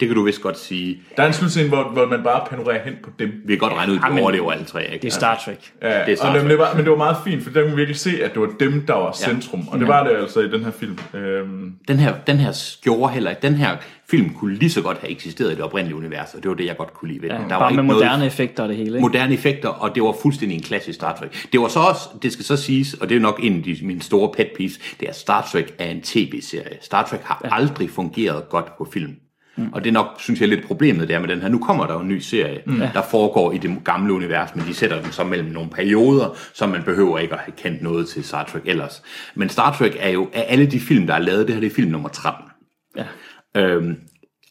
[SPEAKER 2] det kan du vist godt sige.
[SPEAKER 1] der er en slutscene, hvor, hvor man bare panorerer hen på dem.
[SPEAKER 2] Vi kan godt regne ud, at
[SPEAKER 3] Ja,
[SPEAKER 2] de
[SPEAKER 3] men-
[SPEAKER 2] overlever alle tre. Ikke?
[SPEAKER 3] Det er Star Trek. Ja.
[SPEAKER 1] Ja,
[SPEAKER 2] Det er
[SPEAKER 1] det
[SPEAKER 2] Star
[SPEAKER 1] og
[SPEAKER 2] Trek.
[SPEAKER 1] det, det var, men det var meget fint, for der kunne man virkelig se, at det var dem, der var centrum, og det var det altså i den her film. Øhm,
[SPEAKER 2] den her, den her gjorde heller ikke. Den her film kunne lige så godt have eksisteret i det oprindelige univers, og det var det, jeg godt kunne lide ved den. Ja,
[SPEAKER 3] Bare med moderne effekter og det hele. Ikke?
[SPEAKER 2] moderne effekter, og det var fuldstændig en klassisk Star Trek. Det var så også, det skal så siges, og det er nok en af de, mine store pet peeves, det er at Star Trek er en tv-serie. Star Trek har ja. aldrig fungeret godt på film. Mm. Og det er nok, synes jeg, lidt problemet der med den her. Nu kommer der jo en ny serie, mm. der foregår i det gamle univers, men de sætter den så mellem nogle perioder, så man behøver ikke at have kendt noget til Star Trek ellers. Men Star Trek er jo, af alle de film, der er lavet, det her det er film nummer 13.
[SPEAKER 3] Ja.
[SPEAKER 2] Øhm,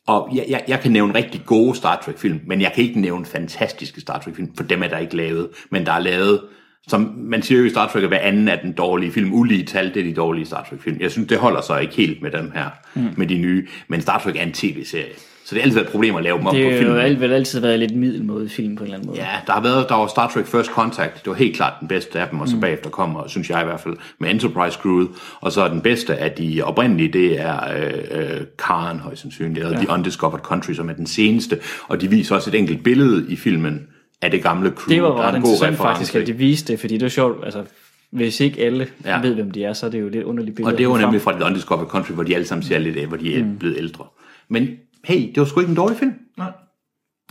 [SPEAKER 2] og jeg, jeg, jeg kan nævne rigtig gode Star Trek-film, men jeg kan ikke nævne fantastiske Star Trek-film, for dem er der ikke lavet. Men der er lavet, som man siger jo i Star Trek, at hver anden er den dårlige film. Ulige tal, det er de dårlige Star Trek-film. Jeg synes, det holder sig ikke helt med dem her, mm. med de nye. Men Star Trek er en tv-serie, så det har altid været et problem at lave dem om på
[SPEAKER 3] Det
[SPEAKER 2] film.
[SPEAKER 3] har jo alt- vel altid været lidt middelmåde film på en eller anden måde.
[SPEAKER 2] Ja, der har været, der var Star Trek First Contact, det var helt klart den bedste af dem, og så
[SPEAKER 3] Mm.
[SPEAKER 2] bagefter kommer, synes jeg i hvert fald, med Enterprise Crew, og så er den bedste af de oprindelige, det er øh, øh, Karen højst sandsynligt, eller ja. The Undiscovered Country, som er den seneste, og de viser også et enkelt billede i filmen af det gamle crew.
[SPEAKER 3] Det var
[SPEAKER 2] Der er
[SPEAKER 3] ret
[SPEAKER 2] en god
[SPEAKER 3] interessant
[SPEAKER 2] reference,
[SPEAKER 3] faktisk, at
[SPEAKER 2] ikke?
[SPEAKER 3] de viste det, fordi det var sjovt, altså hvis ikke alle
[SPEAKER 2] Ja.
[SPEAKER 3] ja. ved, hvem de er, så er det jo lidt underligt billede.
[SPEAKER 2] Og det var
[SPEAKER 3] at få
[SPEAKER 2] nemlig
[SPEAKER 3] frem. Mm.
[SPEAKER 2] fra The Undiscovered Country, hvor de alle sammen ser lidt af, hvor de er blevet ældre. Men hey, det var sgu ikke en dårlig film.
[SPEAKER 1] Nej.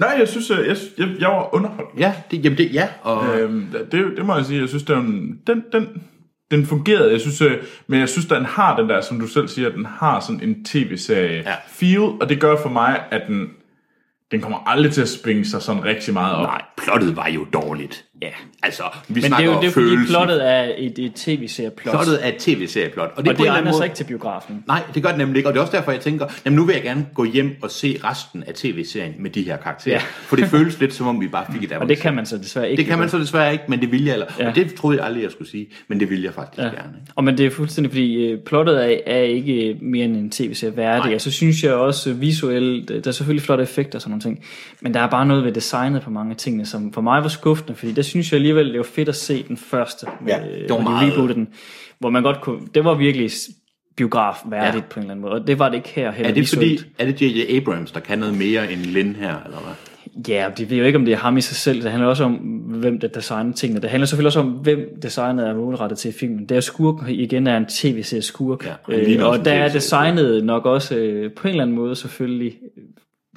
[SPEAKER 1] Nej, jeg synes, øh, jeg, jeg, jeg, jeg var underholdt.
[SPEAKER 2] Ja, det, jamen det, ja, og...
[SPEAKER 3] Øh.
[SPEAKER 1] Øhm, det, det må jeg sige, jeg synes, den, den, den, den fungerede, jeg synes, øh, men jeg synes, den har den der, som du selv siger, den har sådan en tv-serie
[SPEAKER 2] Ja.
[SPEAKER 1] feel, og det gør for mig, at den, den kommer aldrig til at springe sig sådan rigtig meget op.
[SPEAKER 2] Nej, plottet var jo dårligt.
[SPEAKER 3] Ja.
[SPEAKER 2] Altså, vi
[SPEAKER 3] Men det er
[SPEAKER 2] snakker
[SPEAKER 3] jo det, er,
[SPEAKER 2] om
[SPEAKER 3] fordi
[SPEAKER 2] følelsen.
[SPEAKER 3] plottet er et, et tv-serie-plot, og
[SPEAKER 2] Plottet er et tv-serieplot. Og det,
[SPEAKER 3] det
[SPEAKER 2] en eller anden
[SPEAKER 3] egner sig
[SPEAKER 2] måde-
[SPEAKER 3] ikke til biografen.
[SPEAKER 2] Nej, det gør det nemlig ikke, og det er også derfor, jeg tænker, jamen nu vil jeg gerne gå hjem og se resten af tv-serien med de her karakterer. Ja.
[SPEAKER 3] Ja.
[SPEAKER 2] For det føles lidt, som om vi bare fik et
[SPEAKER 3] Og det kan man så desværre ikke.
[SPEAKER 2] det kan man så desværre ikke, men det ville jeg, eller, ja.
[SPEAKER 3] Ja.
[SPEAKER 2] og det troede jeg aldrig, jeg skulle sige, men det ville jeg faktisk ja. gerne. ikke?
[SPEAKER 3] Og men det er fuldstændig, fordi øh, plottet er, er ikke øh, mere end en tv-serie værdig. Og så synes jeg også øh, visuelt, øh, der er selvfølgelig flotte effekter og sådan nogle ting, men der er bare noget ved designet på mange af tingene, som for mig var skuffende, fordi der synes jeg alligevel, det var fedt at se den første,
[SPEAKER 2] Ja,
[SPEAKER 3] øh,
[SPEAKER 2] det var
[SPEAKER 3] hvor de
[SPEAKER 2] meget-
[SPEAKER 3] rebootede den, hvor man godt kunne, det var virkelig s- biograf værdigt
[SPEAKER 2] Ja.
[SPEAKER 3] ja. på en eller anden måde, og det var det ikke her heller
[SPEAKER 2] Er det
[SPEAKER 3] visuelt.
[SPEAKER 2] fordi, er det J.J. Abrams, der kan noget mere end Lin her, eller hvad?
[SPEAKER 3] Ja, og det ved jo ikke, om det er ham i sig selv. Det handler også om, hvem der designer tingene. Det handler selvfølgelig også om, hvem designet er målrettet til i filmen. Der skurken igen er en tv-serie skurk.
[SPEAKER 2] Ja, han ligner
[SPEAKER 3] øh,
[SPEAKER 2] også en
[SPEAKER 3] og der er
[SPEAKER 2] TV-serie.
[SPEAKER 3] designet nok også øh, på en eller anden måde selvfølgelig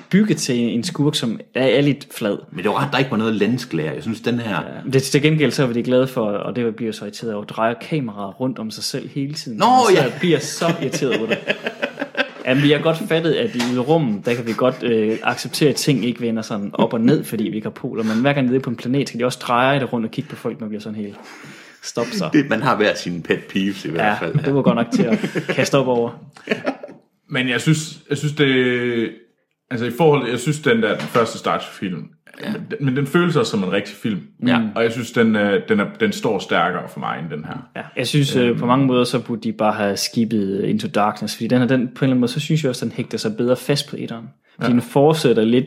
[SPEAKER 3] bygget til en skurk, som er, er lidt flad.
[SPEAKER 2] Men det var ret, der ikke var noget lensklærer. Jeg synes, den her... Ja.
[SPEAKER 3] Det, til gengæld så er vi glade for, og det bliver så irriteret over, drejer kameraet rundt om sig selv hele tiden.
[SPEAKER 2] Nå,
[SPEAKER 3] Man sidder
[SPEAKER 2] ja.
[SPEAKER 3] og bliver så irriteret over det. Jamen, vi har godt fattet, at i rummet, der kan vi godt øh, acceptere, at ting ikke vender sådan op og ned, fordi vi ikke har poler. Men hver gang nede på en planet, skal de også dreje det rundt og kigge på folk, man bliver sådan helt... Stop så.
[SPEAKER 2] Det, man har hver sine pet peeves i hvert
[SPEAKER 3] Ja,
[SPEAKER 2] fald.
[SPEAKER 3] det var godt nok til at kaste op over.
[SPEAKER 1] Men jeg synes, jeg synes det... Altså i forhold jeg synes den der den første startfilm, ja. men, den- men den føles også som en rigtig film.
[SPEAKER 2] Ja.
[SPEAKER 1] Og jeg synes, den, øh, den, er, den står stærkere for mig end den her.
[SPEAKER 3] Ja, jeg synes øh, på mange måder, så burde de bare have skibet Into Darkness, fordi den her, den, på en eller anden måde, så synes jeg også, den hægter sig bedre fast på etteren. Fordi ja. den fortsætter lidt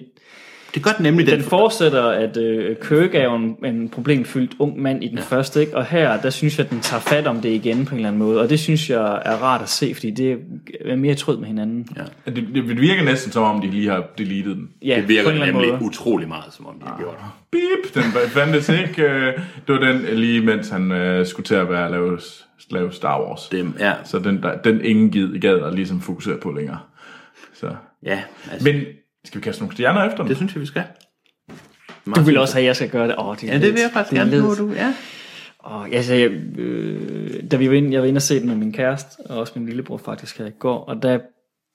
[SPEAKER 2] Det gør den nemlig,
[SPEAKER 3] Den fortsætter, at øh, Kirk er jo en, en problemfyldt ung mand i den ja. første, ikke? og her, der synes jeg, at den tager fat om det igen på en eller anden måde, og det synes jeg er rart at se, fordi det er mere i tråd med hinanden. Ja,
[SPEAKER 1] Det, det virker næsten som om, de lige har deleted den.
[SPEAKER 3] ja
[SPEAKER 2] det virker
[SPEAKER 3] på en eller anden
[SPEAKER 2] nemlig
[SPEAKER 3] måde. Ah.
[SPEAKER 2] utrolig meget, som om de har gjort.
[SPEAKER 1] Beep, den fa- fandtes ikke. øh, Det var den øh, lige mens han øh, skulle til at være lave, lave Star Wars.
[SPEAKER 2] Det, ja,
[SPEAKER 1] Så den, der, den ingen gid gad at ligesom fokusere på længere. Så.
[SPEAKER 2] ja altså,
[SPEAKER 1] Men skal vi kaste nogle stjerner efter den?
[SPEAKER 2] det synes jeg, vi skal.
[SPEAKER 3] Du vil også have, at jeg skal gøre det. Åh, det er
[SPEAKER 2] Ja, det vil jeg faktisk gerne, nu er du, ja.
[SPEAKER 3] Og, altså, jeg, øh, da vi var inde, jeg var inde og se den med min kæreste, og også min lillebror faktisk her i går, og der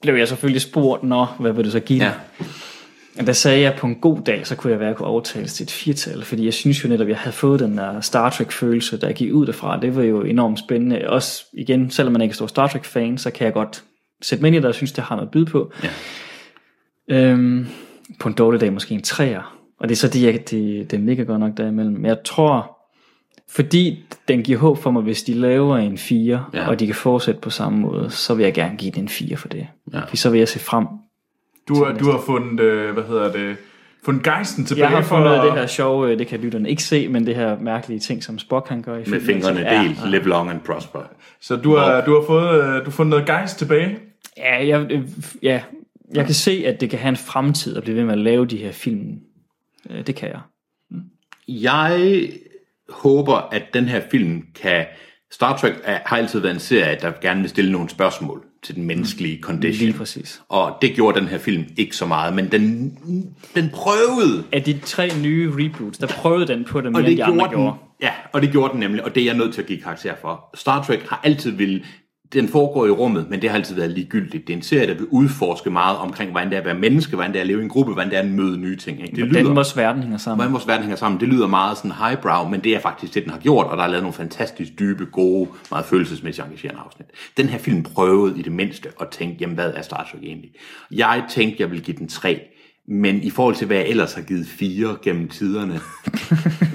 [SPEAKER 3] blev jeg selvfølgelig spurgt, nå, hvad vil du så give den?"
[SPEAKER 2] Ja.
[SPEAKER 3] Og der sagde jeg, at på en god dag, så kunne jeg være kunne overtales til et firtal, fordi jeg synes jo netop, at jeg havde fået den der Star Trek-følelse, der gik ud derfra. Det var jo enormt spændende. Også igen, selvom man ikke er stor Star Trek-fan, så kan jeg godt sætte mig ind i det, og synes, det har noget at byde på.
[SPEAKER 2] Ja.
[SPEAKER 3] Øhm, på en dårlig dag måske en træer. Og det er så det, jeg, det, den ligger godt nok derimellem. Men jeg tror, fordi den giver håb for mig, hvis de laver en 4,
[SPEAKER 2] Ja.
[SPEAKER 3] ja. og de kan fortsætte på samme måde, så vil jeg gerne give den en 4 for det.
[SPEAKER 2] Ja.
[SPEAKER 3] Fordi så vil jeg se frem
[SPEAKER 1] Du, har- du har fundet, øh, hvad hedder det, fundet gejsten tilbage
[SPEAKER 3] Jeg har
[SPEAKER 1] for...
[SPEAKER 3] fundet det her sjove, øh, det kan lytterne ikke se, men det her mærkelige ting, som Spock han gør i
[SPEAKER 2] Med
[SPEAKER 3] filmen,
[SPEAKER 2] fingrene
[SPEAKER 3] som
[SPEAKER 2] delt,
[SPEAKER 3] er-
[SPEAKER 2] live long and prosper.
[SPEAKER 1] Så du har, du har fået, øh, du har fundet noget gejst tilbage.
[SPEAKER 3] Ja, jeg, øh, f- ja, jeg kan se, at det kan have en fremtid at blive ved med at lave de her film. Øh, Det kan jeg.
[SPEAKER 2] Jeg håber, at den her film kan... Star Trek er, har altid været en serie, der gerne vil stille nogle spørgsmål til den menneskelige condition.
[SPEAKER 3] Mm. Lige præcis.
[SPEAKER 2] Og det gjorde den her film ikke så meget, men den, den prøvede
[SPEAKER 3] Af de tre nye reboots, der prøvede den på det mere,
[SPEAKER 2] og
[SPEAKER 3] end
[SPEAKER 2] det
[SPEAKER 3] de andre
[SPEAKER 2] gjorde den.
[SPEAKER 3] gjorde.
[SPEAKER 2] Ja, og det gjorde den nemlig, og det er jeg nødt til at give karakter for. Star Trek har altid ville den foregår i rummet, men det har altid været ligegyldigt. Det er en serie, der vil udforske meget omkring, hvordan det er at være menneske, hvordan det er at leve i en gruppe, hvordan det er at møde nye ting. Ikke? Det
[SPEAKER 3] Hvordan
[SPEAKER 2] lyder,
[SPEAKER 3] vores verden hænger sammen.
[SPEAKER 2] hvordan vores verden hænger sammen, det lyder meget sådan highbrow, men det er faktisk det, den har gjort, og der er lavet nogle fantastisk dybe, gode, meget følelsesmæssigt engagerende afsnit. Den her film prøvede i det mindste at tænke, jamen hvad er Star Trek egentlig? Jeg tænkte, jeg ville give den tre, men i forhold til, hvad jeg ellers har givet fire gennem tiderne,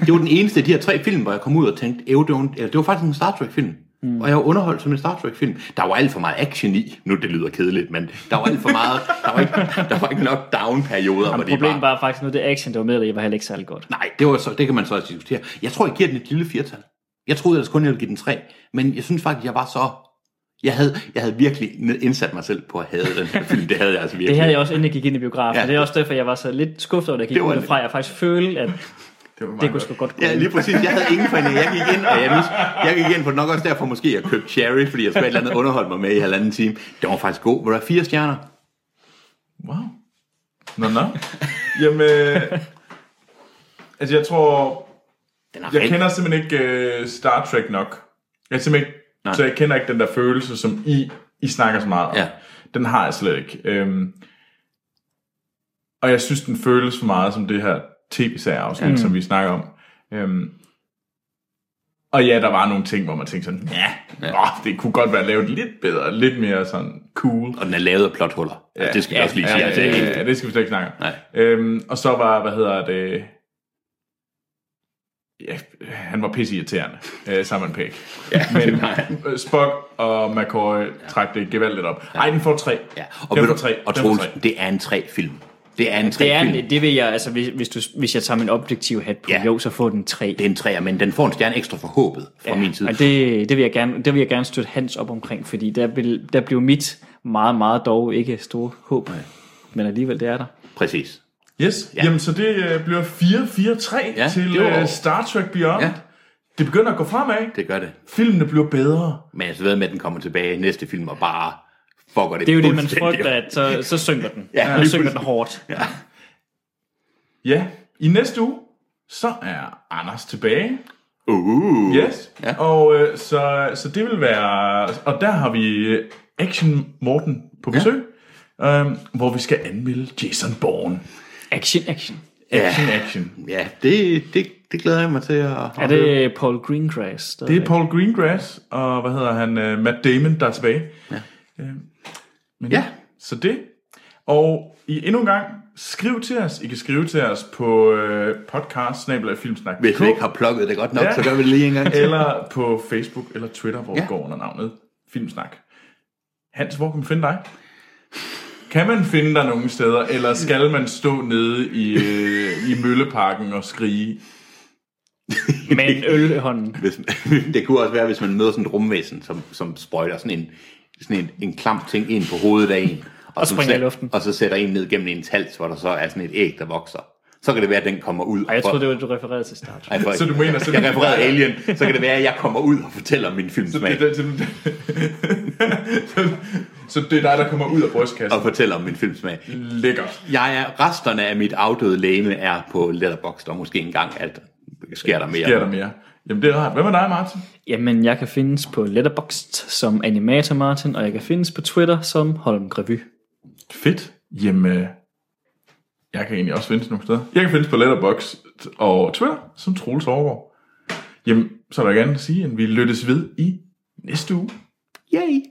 [SPEAKER 2] det var den eneste af de her tre film, hvor jeg kom ud og tænkte, "Ew, det var, en- eller det var faktisk en Star Trek-film. Mm. Og jeg var underholdt som en Star Trek-film. Der var alt for meget action i. Nu, det lyder kedeligt, men der var alt for meget... der, var ikke, der var ikke nok down-perioder. hvor
[SPEAKER 3] Jamen,
[SPEAKER 2] det bare-
[SPEAKER 3] problemet var faktisk noget af det action, der var med, der var heller ikke særlig godt.
[SPEAKER 2] Nej, det, var så, det kan man så også diskutere. Jeg tror, jeg giver den et lille firtal. Jeg troede ellers kun, jeg ville give den tre. Men jeg synes faktisk, jeg var så... Jeg havde, jeg havde virkelig indsat mig selv på at have den her film. Det havde jeg altså virkelig.
[SPEAKER 3] Det havde jeg også, inden jeg gik ind i biografen.
[SPEAKER 2] Ja.
[SPEAKER 3] Ja. Det er også derfor, jeg var så lidt skuffet over, at jeg gik
[SPEAKER 2] Det var
[SPEAKER 3] ud fra. Jeg faktisk følte, at
[SPEAKER 1] Det, var meget
[SPEAKER 3] det kunne
[SPEAKER 1] godt.
[SPEAKER 3] sgu godt gå.
[SPEAKER 2] Ja, lige præcis. Jeg havde ingen fornemmelse. Jeg gik ind, og jeg, vidste, jeg gik ind på nok også derfor måske, jeg købte Cherry, fordi jeg skulle et eller andet underholde mig med i halvanden time. Det var faktisk god. Var der fire stjerner?
[SPEAKER 1] Wow. Nå, nå. Jamen, øh, altså jeg tror,
[SPEAKER 2] Den er
[SPEAKER 1] Jeg kender simpelthen ikke uh, Star Trek nok. Jeg er simpelthen ikke,
[SPEAKER 2] Nej.
[SPEAKER 1] så jeg kender ikke den der følelse, som I, I snakker så meget om.
[SPEAKER 2] Ja.
[SPEAKER 1] Den har jeg slet ikke. Øhm, og jeg synes, den føles for meget som det her tv-serieafsnit, mm. som vi snakker om. Øhm, og ja, der var nogle ting, hvor man tænkte sådan, ja, ja. Åh, det kunne godt være lavet lidt bedre, lidt mere sådan cool.
[SPEAKER 2] Og den er lavet af plothuller. Ja, det skal jeg også lige sige.
[SPEAKER 1] Ja,
[SPEAKER 2] altså,
[SPEAKER 1] ja,
[SPEAKER 2] ikke-
[SPEAKER 1] ja, ja, det skal vi slet ikke snakke om.
[SPEAKER 2] Nej.
[SPEAKER 1] Øhm, og så var, hvad hedder det... Ja, han var pisseirriterende, øh, Simon Pegg. Ja, Men øh, Spock og McCoy trak det gevaldigt op. Ej, den får tre.
[SPEAKER 2] Ja.
[SPEAKER 1] Og
[SPEAKER 2] ved
[SPEAKER 1] den får
[SPEAKER 2] du-
[SPEAKER 1] tre.
[SPEAKER 2] og
[SPEAKER 1] den får
[SPEAKER 2] Troels,
[SPEAKER 1] tre.
[SPEAKER 2] det er en tre film. Det er en tre
[SPEAKER 3] Det, er,
[SPEAKER 2] film.
[SPEAKER 3] en- det vil jeg, altså hvis, hvis, du, hvis jeg tager min objektive hat på,
[SPEAKER 2] Ja.
[SPEAKER 3] ja. jo, så får den tre.
[SPEAKER 2] Det er en træer, men den får en stjerne ekstra for håbet fra min side.
[SPEAKER 3] Og det, det, vil jeg gerne, det vil jeg gerne støtte Hans op omkring, fordi der, vil, der blev mit meget, meget dog ikke store håb. Nej. Men alligevel, det er der.
[SPEAKER 2] Præcis.
[SPEAKER 1] Yes, ja. jamen så det øh, bliver 4-4-3
[SPEAKER 2] Ja,
[SPEAKER 1] ja, til
[SPEAKER 2] det var-
[SPEAKER 1] øh, Star Trek Beyond.
[SPEAKER 2] Ja.
[SPEAKER 1] Ja. Det begynder at gå fremad.
[SPEAKER 2] Det gør det.
[SPEAKER 1] Filmene bliver bedre.
[SPEAKER 2] Men jeg ved med, at den kommer tilbage i næste film og bare fucker det
[SPEAKER 3] Det er jo det, man
[SPEAKER 2] fuldstændig
[SPEAKER 3] frygter,
[SPEAKER 2] op.
[SPEAKER 3] at så, så synker den.
[SPEAKER 2] Ja,
[SPEAKER 3] Ja,
[SPEAKER 2] lige
[SPEAKER 3] så synker den hårdt. Ja.
[SPEAKER 1] Ja, i næste uge, så er Anders tilbage.
[SPEAKER 2] Uh,
[SPEAKER 1] Yes.
[SPEAKER 2] Ja.
[SPEAKER 1] Ja. Og øh, så, så det vil være... Og der har vi øh, Action Morten på besøg, ja. øhm, hvor vi skal anmelde Jason Bourne.
[SPEAKER 3] Action, action.
[SPEAKER 1] Action, ja. action.
[SPEAKER 2] Ja, det, det, det glæder jeg mig til at...
[SPEAKER 3] Er det Paul Greengrass? Der
[SPEAKER 1] Det er Paul Greengrass, og hvad hedder han? Øh, Matt Damon, der er tilbage. Ja. Øhm, men ja. Så det. Og i endnu en gang, skriv til os. I kan skrive til os på øh, podcast
[SPEAKER 2] Hvis vi ikke har plukket det godt nok, ja.
[SPEAKER 1] Ja.
[SPEAKER 2] så gør vi det lige en gang til.
[SPEAKER 1] Eller på Facebook eller Twitter, hvor ja. det går under navnet Filmsnak. Hans, hvor kan man finde dig? Kan man finde dig nogle steder, eller skal man stå nede i, øh, i Mølleparken og skrige?
[SPEAKER 3] Med en øl i hånden.
[SPEAKER 2] Hvis, det kunne også være, hvis man møder sådan et rumvæsen, som, som sprøjter sådan en, sådan en, en klam ting ind på hovedet af en. Og, som
[SPEAKER 3] springer i
[SPEAKER 2] sæt-
[SPEAKER 3] luften.
[SPEAKER 2] Og så sætter en ned gennem ens hals, hvor der så er sådan et æg, der vokser. Så kan det være, at den kommer ud.
[SPEAKER 3] Ej, jeg troede, det var, du refererede til Star Trek.
[SPEAKER 2] Ej, for,
[SPEAKER 1] Så du mener, så
[SPEAKER 2] jeg
[SPEAKER 1] det-
[SPEAKER 2] refererede Alien, så kan det være, at jeg kommer ud og fortæller min
[SPEAKER 1] Så
[SPEAKER 2] filmsmag.
[SPEAKER 1] det, det, det, det, så det er dig, der kommer ud af brystkassen.
[SPEAKER 2] Og fortæller om min filmsmag.
[SPEAKER 1] Lækkert.
[SPEAKER 2] Jeg er, resterne af mit afdøde læme er på Letterboxd, og måske engang, at sker der mere.
[SPEAKER 1] Sker der mere? Jamen, det er rart. Hvad med dig, Martin?
[SPEAKER 3] Jamen, jeg kan findes på Letterboxd som Animator Martin, og jeg kan findes på Twitter som Holm Revy.
[SPEAKER 1] Fedt. Jamen, øh, jeg kan egentlig også findes nogle steder. Jeg kan findes på Letterbox og Twitter, som Troels overgår. Jamen, så er der ikke andet at sige, end vi lyttes ved i næste uge.
[SPEAKER 2] Yay!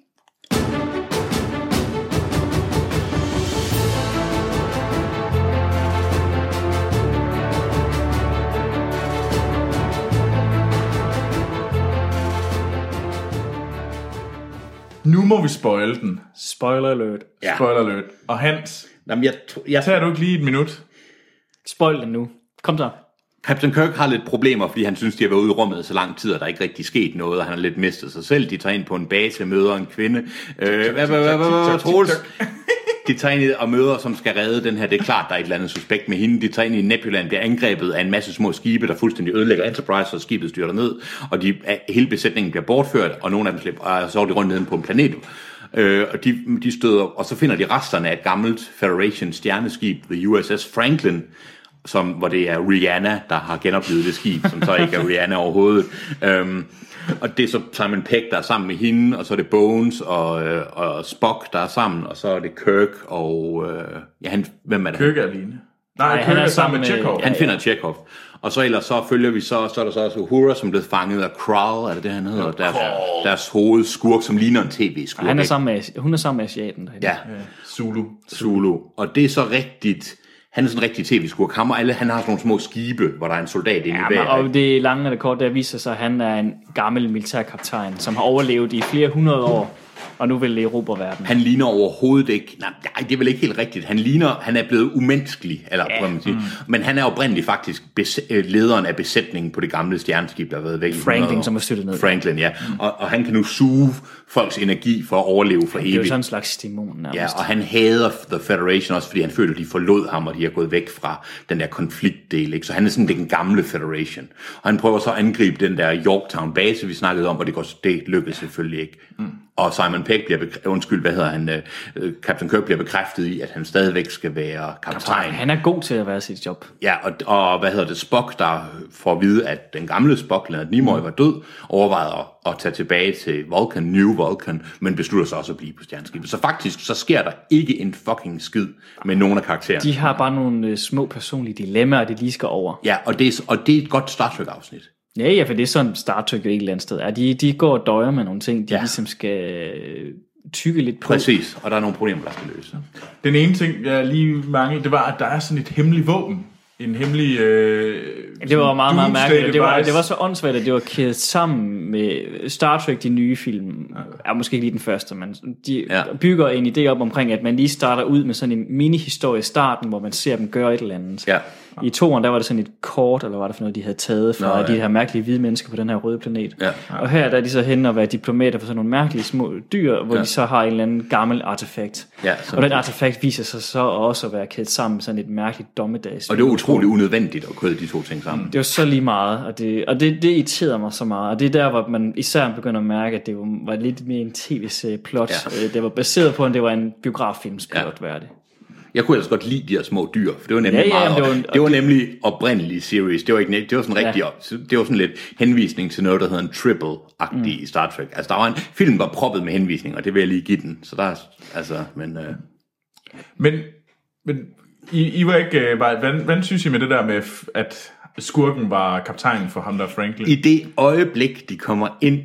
[SPEAKER 1] Nu må vi spoil den.
[SPEAKER 3] Spoiler alert.
[SPEAKER 1] Ja. Spoiler alert. Og Hans,
[SPEAKER 2] Jamen, jeg, tro- jeg,
[SPEAKER 1] tager du ikke lige et minut?
[SPEAKER 3] Spoil den nu. Kom så.
[SPEAKER 2] Captain Kirk har lidt problemer, fordi han synes, de har været ude i rummet så lang tid, og der er ikke rigtig sket noget, og han har lidt mistet sig selv. De tager ind på en base, møder en kvinde. Øh, hvad- hvad- hvad- hvad- hvad- Troels? De tager ind og møder, som skal redde den her. Det er klart, der er et eller andet suspekt med hende. De tager ind i Nebulan, bliver angrebet af en masse små skibe, der fuldstændig ødelægger Enterprise, og skibet styrter ned, og de, hele besætningen bliver bortført, og nogle af dem slipper, og så er de rundt nede på en planet. Øh, og, de, de støder, og så finder de resterne af et gammelt Federation stjerneskib, The USS Franklin, som, hvor det er Rihanna, der har genoplevet det skib, som så ikke er Rihanna overhovedet. Øhm, og det er så Simon Peck, der er sammen med hende, og så er det Bones og, øh, og Spock, der er sammen, og så er det Kirk og... Øh, ja, han, hvem er det?
[SPEAKER 1] Kirk er alene. Nej,
[SPEAKER 3] Nej,
[SPEAKER 1] Kirk
[SPEAKER 3] han er
[SPEAKER 1] er
[SPEAKER 3] sammen
[SPEAKER 1] sammen med
[SPEAKER 3] med-
[SPEAKER 1] Chekhov.
[SPEAKER 2] Han finder Tjekov. Og så ellers så følger vi så, så er der så også Uhura, som er blevet fanget af Kral, er det det, han hedder? Deres, deres hovedskurk, som ligner en tv-skurk.
[SPEAKER 3] Han er
[SPEAKER 2] ikke?
[SPEAKER 3] sammen med, hun er sammen med asiaten. derinde.
[SPEAKER 2] Ja,
[SPEAKER 1] Zulu.
[SPEAKER 2] Zulu. Og det er så rigtigt, han er sådan en rigtig tv-skurk. Ham og alle, han har sådan nogle små skibe, hvor der er en soldat inde i
[SPEAKER 3] Jamen,
[SPEAKER 2] hver. ikke?
[SPEAKER 3] og det lange og det korte, der viser sig, at han er en gammel militærkaptajn, som har overlevet i flere hundrede år, og nu vil erobre verden.
[SPEAKER 2] Han ligner overhovedet ikke, nej, nej, det er vel ikke helt rigtigt. Han ligner, han er blevet umenneskelig, eller ja. man sige.
[SPEAKER 3] Mm.
[SPEAKER 2] Men han er oprindeligt faktisk bes, øh, lederen af besætningen på det gamle stjerneskib, der har været væk i 100
[SPEAKER 3] Franklin,
[SPEAKER 2] år.
[SPEAKER 3] som var styrtet ned. Mm.
[SPEAKER 2] Franklin, ja. Og, og han kan nu suge folks energi for at overleve for
[SPEAKER 3] Det er jo
[SPEAKER 2] evigt.
[SPEAKER 3] sådan en slags dæmon nærmest.
[SPEAKER 2] Ja, og han hader The Federation også, fordi han føler, at de forlod ham, og de er gået væk fra den der konfliktdel. Ikke? Så han er sådan den gamle Federation. Og han prøver så at angribe den der Yorktown-base, vi snakkede om, og det, går, det lykkedes selvfølgelig ikke. Mm. Og Simon Peck bliver, bekræ- undskyld, hvad hedder han, øh, øh, Captain Kirk bliver bekræftet i, at han stadigvæk skal være kaptajn.
[SPEAKER 3] han er god til at være sit job.
[SPEAKER 2] Ja, og, og hvad hedder det, Spock, der får at vide, at den gamle Spock, Leonard Nimoy, var død, overvejede at, at tage tilbage til Vulcan, New Vulcan, men beslutter sig også at blive på stjerneskibet. Så faktisk, så sker der ikke en fucking skid med nogen af karaktererne.
[SPEAKER 3] De har bare nogle øh, små personlige dilemmaer, de lige skal over.
[SPEAKER 2] Ja, og det, er, og det er et godt Star Trek-afsnit.
[SPEAKER 3] Ja, ja, for det er sådan Star Trek jo et eller andet sted er. De, de går og døjer med nogle ting, de ja.
[SPEAKER 2] Ja.
[SPEAKER 3] ligesom skal øh, tykke lidt på.
[SPEAKER 2] Præcis, og der er nogle problemer, der skal løses.
[SPEAKER 1] Den ene ting, jeg lige manglede, det var, at der er sådan et hemmeligt våben. En hemmelig... Øh,
[SPEAKER 3] Det var meget, meget
[SPEAKER 1] doomsday
[SPEAKER 3] mærkeligt. og Det var,
[SPEAKER 1] device.
[SPEAKER 3] det var så åndssvagt, at det var kædet sammen med Star Trek, de nye film. Ja, måske ikke lige den første, men de ja.
[SPEAKER 2] Ja.
[SPEAKER 3] bygger en idé op omkring, at man lige starter ud med sådan en mini-historie i starten, hvor man ser dem gøre et eller andet.
[SPEAKER 2] Ja.
[SPEAKER 3] I toeren, der var det sådan et kort, eller var det for noget, de havde taget fra
[SPEAKER 2] Nå,
[SPEAKER 3] Nå,
[SPEAKER 2] ja.
[SPEAKER 3] de her mærkelige hvide mennesker på den her røde planet.
[SPEAKER 2] Ja.
[SPEAKER 3] Og her der er de så henne og være diplomater for sådan nogle mærkelige små dyr, hvor ja. de så har en eller anden gammel artefakt.
[SPEAKER 2] Ja,
[SPEAKER 3] og
[SPEAKER 2] som-
[SPEAKER 3] den artefakt viser sig så også at være kædet sammen med sådan et mærkeligt dommedags.
[SPEAKER 2] Og det er utroligt unødvendigt at kode de to ting sammen.
[SPEAKER 3] Det var så lige meget, og det, og det, det irriterede mig så meget. Og det er der, hvor man især begynder at mærke, at det var, var lidt mere en tv-serie-plot.
[SPEAKER 2] Ja.
[SPEAKER 3] Ja. Det var baseret på, at det var en biograffilmsplot, ja. det.
[SPEAKER 2] Jeg kunne ellers godt lide de her små dyr, for det var nemlig
[SPEAKER 3] Ja, ja,
[SPEAKER 2] meget, det
[SPEAKER 3] men det var en-
[SPEAKER 2] var, det var nemlig oprindelig series. Det var ikke net- det var sådan rigtig, ja. det var sådan lidt henvisning til noget der hedder en triple-agtig mm. i Star Trek. Altså der var en film var proppet med henvisninger, det vil jeg lige give den. Så der er altså, men øh,
[SPEAKER 1] Men, men I, I var ikke... Øh, var, hvad, hvad synes I med det der med, f- at skurken var kaptajnen for ham der Franklin?
[SPEAKER 2] i det øjeblik de kommer ind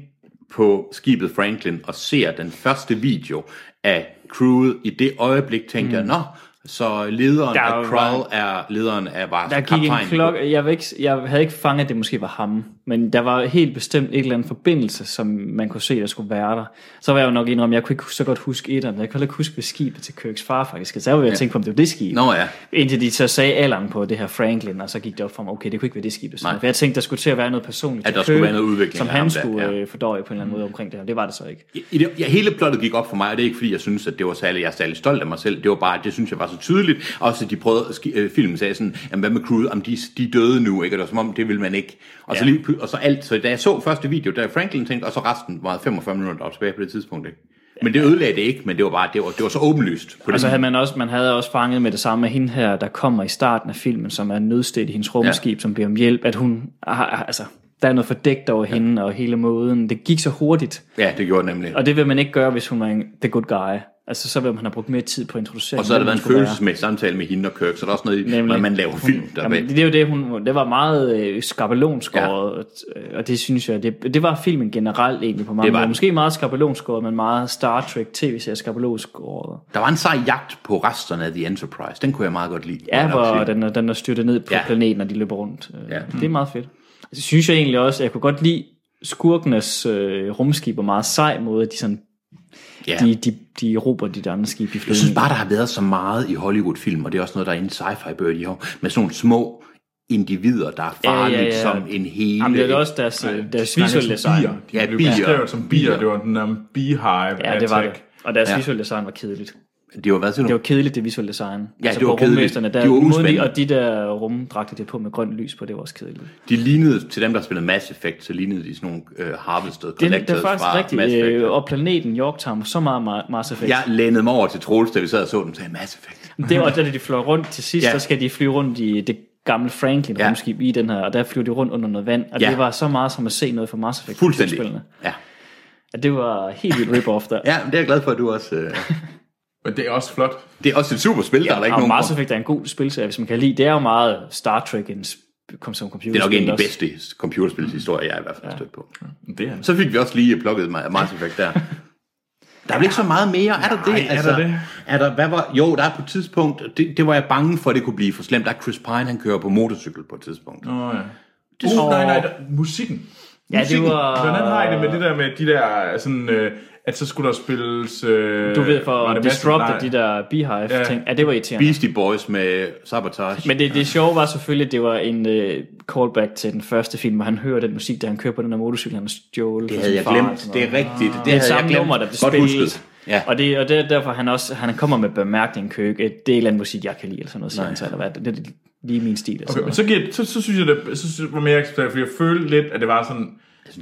[SPEAKER 2] på skibet Franklin og ser den første video af crewet, i det øjeblik tænkte mm. jeg, nå, så lederen
[SPEAKER 3] Der
[SPEAKER 2] der
[SPEAKER 3] var-
[SPEAKER 2] af Krull er lederen af var
[SPEAKER 3] Der gik en klokke, jeg, var ikke, jeg havde ikke fanget, at det måske var ham, men der var helt bestemt et eller andet forbindelse, som man kunne se, der skulle være der. Så var jeg jo nok indrømme, jeg kunne ikke så godt huske et af dem. Jeg kunne heller ikke huske, hvad skibet til Kirks far faktisk. Så jeg var ved at tænke på, om det var det skib.
[SPEAKER 2] Nå ja.
[SPEAKER 3] Indtil de så sagde alderen på det her Franklin, og så gik det op for mig, okay, det kunne ikke være det skib. det stod.
[SPEAKER 2] Nej.
[SPEAKER 3] For jeg tænkte, der skulle til at være noget personligt
[SPEAKER 2] At
[SPEAKER 3] til
[SPEAKER 2] der skulle
[SPEAKER 3] Kirk,
[SPEAKER 2] være noget udvikling
[SPEAKER 3] som
[SPEAKER 2] af
[SPEAKER 3] han
[SPEAKER 2] ham der,
[SPEAKER 3] skulle
[SPEAKER 2] ja.
[SPEAKER 3] øh, fordøje på en eller anden måde omkring det her. Det var det så ikke.
[SPEAKER 2] I det, ja, hele plottet gik op for mig, og det er ikke fordi, jeg synes, at det var særlig, jeg er særlig stolt af mig selv. Det var bare, at det synes jeg var så tydeligt. Også at de prøvede, at ski- øh, filmen sagde sådan, jamen, hvad med crewet, om de, de er døde nu, ikke? Og det var som om, det ville man ikke. Og, ja. så, lige, pl- og så alt, så da jeg så første video, der Franklin tænkte, og så resten var 45 minutter der var tilbage på det tidspunkt, ikke? Men det ødelagde det ikke, men det var bare, det var, det var så åbenlyst. På
[SPEAKER 3] Og
[SPEAKER 2] det
[SPEAKER 3] så havde man også, man havde også fanget med det samme med hende her, der kommer i starten af filmen, som er nødstedt i hendes rumskib, ja. som beder om hjælp, at hun har, altså, der er noget fordækt over ja. hende og hele måden. Det gik så hurtigt,
[SPEAKER 2] ja, det gjorde det nemlig.
[SPEAKER 3] og det vil man ikke gøre, hvis hun var en the good guy. Altså, så vil man have brugt mere tid på at introducere
[SPEAKER 2] Og så har der
[SPEAKER 3] hvem
[SPEAKER 2] været en
[SPEAKER 3] hun skulle være.
[SPEAKER 2] følelsesmæssig samtale med hende og Kirk, så der er også noget i,
[SPEAKER 3] Nemlig.
[SPEAKER 2] hvordan man laver film der
[SPEAKER 3] Jamen, det er jo det, hun, det var meget øh, skabelonskåret, ja. og det synes jeg, det, det var filmen generelt egentlig på mange
[SPEAKER 2] Det var
[SPEAKER 3] måder.
[SPEAKER 2] den.
[SPEAKER 3] Måske meget skabelonskåret, men meget Star Trek tv-serie skabelonskåret.
[SPEAKER 2] Der var en sej jagt på resterne af The Enterprise. Den kunne jeg meget godt lide. må
[SPEAKER 3] Ja,
[SPEAKER 2] jeg nok
[SPEAKER 3] hvor
[SPEAKER 2] sige.
[SPEAKER 3] den, er- den er styrtet ned på ja.
[SPEAKER 2] Ja.
[SPEAKER 3] planeten, og de løber rundt. Ja.
[SPEAKER 2] Ja.
[SPEAKER 3] Det er meget fedt. Det synes jeg egentlig også, jeg kunne godt lide skurkenes øh, rumskib og meget sej måde, at de sådan, ja.
[SPEAKER 2] Ja.
[SPEAKER 3] de, de, de råber de der andre skib i
[SPEAKER 2] Jeg
[SPEAKER 3] flyvning.
[SPEAKER 2] synes bare, der har været så meget i Hollywood-film, og det er også noget, der er inde i sci-fi-bøger de har, med sådan nogle små individer, der er farligt ja, ja, ja. som en hele...
[SPEAKER 3] Jamen, det er også deres, øh, deres
[SPEAKER 1] Nej, det er
[SPEAKER 3] visuelle
[SPEAKER 1] som
[SPEAKER 2] ligesom
[SPEAKER 3] design.
[SPEAKER 1] bier. De
[SPEAKER 2] Ja,
[SPEAKER 1] blev
[SPEAKER 2] bier.
[SPEAKER 1] beskrevet som bier.
[SPEAKER 2] Bier.
[SPEAKER 1] Det var den der beehive
[SPEAKER 3] Ja, det var
[SPEAKER 1] attack.
[SPEAKER 3] det. Og deres ja.
[SPEAKER 2] Ja.
[SPEAKER 3] visuelle design var kedeligt.
[SPEAKER 2] Det var, hvad siger
[SPEAKER 3] Det
[SPEAKER 2] du?
[SPEAKER 3] var kedeligt, det visuelle design.
[SPEAKER 2] Ja,
[SPEAKER 3] Altså
[SPEAKER 2] det
[SPEAKER 3] på
[SPEAKER 2] var kedeligt.
[SPEAKER 3] rummesterne, Der,
[SPEAKER 2] De var
[SPEAKER 3] måden
[SPEAKER 2] uspændende.
[SPEAKER 3] Og de der rumdragter, de har på med grønt lys på, det var også kedeligt.
[SPEAKER 2] De lignede, til dem, der spillede Mass Effect, så lignede de sådan nogle øh, harvested
[SPEAKER 3] Det, det er
[SPEAKER 2] collectors
[SPEAKER 3] faktisk
[SPEAKER 2] fra Mass
[SPEAKER 3] rigtigt.
[SPEAKER 2] Effect.
[SPEAKER 3] Øh, og planeten Yorktown var så meget Ma- Mass Effect.
[SPEAKER 2] Jeg lænede mig over til Troels, da vi sad og så den, og sagde Mass Effect.
[SPEAKER 3] Det var, da de fløj rundt til sidst, ja.
[SPEAKER 2] Ja.
[SPEAKER 3] der skal de flyve rundt i det gammel Franklin
[SPEAKER 2] Ja.
[SPEAKER 3] ja. rumskib i den her, og der flyver de rundt under noget vand, og
[SPEAKER 2] Ja.
[SPEAKER 3] det var så meget som at se noget fra Mass Effect.
[SPEAKER 2] Fuldstændig.
[SPEAKER 3] spillene.
[SPEAKER 2] Ja.
[SPEAKER 3] At det var helt vildt rip-off der.
[SPEAKER 2] ja, men det er jeg glad for, at du også... Øh...
[SPEAKER 1] Men det er også flot.
[SPEAKER 2] Det er også et super spil, ja, der er der ikke
[SPEAKER 3] og
[SPEAKER 2] nogen...
[SPEAKER 3] Mass Effect er en god spilserie, hvis man kan lide. Det er jo meget Star Trek en sp- kom som computer.
[SPEAKER 2] Det er nok en af de bedste computerspilshistorier, jeg i hvert fald har stødt på.
[SPEAKER 1] Det er han.
[SPEAKER 2] Så fik vi også lige plukket Ma- Mass Effect der. Der er vel ikke så meget mere, er der det? Altså,
[SPEAKER 1] Nej, er der det?
[SPEAKER 2] Er der, hvad var, jo, der er på et tidspunkt, det, det var jeg bange for, det kunne blive for slemt. Der er Chris Pine, han kører på motorcykel på et tidspunkt.
[SPEAKER 1] Åh, oh, ja. Uh, nej, nej, der, musikken.
[SPEAKER 3] Ja, det
[SPEAKER 1] musikken.
[SPEAKER 3] var...
[SPEAKER 1] Hvordan har I det med det der med de der, sådan, øh, at så skulle der spilles... Øh,
[SPEAKER 3] Du ved, for
[SPEAKER 1] var
[SPEAKER 3] at
[SPEAKER 1] det Massive- nej.
[SPEAKER 3] disrupte de der Beehive-ting. Ja. ja, det var irriterende.
[SPEAKER 2] Beastie Boys med Sabotage.
[SPEAKER 3] Men det, det sjove var selvfølgelig, at det var en øh, callback til den første film, hvor han hører den musik, da han kører på den der motorcykel, han har stjålet.
[SPEAKER 2] det
[SPEAKER 3] fra
[SPEAKER 2] havde
[SPEAKER 3] sin
[SPEAKER 2] jeg
[SPEAKER 3] far og
[SPEAKER 2] glemt.
[SPEAKER 3] sådan
[SPEAKER 2] Det
[SPEAKER 3] noget.
[SPEAKER 2] er rigtigt. Det,
[SPEAKER 3] Det er
[SPEAKER 2] havde
[SPEAKER 3] det
[SPEAKER 2] jeg
[SPEAKER 3] samme
[SPEAKER 2] glemt.
[SPEAKER 3] nummer, der blev
[SPEAKER 2] Godt
[SPEAKER 3] spillet.
[SPEAKER 2] husket. Ja.
[SPEAKER 3] Og, det, og det er derfor, han også han kommer med bemærkningen, Køge, det er et eller andet musik, jeg kan lide, eller sådan noget, siger han så, eller hvad. Det, det er lige min stil.
[SPEAKER 1] Okay,
[SPEAKER 3] Altså.
[SPEAKER 1] men så, giver, så, så synes jeg, det, så synes, det var mere acceptabelt, for jeg følte lidt, at det var sådan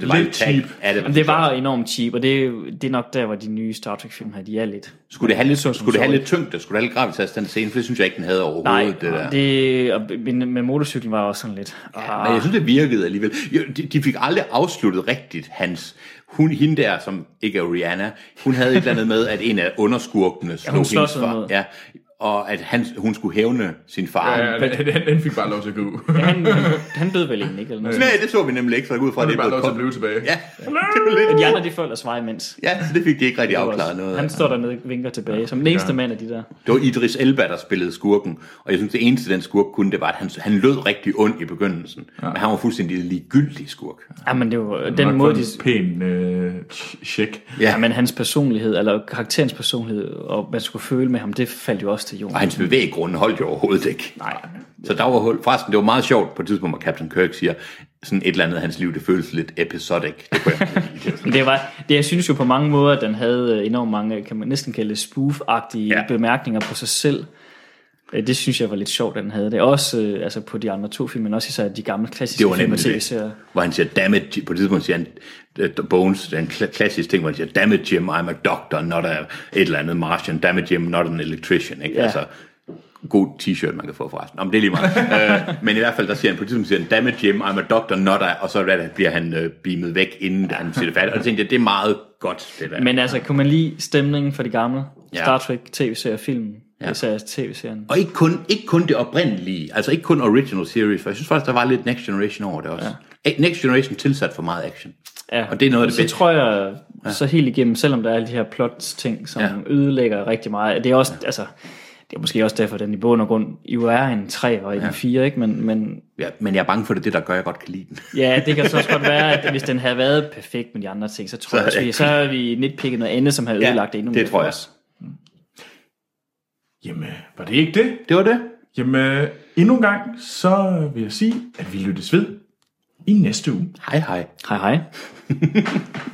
[SPEAKER 2] det var en
[SPEAKER 1] lidt
[SPEAKER 2] tag.
[SPEAKER 1] cheap.
[SPEAKER 2] Ja, det var,
[SPEAKER 3] Jamen, det var enormt cheap, og det, det er nok der, hvor de nye Star Trek-film her, de er lidt.
[SPEAKER 2] Skulle det have lidt,
[SPEAKER 3] Så som
[SPEAKER 2] skulle det have
[SPEAKER 3] så.
[SPEAKER 2] lidt tyngde? Skulle det have lidt gravitas, den scene? For det synes jeg ikke, den havde
[SPEAKER 3] Nej,
[SPEAKER 2] overhovedet. det der.
[SPEAKER 3] det, og, men, men motorcyklen var også sådan lidt... "Ah." Ja,
[SPEAKER 2] Men jeg synes, det virkede alligevel. Jo, de, de fik aldrig afsluttet rigtigt hans... Hun, hende der, som ikke er Rihanna, hun havde et eller andet med, at en af underskurkene slog
[SPEAKER 3] hun slås
[SPEAKER 2] hendes
[SPEAKER 3] eller
[SPEAKER 2] far.
[SPEAKER 3] noget.
[SPEAKER 2] Ja, og at han, hun skulle hævne sin far.
[SPEAKER 1] Ja, den, den, den fik bare lov til at gå ud.
[SPEAKER 3] han, han døde vel egentlig ikke, eller noget.
[SPEAKER 2] Nej, det så vi nemlig ikke, så jeg går ud fra,
[SPEAKER 1] Han
[SPEAKER 2] det
[SPEAKER 1] fik bare lov til at
[SPEAKER 2] blevet...
[SPEAKER 1] blive tilbage.
[SPEAKER 2] Ja, det var
[SPEAKER 3] Men
[SPEAKER 2] lidt...
[SPEAKER 3] de andre, de følger svej imens.
[SPEAKER 2] Ja, så det fik de ikke rigtig afklaret
[SPEAKER 3] Også.
[SPEAKER 2] noget. af.
[SPEAKER 3] Han står dernede og vinker tilbage, som den eneste mand af de der.
[SPEAKER 2] Det var Idris Elba, der spillede skurken, og jeg synes, det eneste, den skurk kunne, det var, at han, han lød rigtig ond i begyndelsen. Ja. Men han var fuldstændig ligegyldig skurk.
[SPEAKER 3] Ja, men det var den måde, de...
[SPEAKER 1] Pæn øh, check.
[SPEAKER 3] Ja, men hans personlighed, eller karakterens personlighed, og man skulle føle med ham, det faldt jo også til jorden.
[SPEAKER 2] Og hans bevæggrunde holdt jo overhovedet ikke. Nej. Så der var hul. Forresten, det var meget sjovt på et tidspunkt, hvor Captain Kirk siger, sådan et eller andet af hans liv, det føles lidt episodic. Det kunne jeg ikke lide.
[SPEAKER 3] Men Det var, det, jeg synes jo på mange måder, at den havde øh, enormt mange, kan man næsten kalde det spoof-agtige
[SPEAKER 2] Ja.
[SPEAKER 3] ja. bemærkninger på sig selv. Øh, Det synes jeg var lidt sjovt, at den havde det. Også øh, altså på de andre to film, men også især de gamle klassiske
[SPEAKER 2] det var
[SPEAKER 3] film og
[SPEAKER 2] nemlig
[SPEAKER 3] tv-serier.
[SPEAKER 2] det, hvor han siger, damn it, Jim." på et tidspunkt siger han, øh, Bones, den kla- klassiske ting, hvor han siger, damn it, Jim, I'm a doctor, not a, et eller andet Martian, damn it, Jim, not an electrician, ikke?
[SPEAKER 3] Ja.
[SPEAKER 2] Altså, god t-shirt, man kan få forresten. Om det er lige meget. øh, men i hvert fald, der siger han på et tidspunkt, siger han, damn it, Jim, I'm a doctor, not a, og så er det, at bliver han øh, beamet væk, inden han siger det færdigt. Og så tænkte jeg, det er meget godt, det der.
[SPEAKER 3] Men altså, kunne man lide stemningen for de gamle
[SPEAKER 2] Ja.
[SPEAKER 3] ja. Star Trek tv-serier og film? Ja. Især tv-serien.
[SPEAKER 2] Og ikke kun, ikke kun det oprindelige, altså ikke kun original series, for jeg synes faktisk, der var lidt Next Generation over det også. Ja. Next Generation tilsat for meget action.
[SPEAKER 3] Ja.
[SPEAKER 2] Og det er noget af det
[SPEAKER 3] så
[SPEAKER 2] bedste.
[SPEAKER 3] tror jeg, øh, så helt igennem, selvom der er alle de her plot-ting, som
[SPEAKER 2] Ja.
[SPEAKER 3] ja. ødelægger rigtig meget, det er også, ja. altså, det er måske også derfor, at den i bund og grund jo er en 3 og en 4, ikke? Men, men
[SPEAKER 2] Ja, men jeg er bange for, det er det, der gør, at jeg godt kan lide den.
[SPEAKER 3] ja, det kan så også godt være, at hvis den havde været perfekt med de andre ting, så tror så, jeg, også, vi, så havde vi nitpicket noget andet, som havde
[SPEAKER 2] Ja,
[SPEAKER 3] ødelagt det endnu
[SPEAKER 2] det
[SPEAKER 3] mere.
[SPEAKER 2] tror
[SPEAKER 3] for
[SPEAKER 2] jeg.
[SPEAKER 3] os.
[SPEAKER 1] Jamen, var det ikke det?
[SPEAKER 2] Det var det.
[SPEAKER 1] Jamen, øh, endnu en gang, så vil jeg sige, at vi lyttes ved i næste uge.
[SPEAKER 2] Hej hej.
[SPEAKER 3] Hej hej.